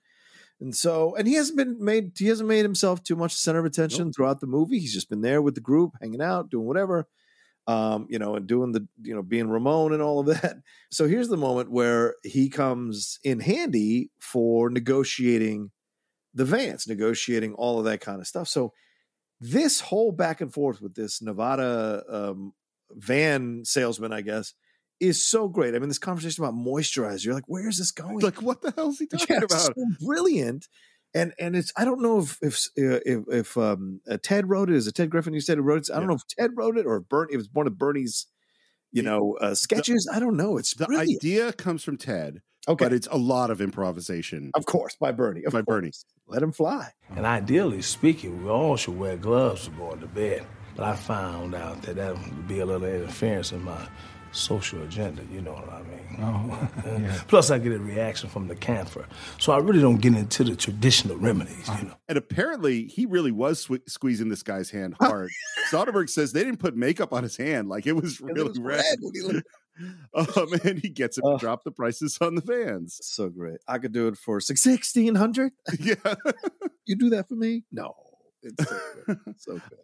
Speaker 2: And so and he hasn't been made he hasn't made himself too much center of attention throughout the movie. He's just been there with the group, hanging out, doing whatever. Um, you know, and doing the you know, being Ramon and all of that. So here's the moment where he comes in handy for negotiating the Vance, negotiating all of that kind of stuff. So this whole back and forth with this Nevada um, van salesman, I guess, is so great. I mean, this conversation about moisturizer, you're like, where is this going?
Speaker 1: Like, what the hell is he talking about?
Speaker 2: so brilliant. And and it's I don't know if if uh, if, if um, uh, Ted wrote it. Is it Ted Griffin who said it wrote it? I don't know if Ted wrote it or if Bernie. It was one of Bernie's, you know, uh, sketches. I don't know. It's
Speaker 1: the
Speaker 2: brilliant.
Speaker 1: idea comes from Ted,
Speaker 2: Okay.
Speaker 1: but it's a lot of improvisation
Speaker 2: of course, by Bernie. Of
Speaker 1: by
Speaker 2: course.
Speaker 1: Bernie.
Speaker 2: Let him fly.
Speaker 10: And ideally speaking, we all should wear gloves aboard the bed. But I found out that that would be a little interference in my social agenda, you know what I mean?
Speaker 16: Oh, yeah.
Speaker 10: Plus, I get a reaction from the camphor. So I really don't get into the traditional remedies,
Speaker 16: Uh-huh.
Speaker 10: you know.
Speaker 1: And apparently, he really was sque- squeezing this guy's hand
Speaker 2: Oh.
Speaker 1: hard. Soderbergh says they didn't put makeup on his hand; like it was really
Speaker 2: was
Speaker 1: red.
Speaker 2: red when he
Speaker 1: um, and he gets him to drop the prices on the vans.
Speaker 2: So great. I could do it for six sixteen hundred.
Speaker 1: Yeah,
Speaker 2: you do that for me? No, it's so good. It's so good.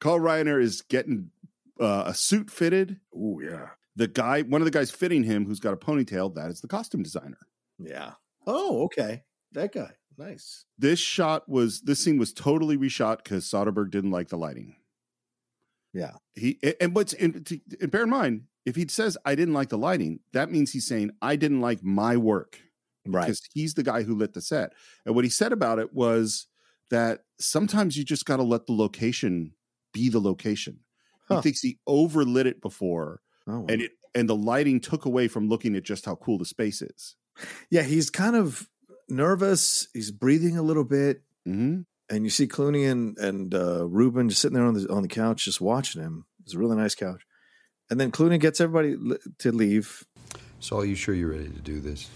Speaker 1: Carl Reiner is getting uh, a suit fitted.
Speaker 2: Oh yeah,
Speaker 1: The guy, one of the guys fitting him, who's got a ponytail, that is the costume designer.
Speaker 2: yeah. Oh, okay. That guy, nice.
Speaker 1: This shot was this scene was totally reshot because Soderbergh didn't like the lighting.
Speaker 2: Yeah.
Speaker 1: He a- and what's and, to- and bear in mind if he says I didn't like the lighting, that means he's saying I didn't like my work.
Speaker 2: Right.
Speaker 1: because he's the guy who lit the set. And what he said about it was that sometimes you just got to let the location be the location.
Speaker 2: Huh.
Speaker 1: He thinks he overlit it before,
Speaker 2: Oh, wow.
Speaker 1: and it and the lighting took away from looking at just how cool the space is.
Speaker 2: yeah, he's kind of nervous. He's breathing a little bit,
Speaker 1: hmm
Speaker 2: and you see Clooney and and uh, Ruben just sitting there on the on the couch, just watching him. It's a really nice couch. And then Clooney gets everybody li- to leave.
Speaker 3: So, are you sure you're ready to do this?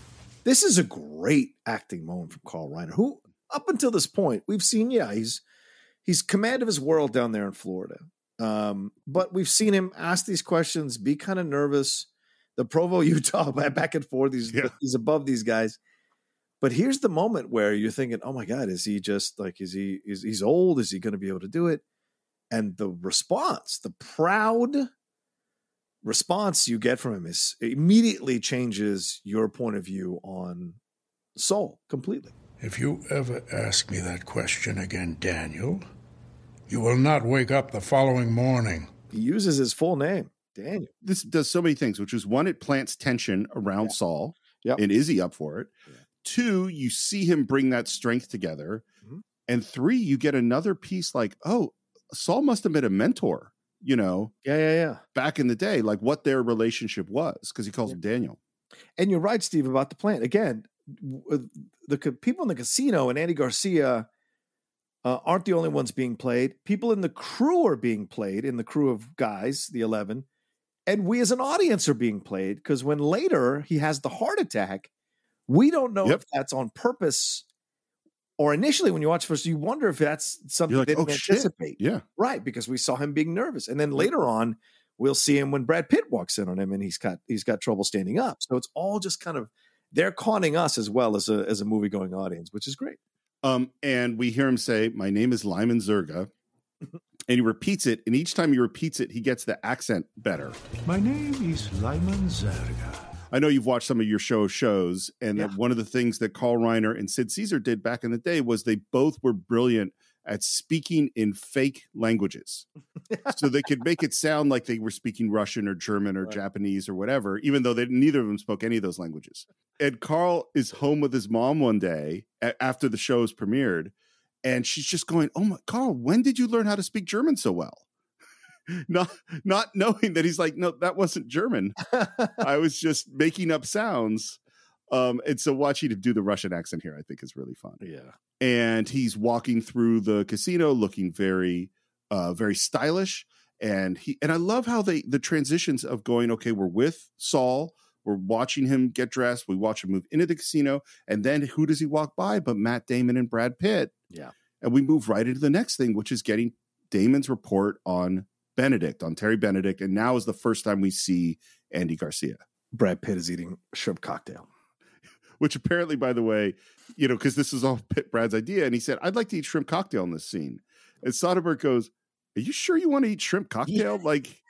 Speaker 2: This is a great acting moment from Carl Reiner, who up until this point we've seen, yeah, he's he's command of his world down there in Florida. Um, but we've seen him ask these questions, be kind of nervous. The Provo, Utah, back and forth. He's
Speaker 1: Yeah.
Speaker 2: he's above these guys. But here's the moment where you're thinking, "Oh my God, is he just like is he is he's old? Is he going to be able to do it?" And the response, the proud response you get from him is immediately changes your point of view on Soul completely.
Speaker 15: If you ever ask me that question again, Daniel, you will not wake up the following morning.
Speaker 2: He uses his full name, Daniel.
Speaker 1: This does so many things, which is one, it plants tension around Saul,
Speaker 2: Yep.
Speaker 1: and is he up for it? Two, you see him bring that strength together,
Speaker 2: Mhm.
Speaker 1: and three, you get another piece like, oh, Saul must have been a mentor, you know,
Speaker 2: Yeah, yeah, yeah.
Speaker 1: back in the day, like what their relationship was, because he calls him Daniel.
Speaker 2: And you're right, Steve, about the plant. Again, w- uh, the ca- people in the casino and Andy Garcia uh, aren't the only ones being played. People in the crew are being played in the crew of guys, the 11. And we as an audience are being played because when later he has the heart attack, we don't know
Speaker 1: Yep.
Speaker 2: if that's on purpose or initially when you watch first, you wonder if that's something
Speaker 1: You're like,
Speaker 2: they didn't
Speaker 1: oh shit.
Speaker 2: anticipate.
Speaker 1: Yeah.
Speaker 2: Right, because we saw him being nervous, and then later on, we'll see him when Brad Pitt walks in on him, and he's got he's got trouble standing up. So it's all just kind of they're conning us as well as a as a movie going audience, which is great.
Speaker 1: Um, and we hear him say, My name is Lyman Zerga. And he repeats it, and each time he repeats it, he gets the accent better.
Speaker 16: My name is Lyman Zerga.
Speaker 1: I know you've watched some of your show shows, and that one of the things that Carl Reiner and Sid Caesar did back in the day was they both were brilliant at speaking in fake languages. so they could make it sound like they were speaking Russian or German or Japanese or whatever, even though they neither of them spoke any of those languages. And Carl is home with his mom one day a- after the show's premiered, and she's just going, "Oh my, Carl, when did you learn how to speak German so well?" Not not knowing that he's like, "No, that wasn't German. I was just making up sounds." Um, and so watching him do the Russian accent here, I think, is really fun
Speaker 2: Yeah,
Speaker 1: and he's walking through the casino looking very uh very stylish and he and i love how they the transitions of going okay we're with saul we're watching him get dressed we watch him move into the casino and then who does he walk by but matt damon and brad pitt
Speaker 2: Yeah.
Speaker 1: and we move right into the next thing which is getting damon's report on benedict on terry benedict and now is the first time we see andy garcia
Speaker 2: Brad Pitt is eating shrimp cocktail.
Speaker 1: which apparently, by the way, you know, because this was all Pitt Brad's idea, and he said, "I'd like to eat shrimp cocktail in this scene." And Soderbergh goes, "Are you sure you want to eat shrimp cocktail? Like,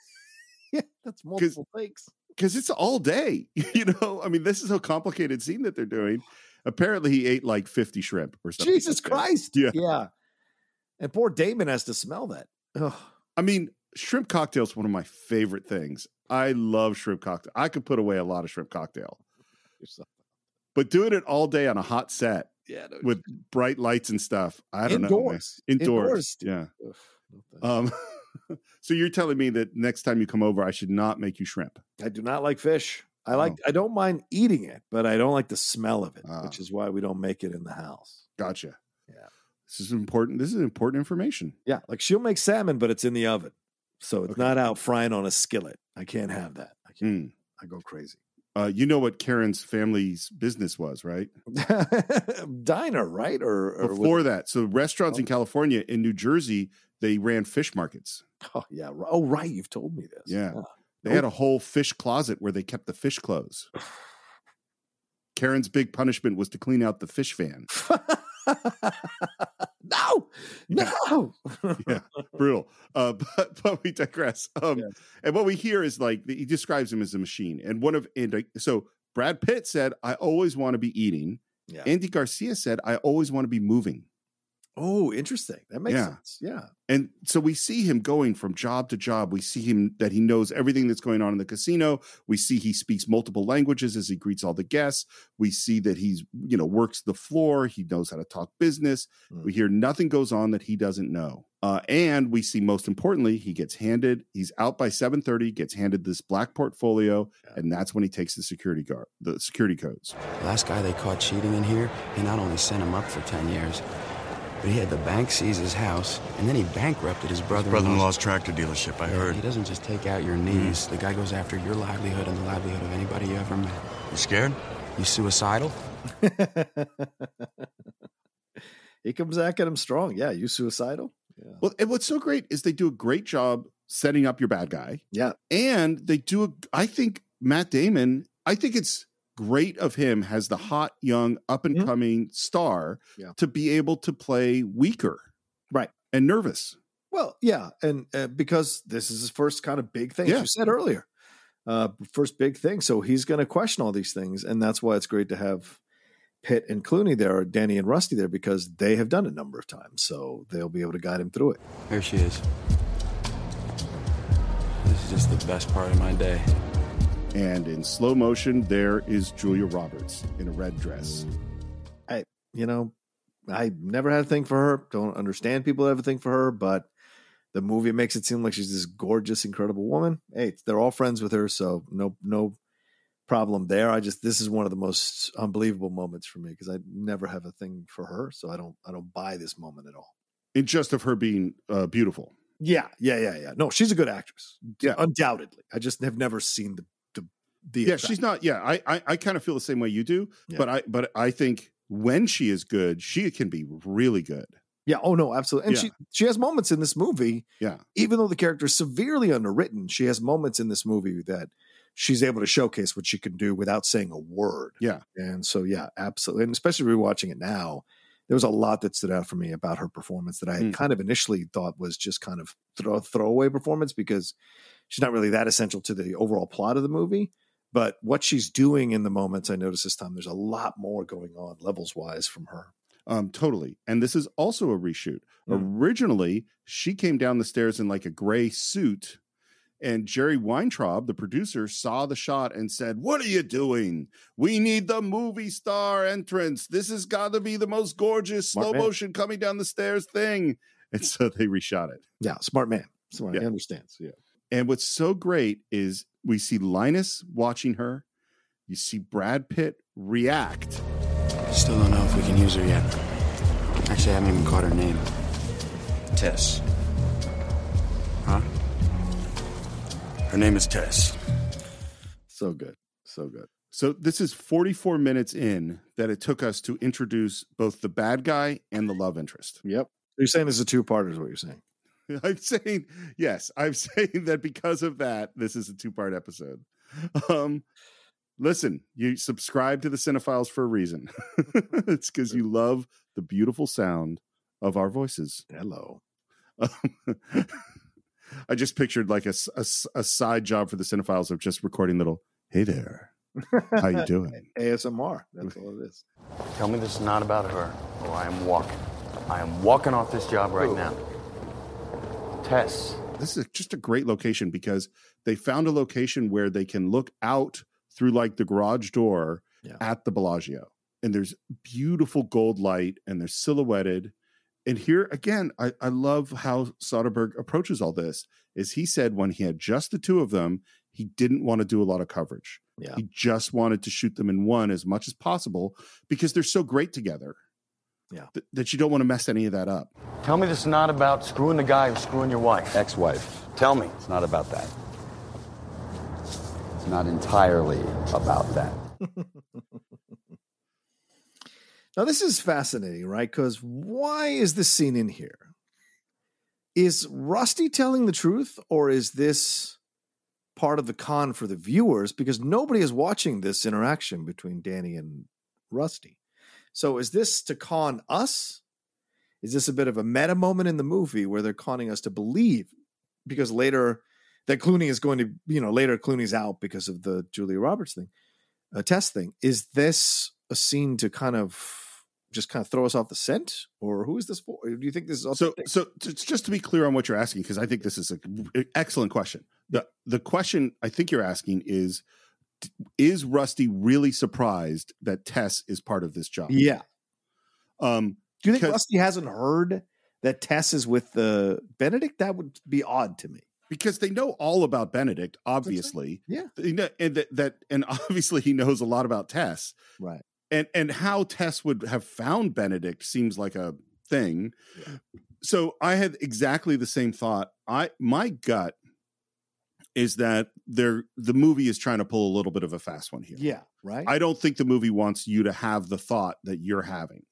Speaker 2: Yeah, that's multiple takes.
Speaker 1: because it's all day, you know. I mean, this is a complicated scene that they're doing. Apparently, he ate like fifty shrimp or something.
Speaker 2: Jesus
Speaker 1: like that.
Speaker 2: Christ!
Speaker 1: Yeah.
Speaker 2: yeah. And poor Damon has to smell that. Ugh.
Speaker 1: I mean, shrimp cocktail is one of my favorite things. I love shrimp cocktail. I could put away a lot of shrimp cocktail, but doing it all day on a hot set
Speaker 2: Yeah, no,
Speaker 1: with bright lights and stuff. I don't
Speaker 2: Indoors.
Speaker 1: know. man. Indoors.
Speaker 2: Indoors.
Speaker 1: Indoors. Yeah. Um, so you're telling me that next time you come over, I should not make you shrimp.
Speaker 2: I do not like fish. I like I don't mind eating it, but I don't like the smell of it, which is why we don't make it in the house.
Speaker 1: Gotcha. This is important. This is important information.
Speaker 2: Yeah, like she'll make salmon, but it's in the oven, so it's not out frying on a skillet. I can't have that. I
Speaker 1: can't.
Speaker 2: I go crazy.
Speaker 1: Hmm. Uh, you know what Karen's family's business was, right?
Speaker 2: Diner, right? Or, or Oh. was
Speaker 1: Before
Speaker 2: it-
Speaker 1: that, so restaurants in California, in New Jersey, they ran fish markets.
Speaker 2: Oh yeah. r- Oh right. You've told me this.
Speaker 1: Yeah. They had a whole fish closet where they kept the fish clothes. Karen's big punishment was to clean out the fish van.
Speaker 2: no, no.
Speaker 1: yeah, brutal. Uh, but, but we digress. Um, And what we hear is like he describes him as a machine. And one of and like, so Brad Pitt said, "I always want to be eating."
Speaker 2: Yeah.
Speaker 1: Andy Garcia said, "I always want to be moving."
Speaker 2: Oh, interesting. That makes
Speaker 1: Yeah.
Speaker 2: sense. Yeah.
Speaker 1: And so we see him going from job to job. We see him that he knows everything that's going on in the casino. We see he speaks multiple languages as he greets all the guests. We see that he's, you know, works the floor. He knows how to talk business. We hear nothing goes on that he doesn't know. Uh, and we see most importantly, he gets handed, he's out by 730, gets handed this black portfolio, and that's when he takes the security guard, the security codes.
Speaker 3: The last guy they caught cheating in here, he not only sent him up for 10 years, but he had the bank seize his house, and then he bankrupted his brother
Speaker 4: brother-in-law's tractor dealership, I heard. Mm-hmm.
Speaker 3: He doesn't just take out your knees. The guy goes after your livelihood and the livelihood of anybody you ever met.
Speaker 4: You scared?
Speaker 3: You suicidal?
Speaker 2: He comes back at him strong. Yeah. You suicidal?
Speaker 1: Well, and what's so great is they do a great job setting up your bad guy.
Speaker 2: Yeah.
Speaker 1: And they do a I think Matt Damon, I think it's great of him as the hot young up and coming star
Speaker 2: Mm-hmm. Yeah.
Speaker 1: to be able to play weaker.
Speaker 2: Right.
Speaker 1: And nervous.
Speaker 2: Well, yeah, and uh, because this is his first kind of big thing, as
Speaker 1: Yeah.
Speaker 2: you said earlier, uh, first big thing. So he's going to question all these things, and that's why it's great to have Pitt and Clooney there, or Danny and Rusty there, because they have done it a number of times, so they'll be able to guide him through it.
Speaker 3: There she is. This is just the best part of my day.
Speaker 1: And in slow motion, there is Julia Roberts in a red dress.
Speaker 2: I, you know, I never had a thing for her. Don't understand people that have a thing for her, but the movie makes it seem like she's this gorgeous, incredible woman. Hey, they're all friends with her, so no, no problem there. I just this is one of the most unbelievable moments for me because I never have a thing for her, so I don't, I don't buy this moment at all.
Speaker 1: In just of her being uh, beautiful.
Speaker 2: Yeah, yeah, yeah, yeah. No, she's a good actress, yeah, undoubtedly. I just have never seen the the the.
Speaker 1: yeah,
Speaker 2: attract-
Speaker 1: she's not. Yeah, I I, I kind of feel the same way you do.
Speaker 2: Yeah.
Speaker 1: But I but I think when she is good, she can be really good.
Speaker 2: Yeah. Oh no, absolutely. And
Speaker 1: Yeah.
Speaker 2: she she has moments in this movie.
Speaker 1: Yeah.
Speaker 2: Even though the character is severely underwritten, she has moments in this movie that she's able to showcase what she can do without saying a word.
Speaker 1: Yeah.
Speaker 2: And so yeah, absolutely. And especially rewatching it now, there was a lot that stood out for me about her performance that I
Speaker 1: Mm-hmm.
Speaker 2: had kind of initially thought was just kind of throw throwaway performance because she's not really that essential to the overall plot of the movie. But what she's doing in the moments, I noticed this time, there's a lot more going on levels wise from her.
Speaker 1: Um, totally. And this is also a reshoot.
Speaker 2: Mm.
Speaker 1: Originally, she came down the stairs in like a gray suit, and Jerry Weintraub, the producer, saw the shot and said, "What are you doing? We need the movie star entrance. This has got to be the most gorgeous
Speaker 2: Smart
Speaker 1: slow
Speaker 2: man.
Speaker 1: motion coming down the stairs thing." And so they reshot it.
Speaker 2: Yeah, smart man. Smart. He understands. Yeah.
Speaker 1: And what's so great is we see Linus watching her. You see Brad Pitt react.
Speaker 3: Still don't know if we can use her yet. Actually, I haven't even caught her name.
Speaker 4: Tess.
Speaker 3: Huh?
Speaker 4: Her name is Tess.
Speaker 2: So good. So good.
Speaker 1: So this is 44 minutes in that it took us to introduce both the bad guy and the love interest.
Speaker 2: Yep. You're saying this is a two parter, is what you're saying.
Speaker 1: I'm saying yes. I'm saying that because of that, this is a two part episode. Um, listen, you subscribe to the Cinephiles for a reason. it's because you love the beautiful sound of our voices.
Speaker 2: Hello.
Speaker 1: Um, I just pictured like a, s- a s- a side job for the Cinephiles of just recording little. Hey there, how you doing?
Speaker 2: ASMR. That's all it is.
Speaker 4: Tell me this is not about her,
Speaker 21: Oh,
Speaker 4: or I am walking. I am walking off this job right now. Tess.
Speaker 1: this is just a great location because they found a location where they can look out through like the garage door at the Bellagio. And there's beautiful gold light and they're silhouetted. And here again, I, I love how Soderbergh approaches all this. Is he said when he had just the two of them, he didn't want to do a lot of coverage.
Speaker 2: Yeah.
Speaker 1: He just wanted to shoot them in one as much as possible because they're so great together.
Speaker 2: Yeah.
Speaker 1: th- that you don't want to mess any of that up.
Speaker 21: Tell me this is not about screwing the guy who's screwing your wife.
Speaker 3: Ex wife. Tell me. It's not about that. It's not entirely about that.
Speaker 2: Now, this is fascinating, right? Because why is this scene in here? Is Rusty telling the truth, or is this part of the con for the viewers? Because nobody is watching this interaction between Danny and Rusty. So, is this to con us? Is this a bit of a meta moment in the movie where they're conning us to believe? Because later, that Clooney is going to, you know, later Clooney's out because of the Julia Roberts thing a test thing. Is this a scene to kind of just kind of throw us off the scent, or who is this for? Do you think this is also?
Speaker 1: So, so t- just to be clear on what you're asking, because I think this is an excellent question. the The question I think you're asking is: d- Is Rusty really surprised that Tess is part of this job?
Speaker 2: yeah.
Speaker 1: Um,
Speaker 2: Do you think
Speaker 1: 'cause-
Speaker 2: Rusty hasn't heard that Tess is with the Benedict? That would be odd to me.
Speaker 1: because they know all about Benedict, obviously.
Speaker 2: Yeah.
Speaker 1: They know- and that, that and obviously he knows a lot about Tess.
Speaker 2: Right.
Speaker 1: And and how Tess would have found Benedict seems like a thing. So I had exactly the same thought. I my gut is that they're the movie is trying to pull a little bit of a fast one here.
Speaker 2: Yeah. Right.
Speaker 1: I don't think the movie wants you to have the thought that you're having.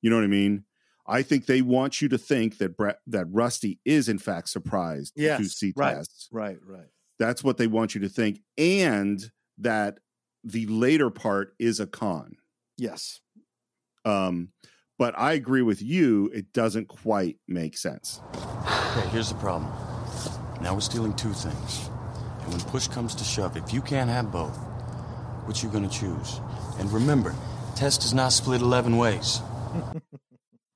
Speaker 1: You know what I mean? I think they want you to think that Brett, that Rusty is in fact surprised to
Speaker 2: Yes,
Speaker 1: see
Speaker 2: right.
Speaker 1: Tess.
Speaker 2: Right. Right.
Speaker 1: That's what they want you to think, and that the later part is a con.
Speaker 2: Yes.
Speaker 1: Um, but I agree with you; it doesn't quite make sense.
Speaker 4: Okay, here's the problem. Now we're stealing two things. And when push comes to shove, if you can't have both, what you gonna choose? And remember, test is not split eleven ways.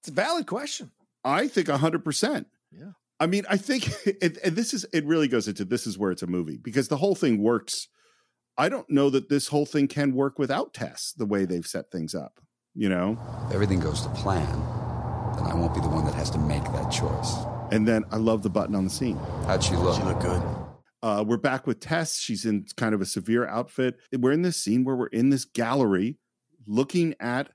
Speaker 2: It's a valid question.
Speaker 1: I think hundred percent.
Speaker 2: Yeah.
Speaker 1: I mean, I think, and, and this is it. Really goes into this is where it's a movie because the whole thing works. I don't know that this whole thing can work without Tess the way they've set things up. You know,
Speaker 3: If everything goes to plan, then I won't be the one that has to make that choice.
Speaker 1: And then I love the button on the scene.
Speaker 3: How'd she look? She
Speaker 4: looked good.
Speaker 1: Uh, we're back with Tess. She's in kind of a severe outfit. We're in this scene where we're in this gallery looking at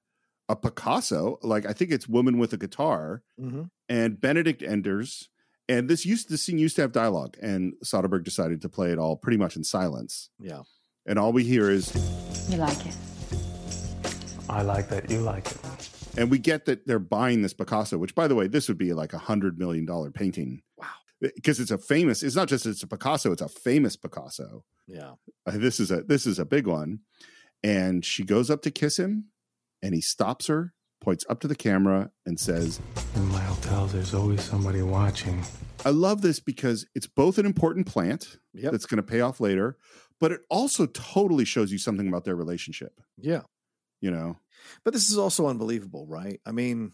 Speaker 1: a Picasso. Like I think it's Woman with a Guitar.
Speaker 2: Mhm.
Speaker 1: And Benedict enters. And this used this scene used to have dialogue, and Soderbergh decided to play it all pretty much in silence.
Speaker 2: Yeah.
Speaker 1: And all we hear is
Speaker 22: You like it?
Speaker 14: I like that. You like it.
Speaker 1: And we get that they're buying this Picasso, which by the way, this would be like a hundred million dollar painting. Wow. Because it's a famous, it's not just it's a Picasso, it's a famous Picasso.
Speaker 2: Yeah.
Speaker 1: Uh, This is a this is a big one. And she goes up to kiss him and he stops her, points up to the camera, and says,
Speaker 14: In my hotel, there's always somebody watching.
Speaker 1: I love this because it's both an important plant that's going to pay off later, but it also totally shows you something about their relationship,
Speaker 2: Yeah.
Speaker 1: you know?
Speaker 2: But this is also unbelievable, right? I mean,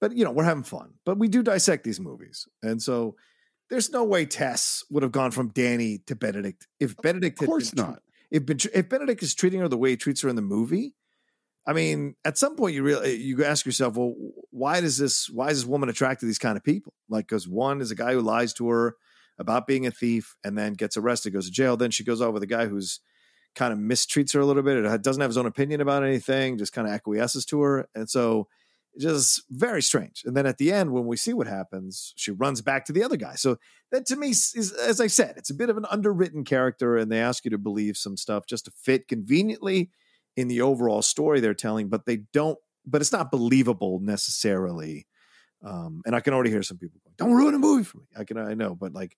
Speaker 2: but you know, we're having fun, but we do dissect these movies. And so there's no way Tess would have gone from Danny to Benedict if Benedict of
Speaker 1: course not.
Speaker 2: If, Ben- if Benedict is treating her the way he treats her in the movie, I mean, at some point you really you ask yourself, well, why does this why is this woman attracted to these kind of people? Like, because one is a guy who lies to her about being a thief and then gets arrested, goes to jail. Then she goes out with a guy who's kind of mistreats her a little bit. It doesn't have his own opinion about anything, just kind of acquiesces to her. And so it's just very strange. And then at the end, when we see what happens, she runs back to the other guy. So that to me is, as I said, it's a bit of an underwritten character. And they ask you to believe some stuff just to fit conveniently in the overall story they're telling, but they don't, but it's not believable necessarily. Um, and I can already hear some people going, don't ruin a movie for me. I can, I know, but like,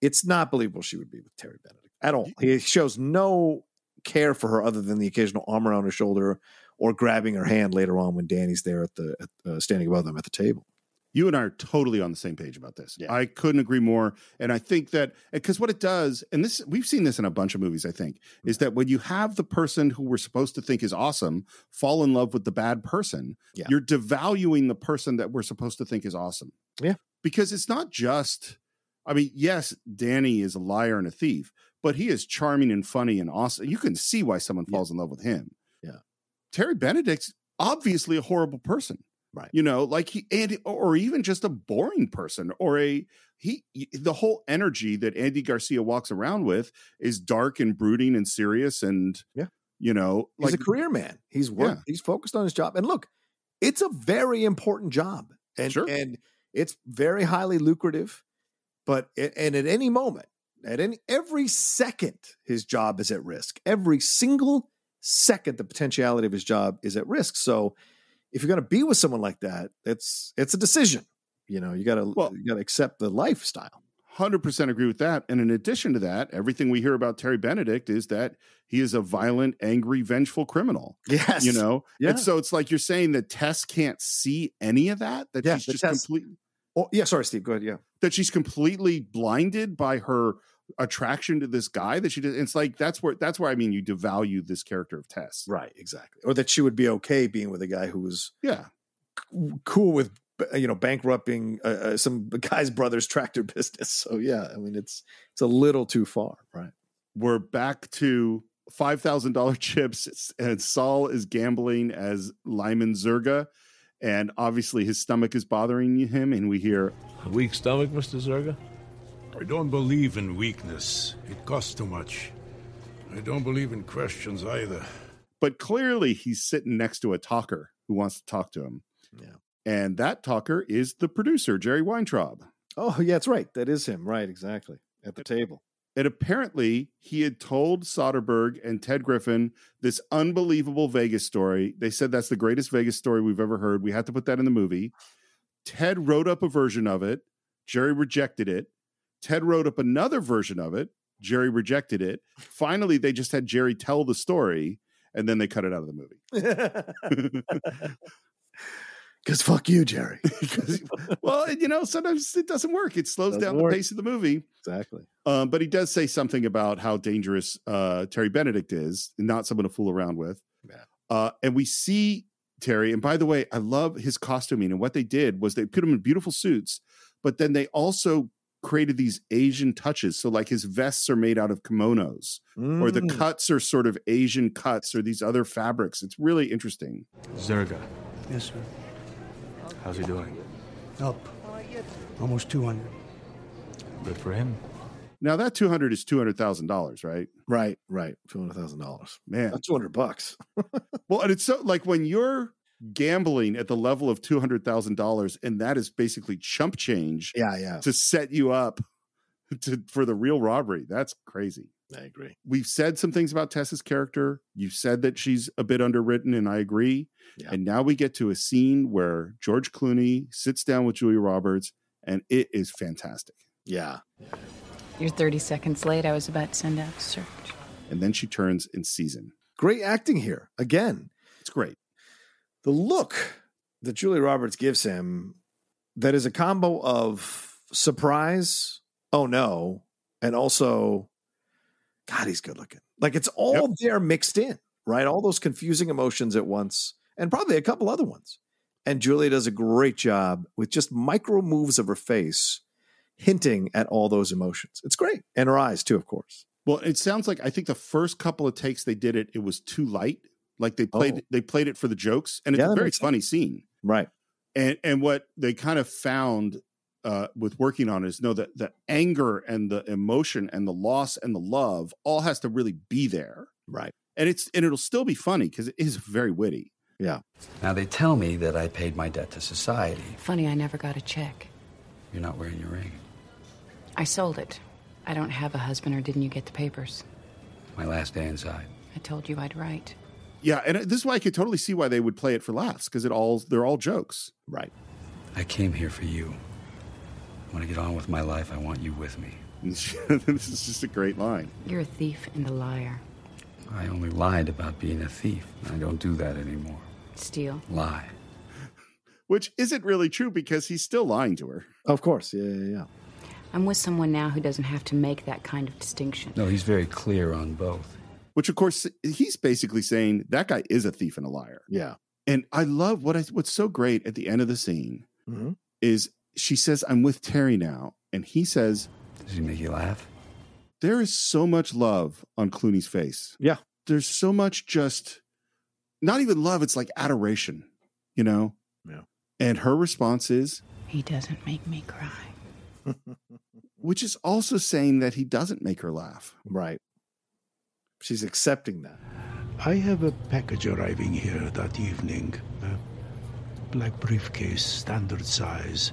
Speaker 2: it's not believable she would be with Terry Benedict at all. He shows no care for her other than the occasional arm around her shoulder or grabbing her hand later on when Danny's there at the at, uh, standing above them at the table.
Speaker 1: you and I are totally on the same page about this. I couldn't agree more. And I think that because what it does, and this we've seen this in a bunch of movies, I think, is that when you have the person who we're supposed to think is awesome fall in love with the bad person,
Speaker 2: Yeah.
Speaker 1: you're devaluing the person that we're supposed to think is awesome.
Speaker 2: Yeah.
Speaker 1: Because it's not just I mean, yes, Danny is a liar and a thief, but he is charming and funny and awesome. You can see why someone falls in love with him.
Speaker 2: Yeah.
Speaker 1: Terry Benedict's obviously a horrible person.
Speaker 2: Right.
Speaker 1: You know, like he and or even just a boring person or a he the whole energy that Andy Garcia walks around with is dark and brooding and serious and
Speaker 2: Yeah.
Speaker 1: you know,
Speaker 2: he's a career man. He's worked, he's focused on his job. And look, it's a very important job. And
Speaker 1: Sure.
Speaker 2: and it's very highly lucrative, but a- and at any moment, at any every second his job is at risk. Every single second the potentiality of his job is at risk. So if you're going to be with someone like that, it's it's a decision. You know, you got to you got to accept the lifestyle.
Speaker 1: Hundred percent agree with that. And in addition to that, everything we hear about Terry Benedict is that he is a violent, angry, vengeful criminal.
Speaker 2: Yes.
Speaker 1: you know.
Speaker 2: Yeah.
Speaker 1: And so it's like you're saying that Tess can't see any of that. That she's just completely.
Speaker 2: Oh, yeah. Sorry, Steve. Go ahead. Yeah.
Speaker 1: That she's completely blinded by her attraction to this guy. That she does. It's like that's where that's where I mean you devalue this character of Tess.
Speaker 2: Right. Exactly. Or that she would be okay being with a guy who was
Speaker 1: Yeah.
Speaker 2: cool with you know bankrupting uh, uh, some guy's brother's tractor business. So yeah, I mean it's it's a little too far, right?
Speaker 1: We're back to five thousand dollar chips, and Saul is gambling as Lyman Zerga, and obviously his stomach is bothering him. And we hear
Speaker 5: A weak stomach, Mr. Zerga?
Speaker 16: I don't believe in weakness. It costs too much. I don't believe in questions either.
Speaker 1: but clearly he's sitting next to a talker who wants to talk to him.
Speaker 2: Yeah.
Speaker 1: And that talker is the producer, Jerry Weintraub.
Speaker 2: Oh yeah, that's right. That is him. Right, exactly. At the table.
Speaker 1: And apparently he had told Soderbergh and Ted Griffin this unbelievable Vegas story. They said that's the greatest Vegas story we've ever heard. We have to put that in the movie. Ted wrote up a version of it. Jerry rejected it. Ted wrote up another version of it. Jerry rejected it. Finally, they just had Jerry tell the story and then they cut it out of the movie.
Speaker 2: Because fuck you, Jerry.
Speaker 1: well, and, you know, sometimes it doesn't work. It slows
Speaker 2: Doesn't
Speaker 1: down
Speaker 2: work.
Speaker 1: the pace of the movie.
Speaker 2: Exactly.
Speaker 1: Um, but he does say something about how dangerous uh, Terry Benedict is, not someone to fool around with. Uh, and we see Terry. And by the way, I love his costuming. And what they did was they put him in beautiful suits, but then they also created these Asian touches. So, like his vests are made out of kimonos, or the
Speaker 5: Mm.
Speaker 1: cuts are sort of Asian cuts, or these other fabrics. It's really interesting.
Speaker 5: Zerga,
Speaker 22: Yes, sir.
Speaker 5: how's he doing?
Speaker 22: Up. Almost 200.
Speaker 5: Good for him.
Speaker 1: Now that two hundred is two hundred thousand dollars, right?
Speaker 2: Right, right. Two hundred thousand dollars.
Speaker 1: Man,
Speaker 2: two hundred bucks.
Speaker 1: well, and it's so like when you're gambling at the level of two hundred thousand dollars, and that is basically chump change.
Speaker 2: Yeah, yeah.
Speaker 1: To set you up to for the real robbery. That's crazy.
Speaker 2: I agree.
Speaker 1: We've said some things about Tessa's character. You said that she's a bit underwritten, and I agree. And now we get to a scene where George Clooney sits down with Julia Roberts, and it is fantastic.
Speaker 2: Yeah.
Speaker 23: You're 30 seconds late. I was about to send out to search.
Speaker 1: And then she turns and sees him.
Speaker 2: Great acting here. Again.
Speaker 1: It's great.
Speaker 2: The look that Julie Roberts gives him that is a combo of surprise, oh no, and also God, he's good looking. Like it's all there mixed in, right? All those confusing emotions at once, and probably a couple other ones. And Julia does a great job with just micro moves of her face, hinting at all those emotions. It's great. And her eyes, too, of course.
Speaker 1: Well, it sounds like I think the first couple of takes they did it, it was too light. Like they played
Speaker 2: Oh.
Speaker 1: they played it for the jokes, and it's
Speaker 2: Yeah,
Speaker 1: a
Speaker 2: that
Speaker 1: very
Speaker 2: makes
Speaker 1: funny scene.
Speaker 2: Right.
Speaker 1: And and what they kind of found uh, with working on it is no that the anger and the emotion and the loss and the love all has to really be there.
Speaker 2: Right.
Speaker 1: And it's and it'll still be funny because it is very witty.
Speaker 2: Yeah.
Speaker 3: Now they tell me that I paid my debt to society.
Speaker 23: Funny, I never got a check.
Speaker 3: You're not wearing your ring.
Speaker 23: I sold it. I don't have a husband, or didn't you get the papers?
Speaker 3: My last day inside.
Speaker 23: I told you I'd write.
Speaker 1: Yeah, and uh, this is why I could totally see why they would play it for laughs because it all they're all jokes.
Speaker 2: Right.
Speaker 3: I came here for you. I want to get on with my life. I want you with me.
Speaker 1: this is just a great line.
Speaker 23: You're a thief and a liar.
Speaker 3: I only lied about being a thief. I don't do that anymore.
Speaker 23: Steal.
Speaker 3: Lie.
Speaker 1: Which isn't really true because he's still lying to her.
Speaker 2: Of course. Yeah, yeah, yeah.
Speaker 23: I'm with someone now who doesn't have to make that kind of distinction.
Speaker 3: No, he's very clear on both.
Speaker 1: Which of course he's basically saying that guy is a thief and a liar.
Speaker 2: Yeah.
Speaker 1: And I love what I what's so great at the end of the scene is she says, I'm with Terry now. and he says,
Speaker 3: Does he make you laugh?
Speaker 1: There is so much love on Clooney's face.
Speaker 2: Yeah.
Speaker 1: There's so much just not even love, it's like adoration, you know?
Speaker 2: Yeah.
Speaker 1: And her response is,
Speaker 23: He doesn't make me cry.
Speaker 1: which is also saying that he doesn't make her laugh.
Speaker 2: Right. She's accepting that.
Speaker 10: I have a package arriving here that evening. A black briefcase, standard size,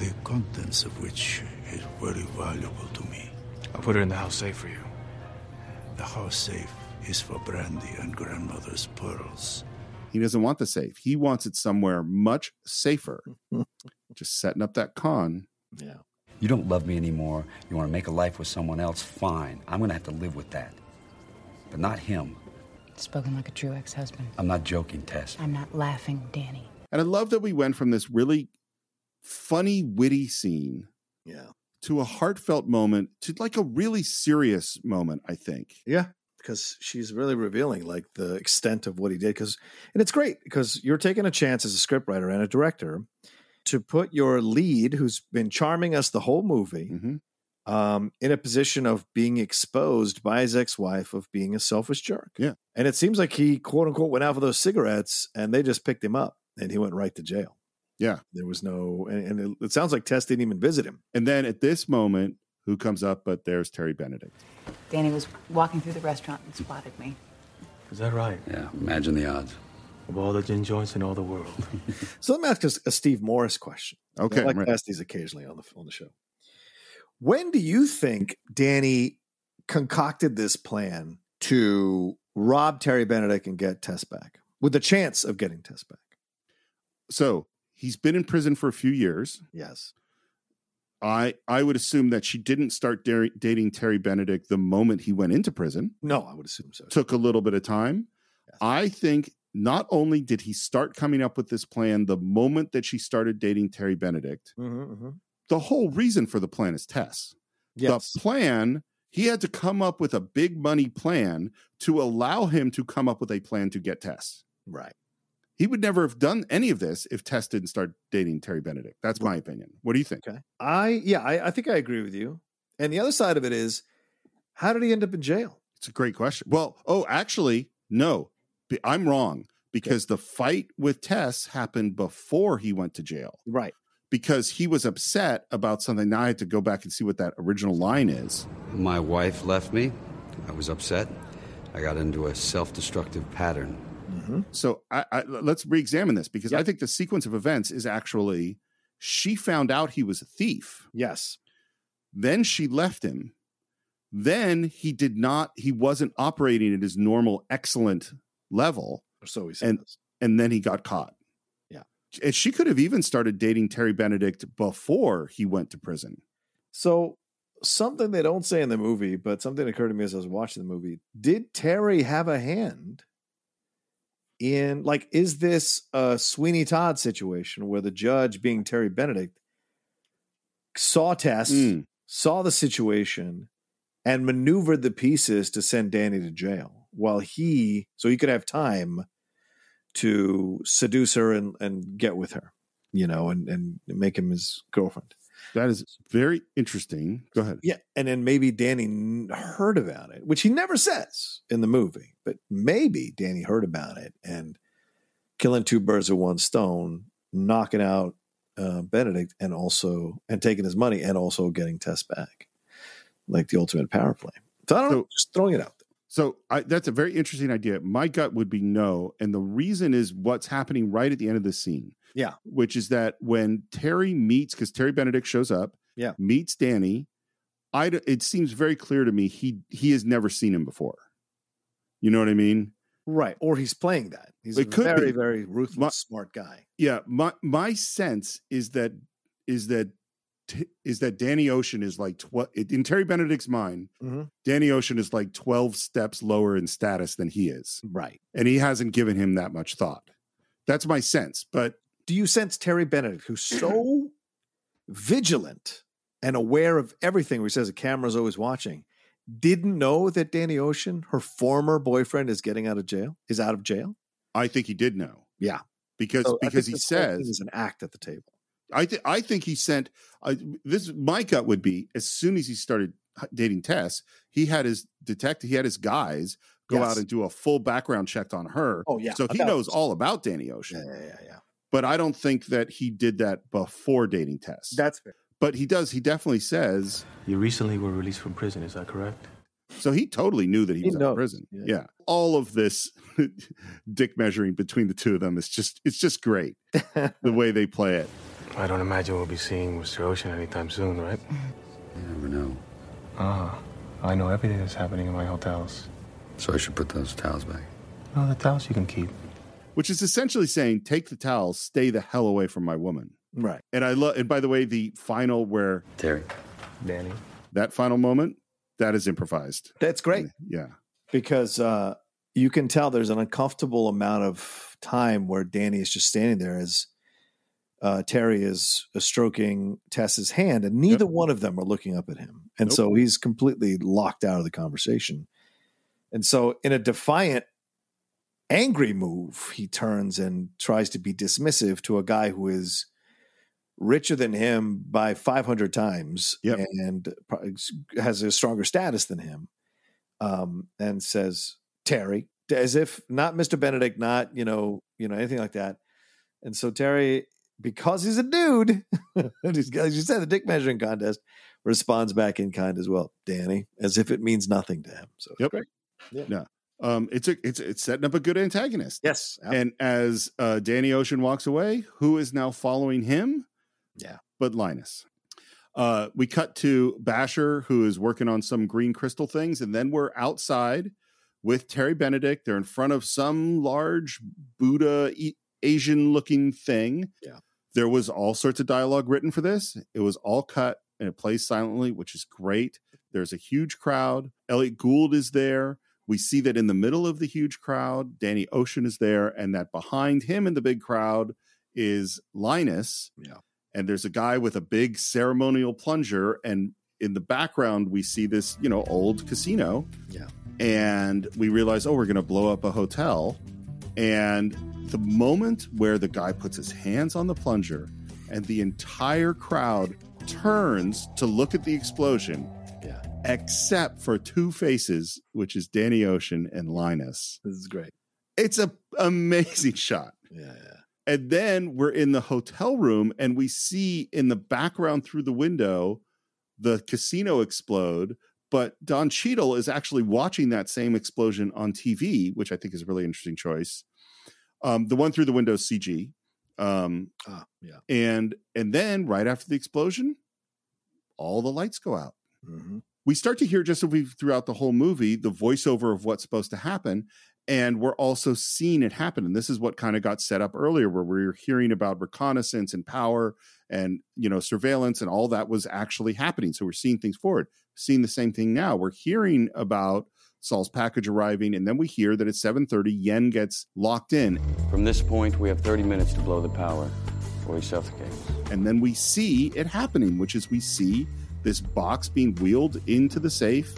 Speaker 10: the contents of which is very valuable to me. I'll put it in the house safe for you. The house safe is for Brandy and grandmother's pearls.
Speaker 1: He doesn't want the safe. He wants it somewhere much safer. Just setting up that con.
Speaker 2: Yeah.
Speaker 3: You don't love me anymore. You want to make a life with someone else? Fine. I'm going to have to live with that. But not him.
Speaker 23: Spoken like a true ex husband.
Speaker 3: I'm not joking, Tess.
Speaker 23: I'm not laughing, Danny.
Speaker 1: And I love that we went from this really funny, witty scene
Speaker 2: Yeah.
Speaker 1: to a heartfelt moment to like a really serious moment, I think.
Speaker 2: Yeah. Because she's really revealing like the extent of what he did. Because and it's great because you're taking a chance as a scriptwriter and a director to put your lead, who's been charming us the whole movie,
Speaker 1: Mm.
Speaker 2: um, in a position of being exposed by his ex-wife of being a selfish jerk.
Speaker 1: Yeah.
Speaker 2: And it seems like he quote unquote went out for those cigarettes and they just picked him up and he went right to jail.
Speaker 1: Yeah.
Speaker 2: There was no and, and it, it sounds like Tess didn't even visit him.
Speaker 1: And then at this moment, who comes up but there's Terry Benedict.
Speaker 23: Danny was walking through the restaurant and spotted me.
Speaker 5: Is that right?
Speaker 3: Yeah, imagine the odds.
Speaker 5: Of all the gin joints in all the world.
Speaker 2: So let me ask us a Steve Morris question.
Speaker 1: Okay,
Speaker 2: I like uh,
Speaker 1: right.
Speaker 2: to ask these occasionally on the on the show. When do you think Danny concocted this plan to rob Terry Benedict and get Tess back with the chance of getting Tess back?
Speaker 1: So he's been in prison for a few years.
Speaker 2: Yes.
Speaker 1: I I would assume that she didn't start dar- dating Terry Benedict the moment he went into prison.
Speaker 2: No, I would assume so.
Speaker 1: Took a little bit of time. I think not only did he start coming up with this plan the moment that she started dating Terry Benedict,
Speaker 2: Mm-hmm,
Speaker 1: the whole reason for the plan is Tess.
Speaker 2: Yes.
Speaker 1: The plan, he had to come up with a big money plan to allow him to come up with a plan to get Tess.
Speaker 2: Right.
Speaker 1: He would never have done any of this if Tess didn't start dating Terry Benedict. That's my opinion. What do you think?
Speaker 2: Okay. I yeah, I, I think I agree with you. And the other side of it is, how did he end up in jail?
Speaker 1: It's a great question. Well, oh, actually, no, B- I'm wrong because the fight with Tess happened before he went to jail.
Speaker 2: Right.
Speaker 1: Because he was upset about something. Now I had to go back and see what that original line is.
Speaker 3: My wife left me. I was upset. I got into a self destructive pattern.
Speaker 1: So I, I, let's re-examine this because I think the sequence of events is actually she found out he was a thief.
Speaker 2: Yes.
Speaker 1: Then she left him. Then he did not. He wasn't operating at his normal excellent level,
Speaker 2: Or so he said.
Speaker 1: and and then he got caught.
Speaker 2: Yeah.
Speaker 1: And she could have even started dating Terry Benedict before he went to prison.
Speaker 2: So something they don't say in the movie, but something occurred to me as I was watching the movie. Did Terry have a hand in like is this a Sweeney Todd situation where the judge being Terry Benedict saw Tess,
Speaker 1: Mm.
Speaker 2: saw the situation, and maneuvered the pieces to send Danny to jail while he so he could have time to seduce her and, and get with her, you know, and, and make him his girlfriend.
Speaker 1: That is very interesting. Go ahead.
Speaker 2: Yeah, and then maybe Danny n- heard about it, which he never says in the movie, but maybe Danny heard about it and killing two birds with one stone, knocking out uh, Benedict and also and taking his money and also getting Tess back, like the ultimate power play. So I don't know, just throwing it out. there.
Speaker 1: So I, that's a very interesting idea. My gut would be no, and the reason is what's happening right at the end of the scene.
Speaker 2: Yeah,
Speaker 1: which is that when Terry meets, because Terry Benedict shows up,
Speaker 2: Yeah.
Speaker 1: meets Danny. I d- it seems very clear to me he he has never seen him before. You know what I mean?
Speaker 2: right. Or he's playing that. He's
Speaker 1: It
Speaker 2: a
Speaker 1: could
Speaker 2: very
Speaker 1: be.
Speaker 2: very ruthless,
Speaker 1: My-
Speaker 2: smart guy.
Speaker 1: Yeah, my my sense is that is that t- is that Danny Ocean is like tw- in Terry Benedict's mind,
Speaker 2: Mhm.
Speaker 1: Danny Ocean is like twelve steps lower in status than he is,
Speaker 2: Right.
Speaker 1: and he hasn't given him that much thought. That's my sense, but
Speaker 2: do you sense Terry Benedict, who's so vigilant and aware of everything, where he says the camera's always watching, didn't know that Danny Ocean, her former boyfriend, is getting out of jail, is out of jail?
Speaker 1: I think he did know
Speaker 2: Yeah.
Speaker 1: because
Speaker 2: So Oh, I
Speaker 1: because
Speaker 2: think
Speaker 1: he
Speaker 2: this whole thing
Speaker 1: says
Speaker 2: is an act at the table.
Speaker 1: I th- I think he sent uh, this. My gut would be as soon as he started dating Tess, he had his detective, he had his guys go
Speaker 2: Yes.
Speaker 1: out and do a full background check on her.
Speaker 2: Oh, yeah.
Speaker 1: so he
Speaker 2: About-
Speaker 1: knows all about Danny Ocean.
Speaker 2: Yeah, yeah, yeah.
Speaker 1: But I don't think that he did that before dating Tess.
Speaker 2: That's fair.
Speaker 1: But he does. He definitely says
Speaker 5: You recently were released from prison, is that correct?
Speaker 1: So he totally knew that he,
Speaker 5: He
Speaker 1: was out
Speaker 5: knows,
Speaker 1: of prison. Yeah.
Speaker 5: yeah.
Speaker 1: All of this dick measuring between the two of them is just it's just great the way they play it.
Speaker 5: I don't imagine we'll be seeing Mr. Ocean anytime soon, right?
Speaker 3: You never know.
Speaker 5: Ah, I know everything that's happening in my hotels.
Speaker 3: So I should put those towels back.
Speaker 5: No, the towels you can keep.
Speaker 1: Which is essentially saying, take the towels, stay the hell away from my woman.
Speaker 2: Right.
Speaker 1: And I love and by the way, the final where
Speaker 3: Terry.
Speaker 5: Danny.
Speaker 1: That final moment, that is improvised.
Speaker 2: That's great.
Speaker 1: Yeah.
Speaker 2: Because uh, you can tell there's an uncomfortable amount of time where Danny is just standing there as uh, Terry is stroking Tess's hand, and neither one of them are looking up at him. And so he's completely locked out of the conversation. And so, in a defiant, angry move, he turns and tries to be dismissive to a guy who is richer than him by 500 times and probably has a stronger status than him um, and says Terry, as if not Mr. Benedict, not you know, you know anything like that. And so Terry, because he's a dude, and he's got- as you said, the dick measuring contest responds back in kind as well, Danny, as if it means nothing to him. So
Speaker 1: Yep. Yeah. Um, it's a, it's it's setting up a good antagonist.
Speaker 2: Yes.
Speaker 1: And as uh, Danny Ocean walks away, who is now following him?
Speaker 2: Yeah.
Speaker 1: But Linus. Uh, we cut to Basher, who is working on some green crystal things, and then we're outside with Terry Benedict. They're in front of some large Buddha E, Asian looking thing.
Speaker 2: Yeah.
Speaker 1: There was all sorts of dialogue written for this. It was all cut and it plays silently, which is great. There's a huge crowd. Elliot Gould is there. We see that in the middle of the huge crowd, Danny Ocean is there, and that behind him in the big crowd is Linus.
Speaker 2: Yeah.
Speaker 1: And there's a guy with a big ceremonial plunger. And in the background, we see this, you know, old casino
Speaker 2: yeah.
Speaker 1: and we realize, oh, we're going to blow up a hotel. And the moment where the guy puts his hands on the plunger and the entire crowd turns to look at the explosion,
Speaker 2: Yeah.
Speaker 1: except for two faces, which is Danny Ocean and Linus.
Speaker 2: This is great.
Speaker 1: It's a amazing shot.
Speaker 2: Yeah, yeah.
Speaker 1: And then we're in the hotel room and we see in the background through the window the casino explode. But Don Cheadle is actually watching that same explosion on TV, which I think is a really interesting choice. Um, the one through the window is CG. Um,
Speaker 2: Ah, yeah.
Speaker 1: and and then right after the explosion, all the lights go out
Speaker 2: Mhm.
Speaker 1: we start to hear just as we throughout the whole movie the voiceover of what's supposed to happen and we're also seeing it happen and this is what kind of got set up earlier where we were hearing about reconnaissance and power and you know surveillance and all that was actually happening so we're seeing things forward seeing the same thing now we're hearing about Saul's package arriving and then we hear that at 7:30 Yen gets locked in
Speaker 4: From this point, we have 30 minutes to blow the power, or he suffocates.
Speaker 1: and then we see it happening, which is we see this box being wheeled into the safe,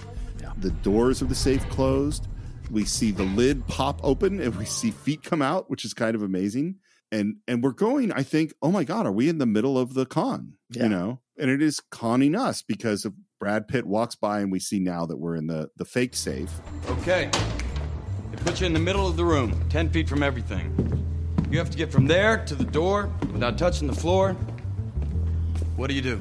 Speaker 1: the doors of the safe closed. We see the lid pop open and we see feet come out, which is kind of amazing. And and we're going, I think, oh my God, are we in the middle of the con? You know? And it is conning us because of Brad Pitt walks by and we see now that we're in the the fake safe.
Speaker 4: Okay. They put you in the middle of the room, 10 feet from everything. You have to get from there to the door without touching the floor. What do you do?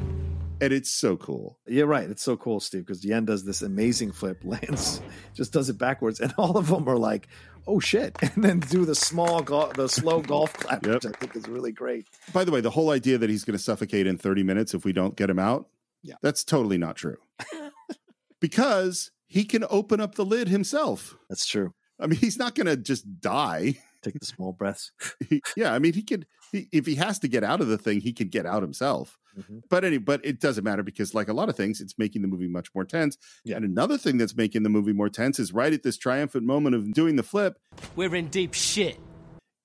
Speaker 1: And it's so cool.
Speaker 2: Yeah, right. It's so cool, Steve, because Yen does this amazing flip. Lance just does it backwards, and all of them are like, "Oh shit!" and then do the small, go- the slow golf clap,
Speaker 1: Yep.
Speaker 2: which I think is really great.
Speaker 1: By the way, the whole idea that he's going to suffocate in 30 minutes if we don't get him out,
Speaker 2: Yeah.
Speaker 1: that's totally not true. because he can open up the lid himself.
Speaker 2: That's true.
Speaker 1: I mean, he's not going to just die.
Speaker 2: Take the small breaths.
Speaker 1: He- yeah, I mean, he could he, if he has to get out of the thing, he could get out himself.
Speaker 2: Mhm.
Speaker 1: But any but it doesn't matter because like a lot of things, it's making the movie much more tense. And another thing that's making the movie more tense is right at this triumphant moment of doing the flip,
Speaker 13: We're in deep shit.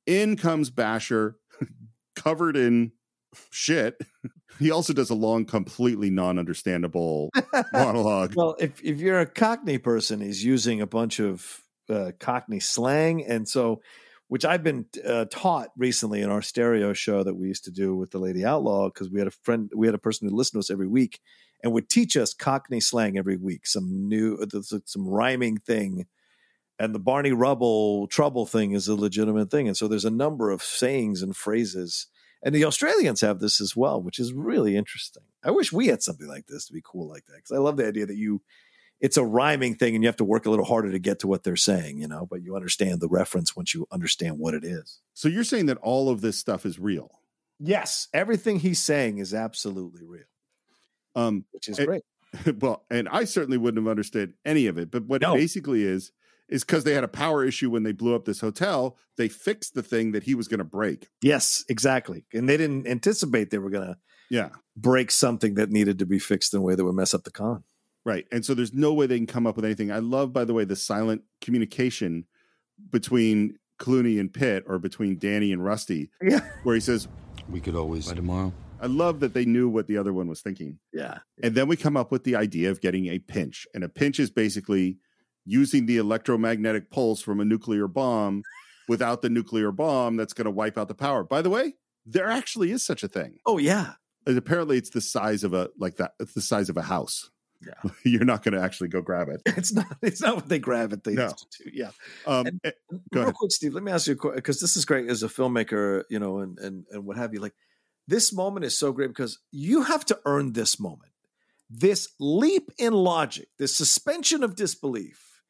Speaker 1: in comes Basher, covered in shit. He also does a long, completely non-understandable monologue.
Speaker 2: Well, if if you're a Cockney person, he's using a bunch of uh, Cockney slang, and so which I've been uh, taught recently in our stereo show that we used to do with the Lady Outlaw because we had a friend, we had a person who listened to us every week and would teach us Cockney slang every week, some new, uh, some rhyming thing. And the Barney Rubble trouble thing is a legitimate thing. And so there's a number of sayings and phrases. And the Australians have this as well, which is really interesting. I wish we had something like this to be cool like that because I love the idea that you, it's a rhyming thing and you have to work a little harder to get to what they're saying, you know, but you understand the reference once you understand what it is.
Speaker 1: So you're saying that all of this stuff is real?
Speaker 2: Yes, everything he's saying is absolutely real.
Speaker 1: Um,
Speaker 2: which is
Speaker 1: and-
Speaker 2: great.
Speaker 1: Well, and I certainly wouldn't have understood any of it. But what
Speaker 2: No.
Speaker 1: it basically is is because they had a power issue when they blew up this hotel, they fixed the thing that he was going to break.
Speaker 2: Yes, exactly. And they didn't anticipate they were going to
Speaker 1: Yeah.
Speaker 2: break something that needed to be fixed in a way that would mess up the con.
Speaker 1: Right. And so there's no way they can come up with anything. I love, by the way, the silent communication between Clooney and Pitt or between Danny and Rusty,
Speaker 2: yeah.
Speaker 1: where he says,
Speaker 3: We could always by
Speaker 1: tomorrow. I love that they knew what the other one was thinking.
Speaker 2: Yeah.
Speaker 1: And then we come up with the idea of getting a pinch. And a pinch is basically using the electromagnetic pulse from a nuclear bomb without the nuclear bomb that's going to wipe out the power. By the way, there actually is such a thing.
Speaker 2: Oh yeah.
Speaker 1: And apparently it's the size of a like that it's the size of a house.
Speaker 2: Yeah.
Speaker 1: You're not going to actually go grab it.
Speaker 2: It's not it's not what they grab at the
Speaker 1: No.
Speaker 2: institute. Yeah.
Speaker 1: Um eh, go
Speaker 2: Real
Speaker 1: ahead.
Speaker 2: quick, Steve, let me ask you a question because this is great as a filmmaker, you know, and, and and what have you. Like this moment is so great because you have to earn this moment. This leap in logic, this suspension of disbelief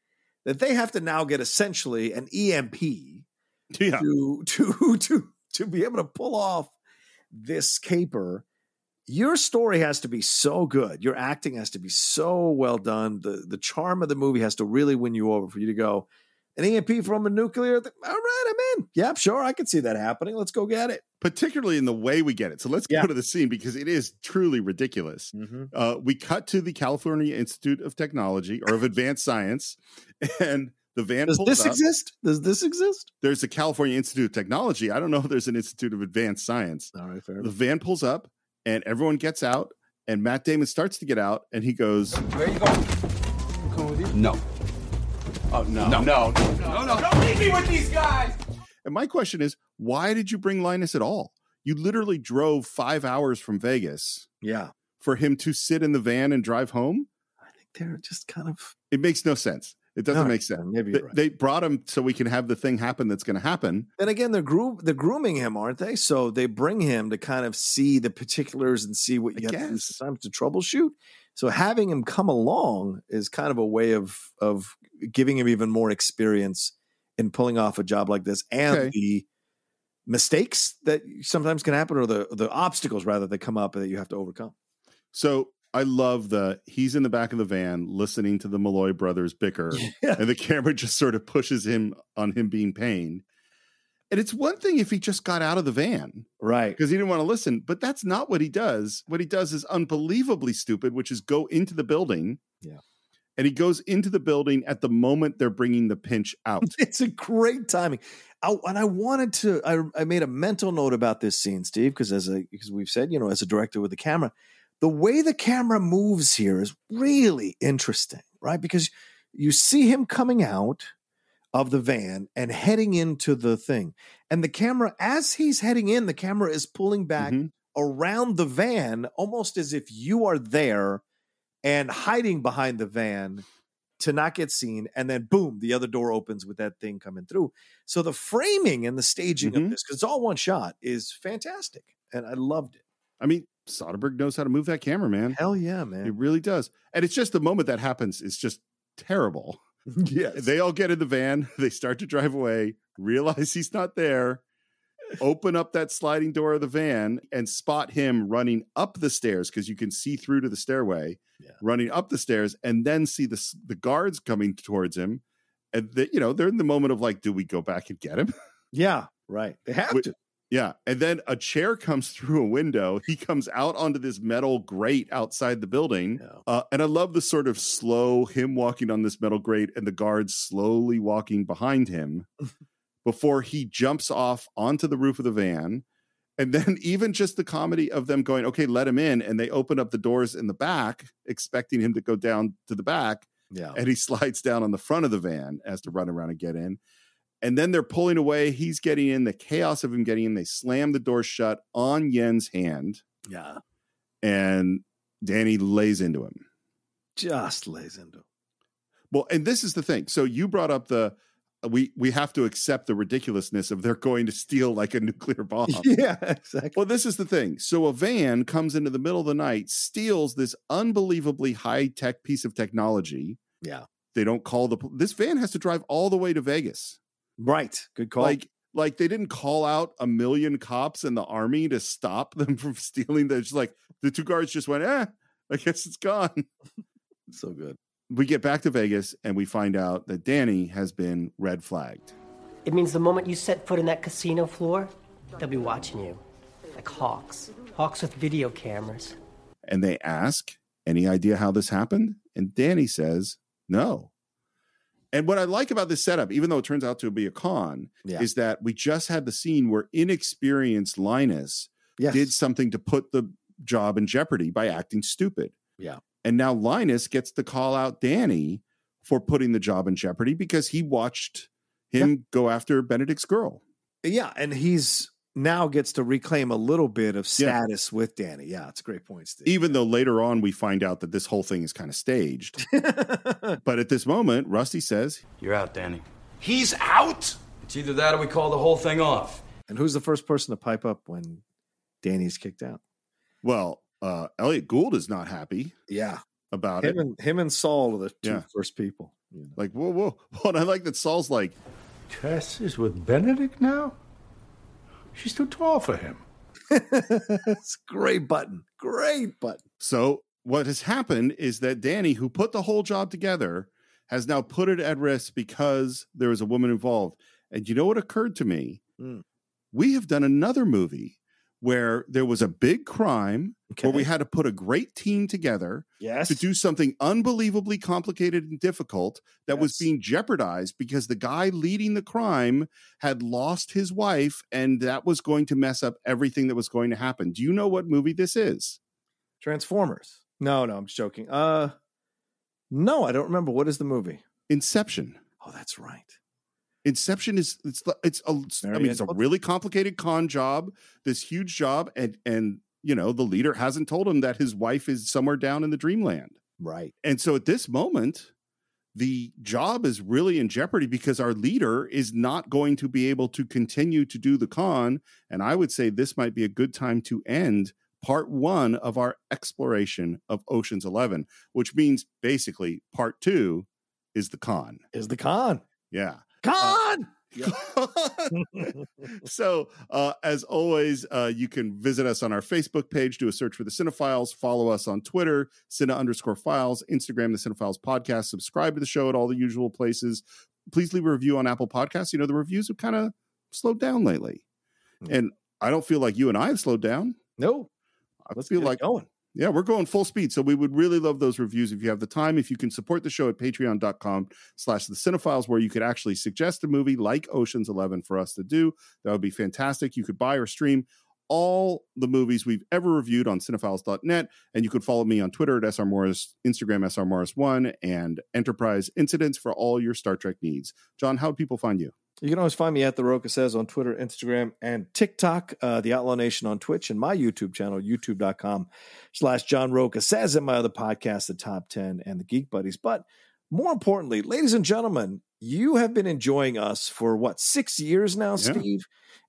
Speaker 2: that they have to now get essentially an E EMP
Speaker 1: Yeah.
Speaker 2: to to to to be able to pull off this caper. Your story has to be so good. Your acting has to be so well done. The the charm of the movie has to really win you over for you to go an EMP from a nuclear. Th- All right, I'm in. Yep, sure, I can see that happening. Let's go get it.
Speaker 1: particularly in the way we get it. So let's
Speaker 2: Yeah.
Speaker 1: go to the scene because it is truly ridiculous.
Speaker 2: Mm-hmm.
Speaker 1: Uh, we cut to the California Institute of Technology or of Advanced Science, and the van
Speaker 2: Does
Speaker 1: pulls
Speaker 2: this
Speaker 1: up.
Speaker 2: exist? Does this exist?
Speaker 1: There's the California Institute of Technology. I don't know if there's an Institute of Advanced Science.
Speaker 2: All right, fair.
Speaker 1: The van pulls up, and everyone gets out, and Matt Damon starts to get out, and he goes,
Speaker 21: Where you going? I'm coming with you.
Speaker 1: "No, oh
Speaker 21: No.
Speaker 1: no,
Speaker 21: No, no.
Speaker 19: Don't leave me with these guys.
Speaker 1: And my question is, why did you bring Linus at all? You literally drove five hours from Vegas
Speaker 2: Yeah,
Speaker 1: for him to sit in the van and drive home.
Speaker 2: they're just kind of
Speaker 1: It makes no sense. It doesn't
Speaker 2: No,
Speaker 1: make sense.
Speaker 2: maybe
Speaker 1: they,
Speaker 2: you're right.
Speaker 1: they brought him so we can have the thing happen that's going to happen.
Speaker 2: Then again, they're groom they're grooming him, aren't they? So they bring him to kind of see the particulars and see what you have to do sometimes to troubleshoot. So having him come along is kind of a way of of giving him even more experience in pulling off a job like this and
Speaker 1: Okay.
Speaker 2: the mistakes that sometimes can happen or the the obstacles rather that come up that you have to overcome.
Speaker 1: So I love the he's in the back of the van listening to the Malloy brothers bicker, and the camera just sort of pushes him on him being pained. And it's one thing if he just got out of the van,
Speaker 2: right?
Speaker 1: Because he didn't want to listen. But that's not what he does. What he does is unbelievably stupid, which is go into the building.
Speaker 2: Yeah.
Speaker 1: And he goes into the building at the moment they're bringing the pinch out.
Speaker 2: It's a great timing. I, and I wanted to, I, I made a mental note about this scene, Steve, because as a, because we've said, you know, as a director with the camera, the way the camera moves here is really interesting, right? Because you see him coming out of the van and heading into the thing. And the camera, as he's heading in, the camera is
Speaker 1: Mm-hmm.
Speaker 2: pulling back around the van, almost as if you are there and hiding behind the van to not get seen. And then boom, the other door opens with that thing coming through. So the framing and the staging of this, because it's all one shot, is fantastic. And I loved it.
Speaker 1: I mean, Soderbergh knows how to move that camera, man.
Speaker 2: Hell yeah, man.
Speaker 1: He really does. And it's just the moment that happens is just terrible.
Speaker 2: Yeah.
Speaker 1: They all get in the van, they start to drive away, realize he's not there, open up that sliding door of the van and spot him running up the stairs because you can see through to the stairway, running up the stairs and then see the s- the guards coming towards him. And that you know, they're in the moment of like, do we go back and get him?
Speaker 2: Yeah, right. They have
Speaker 1: to. Yeah. And then a chair comes through a window. He comes out onto this metal grate outside the building. Uh, and I love the sort of slow him walking on this metal grate and the guards slowly walking behind him before he jumps off onto the roof of the van. And then even just the comedy of them going, okay, let him in. And they open up the doors in the back, expecting him to go down to the back.
Speaker 2: Yeah.
Speaker 1: And he slides down on the front of the van as to run around and get in. And then they're pulling away. He's getting in. The chaos of him getting in. They slam the door shut on Yen's hand.
Speaker 2: Yeah.
Speaker 1: And Danny lays into him.
Speaker 2: Just lays into him.
Speaker 1: Well, and this is the thing. So you brought up the uh, we we have to accept the ridiculousness of they're going to steal like a nuclear bomb.
Speaker 2: Yeah, exactly.
Speaker 1: Uh-huh. Well, this is the thing. So a van comes into the middle of the night, steals this unbelievably high tech piece of technology.
Speaker 2: Yeah.
Speaker 1: They don't call the pol- this van has to drive all the way to Vegas.
Speaker 2: Right. Good call.
Speaker 1: Like like they didn't call out a million cops and the army to stop them from stealing. They're just like the two guards just went, eh, I guess it's gone.
Speaker 2: so good.
Speaker 1: We get back to Vegas and we find out that Danny has been red flagged.
Speaker 17: It means the moment you set foot in that casino floor, they'll be watching you. Like hawks. Hawks with video cameras.
Speaker 1: And they ask, any idea how this happened? And Danny says, no. And what I like about this setup, even though it turns out to be a con,
Speaker 2: Yeah.
Speaker 1: is that we just had the scene where inexperienced Linus
Speaker 2: Yes.
Speaker 1: did something to put the job in jeopardy by acting stupid.
Speaker 2: Yeah.
Speaker 1: And now Linus gets to call out Danny for putting the job in jeopardy because he watched him go after Benedict's girl.
Speaker 2: Yeah, and he's now gets to reclaim a little bit of status with Danny. Yeah, it's a great point, Steve.
Speaker 1: Even though later on we find out that this whole thing is kind of staged. but at this moment, Rusty says,
Speaker 4: You're out, Danny.
Speaker 21: He's out?
Speaker 4: It's either that or we call the whole thing off.
Speaker 2: And who's the first person to pipe up when Danny's kicked out?
Speaker 1: Well, uh, Elliot Gould is not happy
Speaker 2: Yeah.
Speaker 1: about
Speaker 2: Him
Speaker 1: it.
Speaker 2: and him and Saul are the two
Speaker 1: Yeah.
Speaker 2: first people.
Speaker 1: Like, whoa, whoa. whoa. And I like that Saul's like,
Speaker 16: Tess is with Benedict now? She's too tall for him.
Speaker 2: It's a great button. Great button.
Speaker 1: So what has happened is that Danny, who put the whole job together, has now put it at risk because there was a woman involved. And you know what occurred to me?
Speaker 2: Hmm.
Speaker 1: We have done another movie where there was a big crime where we
Speaker 2: Okay.
Speaker 1: had to put a great team together
Speaker 2: Yes.
Speaker 1: to do something unbelievably complicated and difficult that was being jeopardized because the guy leading the crime had lost his wife and that was going to mess up everything that was going to happen. Do you know what movie this is?
Speaker 2: Transformers. No, no, I'm just joking. Uh no, I don't remember. What is the movie?
Speaker 1: Inception.
Speaker 2: Oh, that's right.
Speaker 1: Inception is it's the- it's a I mean it's a really complicated con job, this huge job, and and you know the leader hasn't told him that his wife is somewhere down in the dreamland,
Speaker 2: Right.
Speaker 1: and so at this moment, the job is really in jeopardy because our leader is not going to be able to continue to do the con, and I would say this might be a good time to end part one of our exploration of Ocean's Eleven, which means basically part two is the con.
Speaker 2: Is the con.
Speaker 1: Yeah.
Speaker 2: Con!
Speaker 1: so uh, as always uh, you can visit us on our facebook page do a search for the cinephiles follow us on twitter cine underscore files instagram the cinephiles podcast subscribe to the show at all the usual places please leave a review on apple podcasts you know the reviews have kind of slowed down lately and i don't feel like you and i have slowed down
Speaker 2: no
Speaker 1: i feel like
Speaker 2: going
Speaker 1: yeah, we're going full speed. So we would really love those reviews if you have the time. If you can support the show at patreon.com slash the cinephiles, where you could actually suggest a movie like Ocean's Eleven for us to do. That would be fantastic. You could buy or stream all the movies we've ever reviewed on cinephiles.net. And you could follow me on Twitter at SR Morris, Instagram SR Morris1, and Enterprise Incidents for all your Star Trek needs. John, how do people find you?
Speaker 2: You can always find me at The Roca Says on Twitter, Instagram, and TikTok, uh, The Outlaw Nation on Twitch, and my YouTube channel, youtube.com slash John Roca Says, and my other podcast, The Top 10 and The Geek Buddies. But more importantly, ladies and gentlemen, you have been enjoying us for what, six years now, Steve?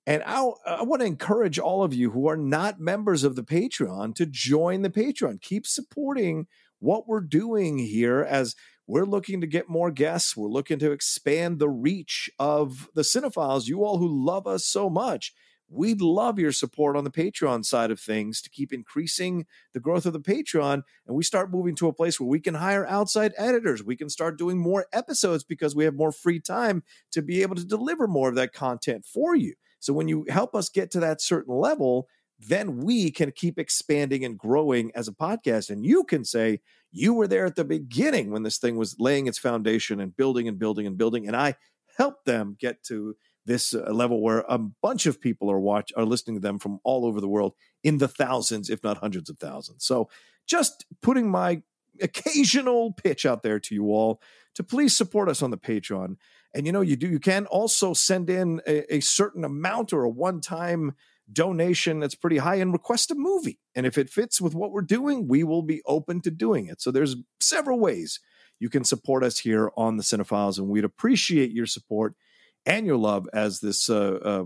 Speaker 2: And I, I want to encourage all of you who are not members of the Patreon to join the Patreon. Keep supporting what we're doing here as we're looking to get more guests. We're looking to expand the reach of the cinephiles, you all who love us so much. We'd love your support on the Patreon side of things to keep increasing the growth of the Patreon. And we start moving to a place where we can hire outside editors. We can start doing more episodes because we have more free time to be able to deliver more of that content for you. So when you help us get to that certain level, then we can keep expanding and growing as a podcast. And you can say, you were there at the beginning when this thing was laying its foundation and building and building and building. And I helped them get to this uh, level where a bunch of people are watch are listening to them from all over the world in the thousands, if not hundreds of thousands. So just putting my occasional pitch out there to you all to please support us on the Patreon. And you know, you do you can also send in a, a certain amount or a one-time donation that's pretty high and request a movie. And if it fits with what we're doing, we will be open to doing it. So there's several ways you can support us here on the Cinephiles, and we'd appreciate your support and your love as this uh, uh,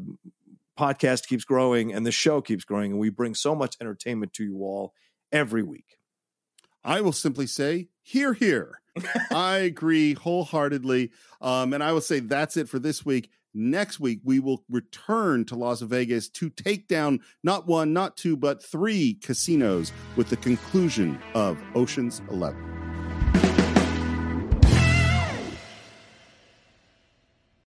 Speaker 2: podcast keeps growing and the show keeps growing, and we bring so much entertainment to you all every week.
Speaker 1: I will simply say, here, here. I agree wholeheartedly. Um, and I will say that's it for this week. Next week, we will return to Las Vegas to take down not one, not two, but three casinos with the conclusion of Ocean's 11.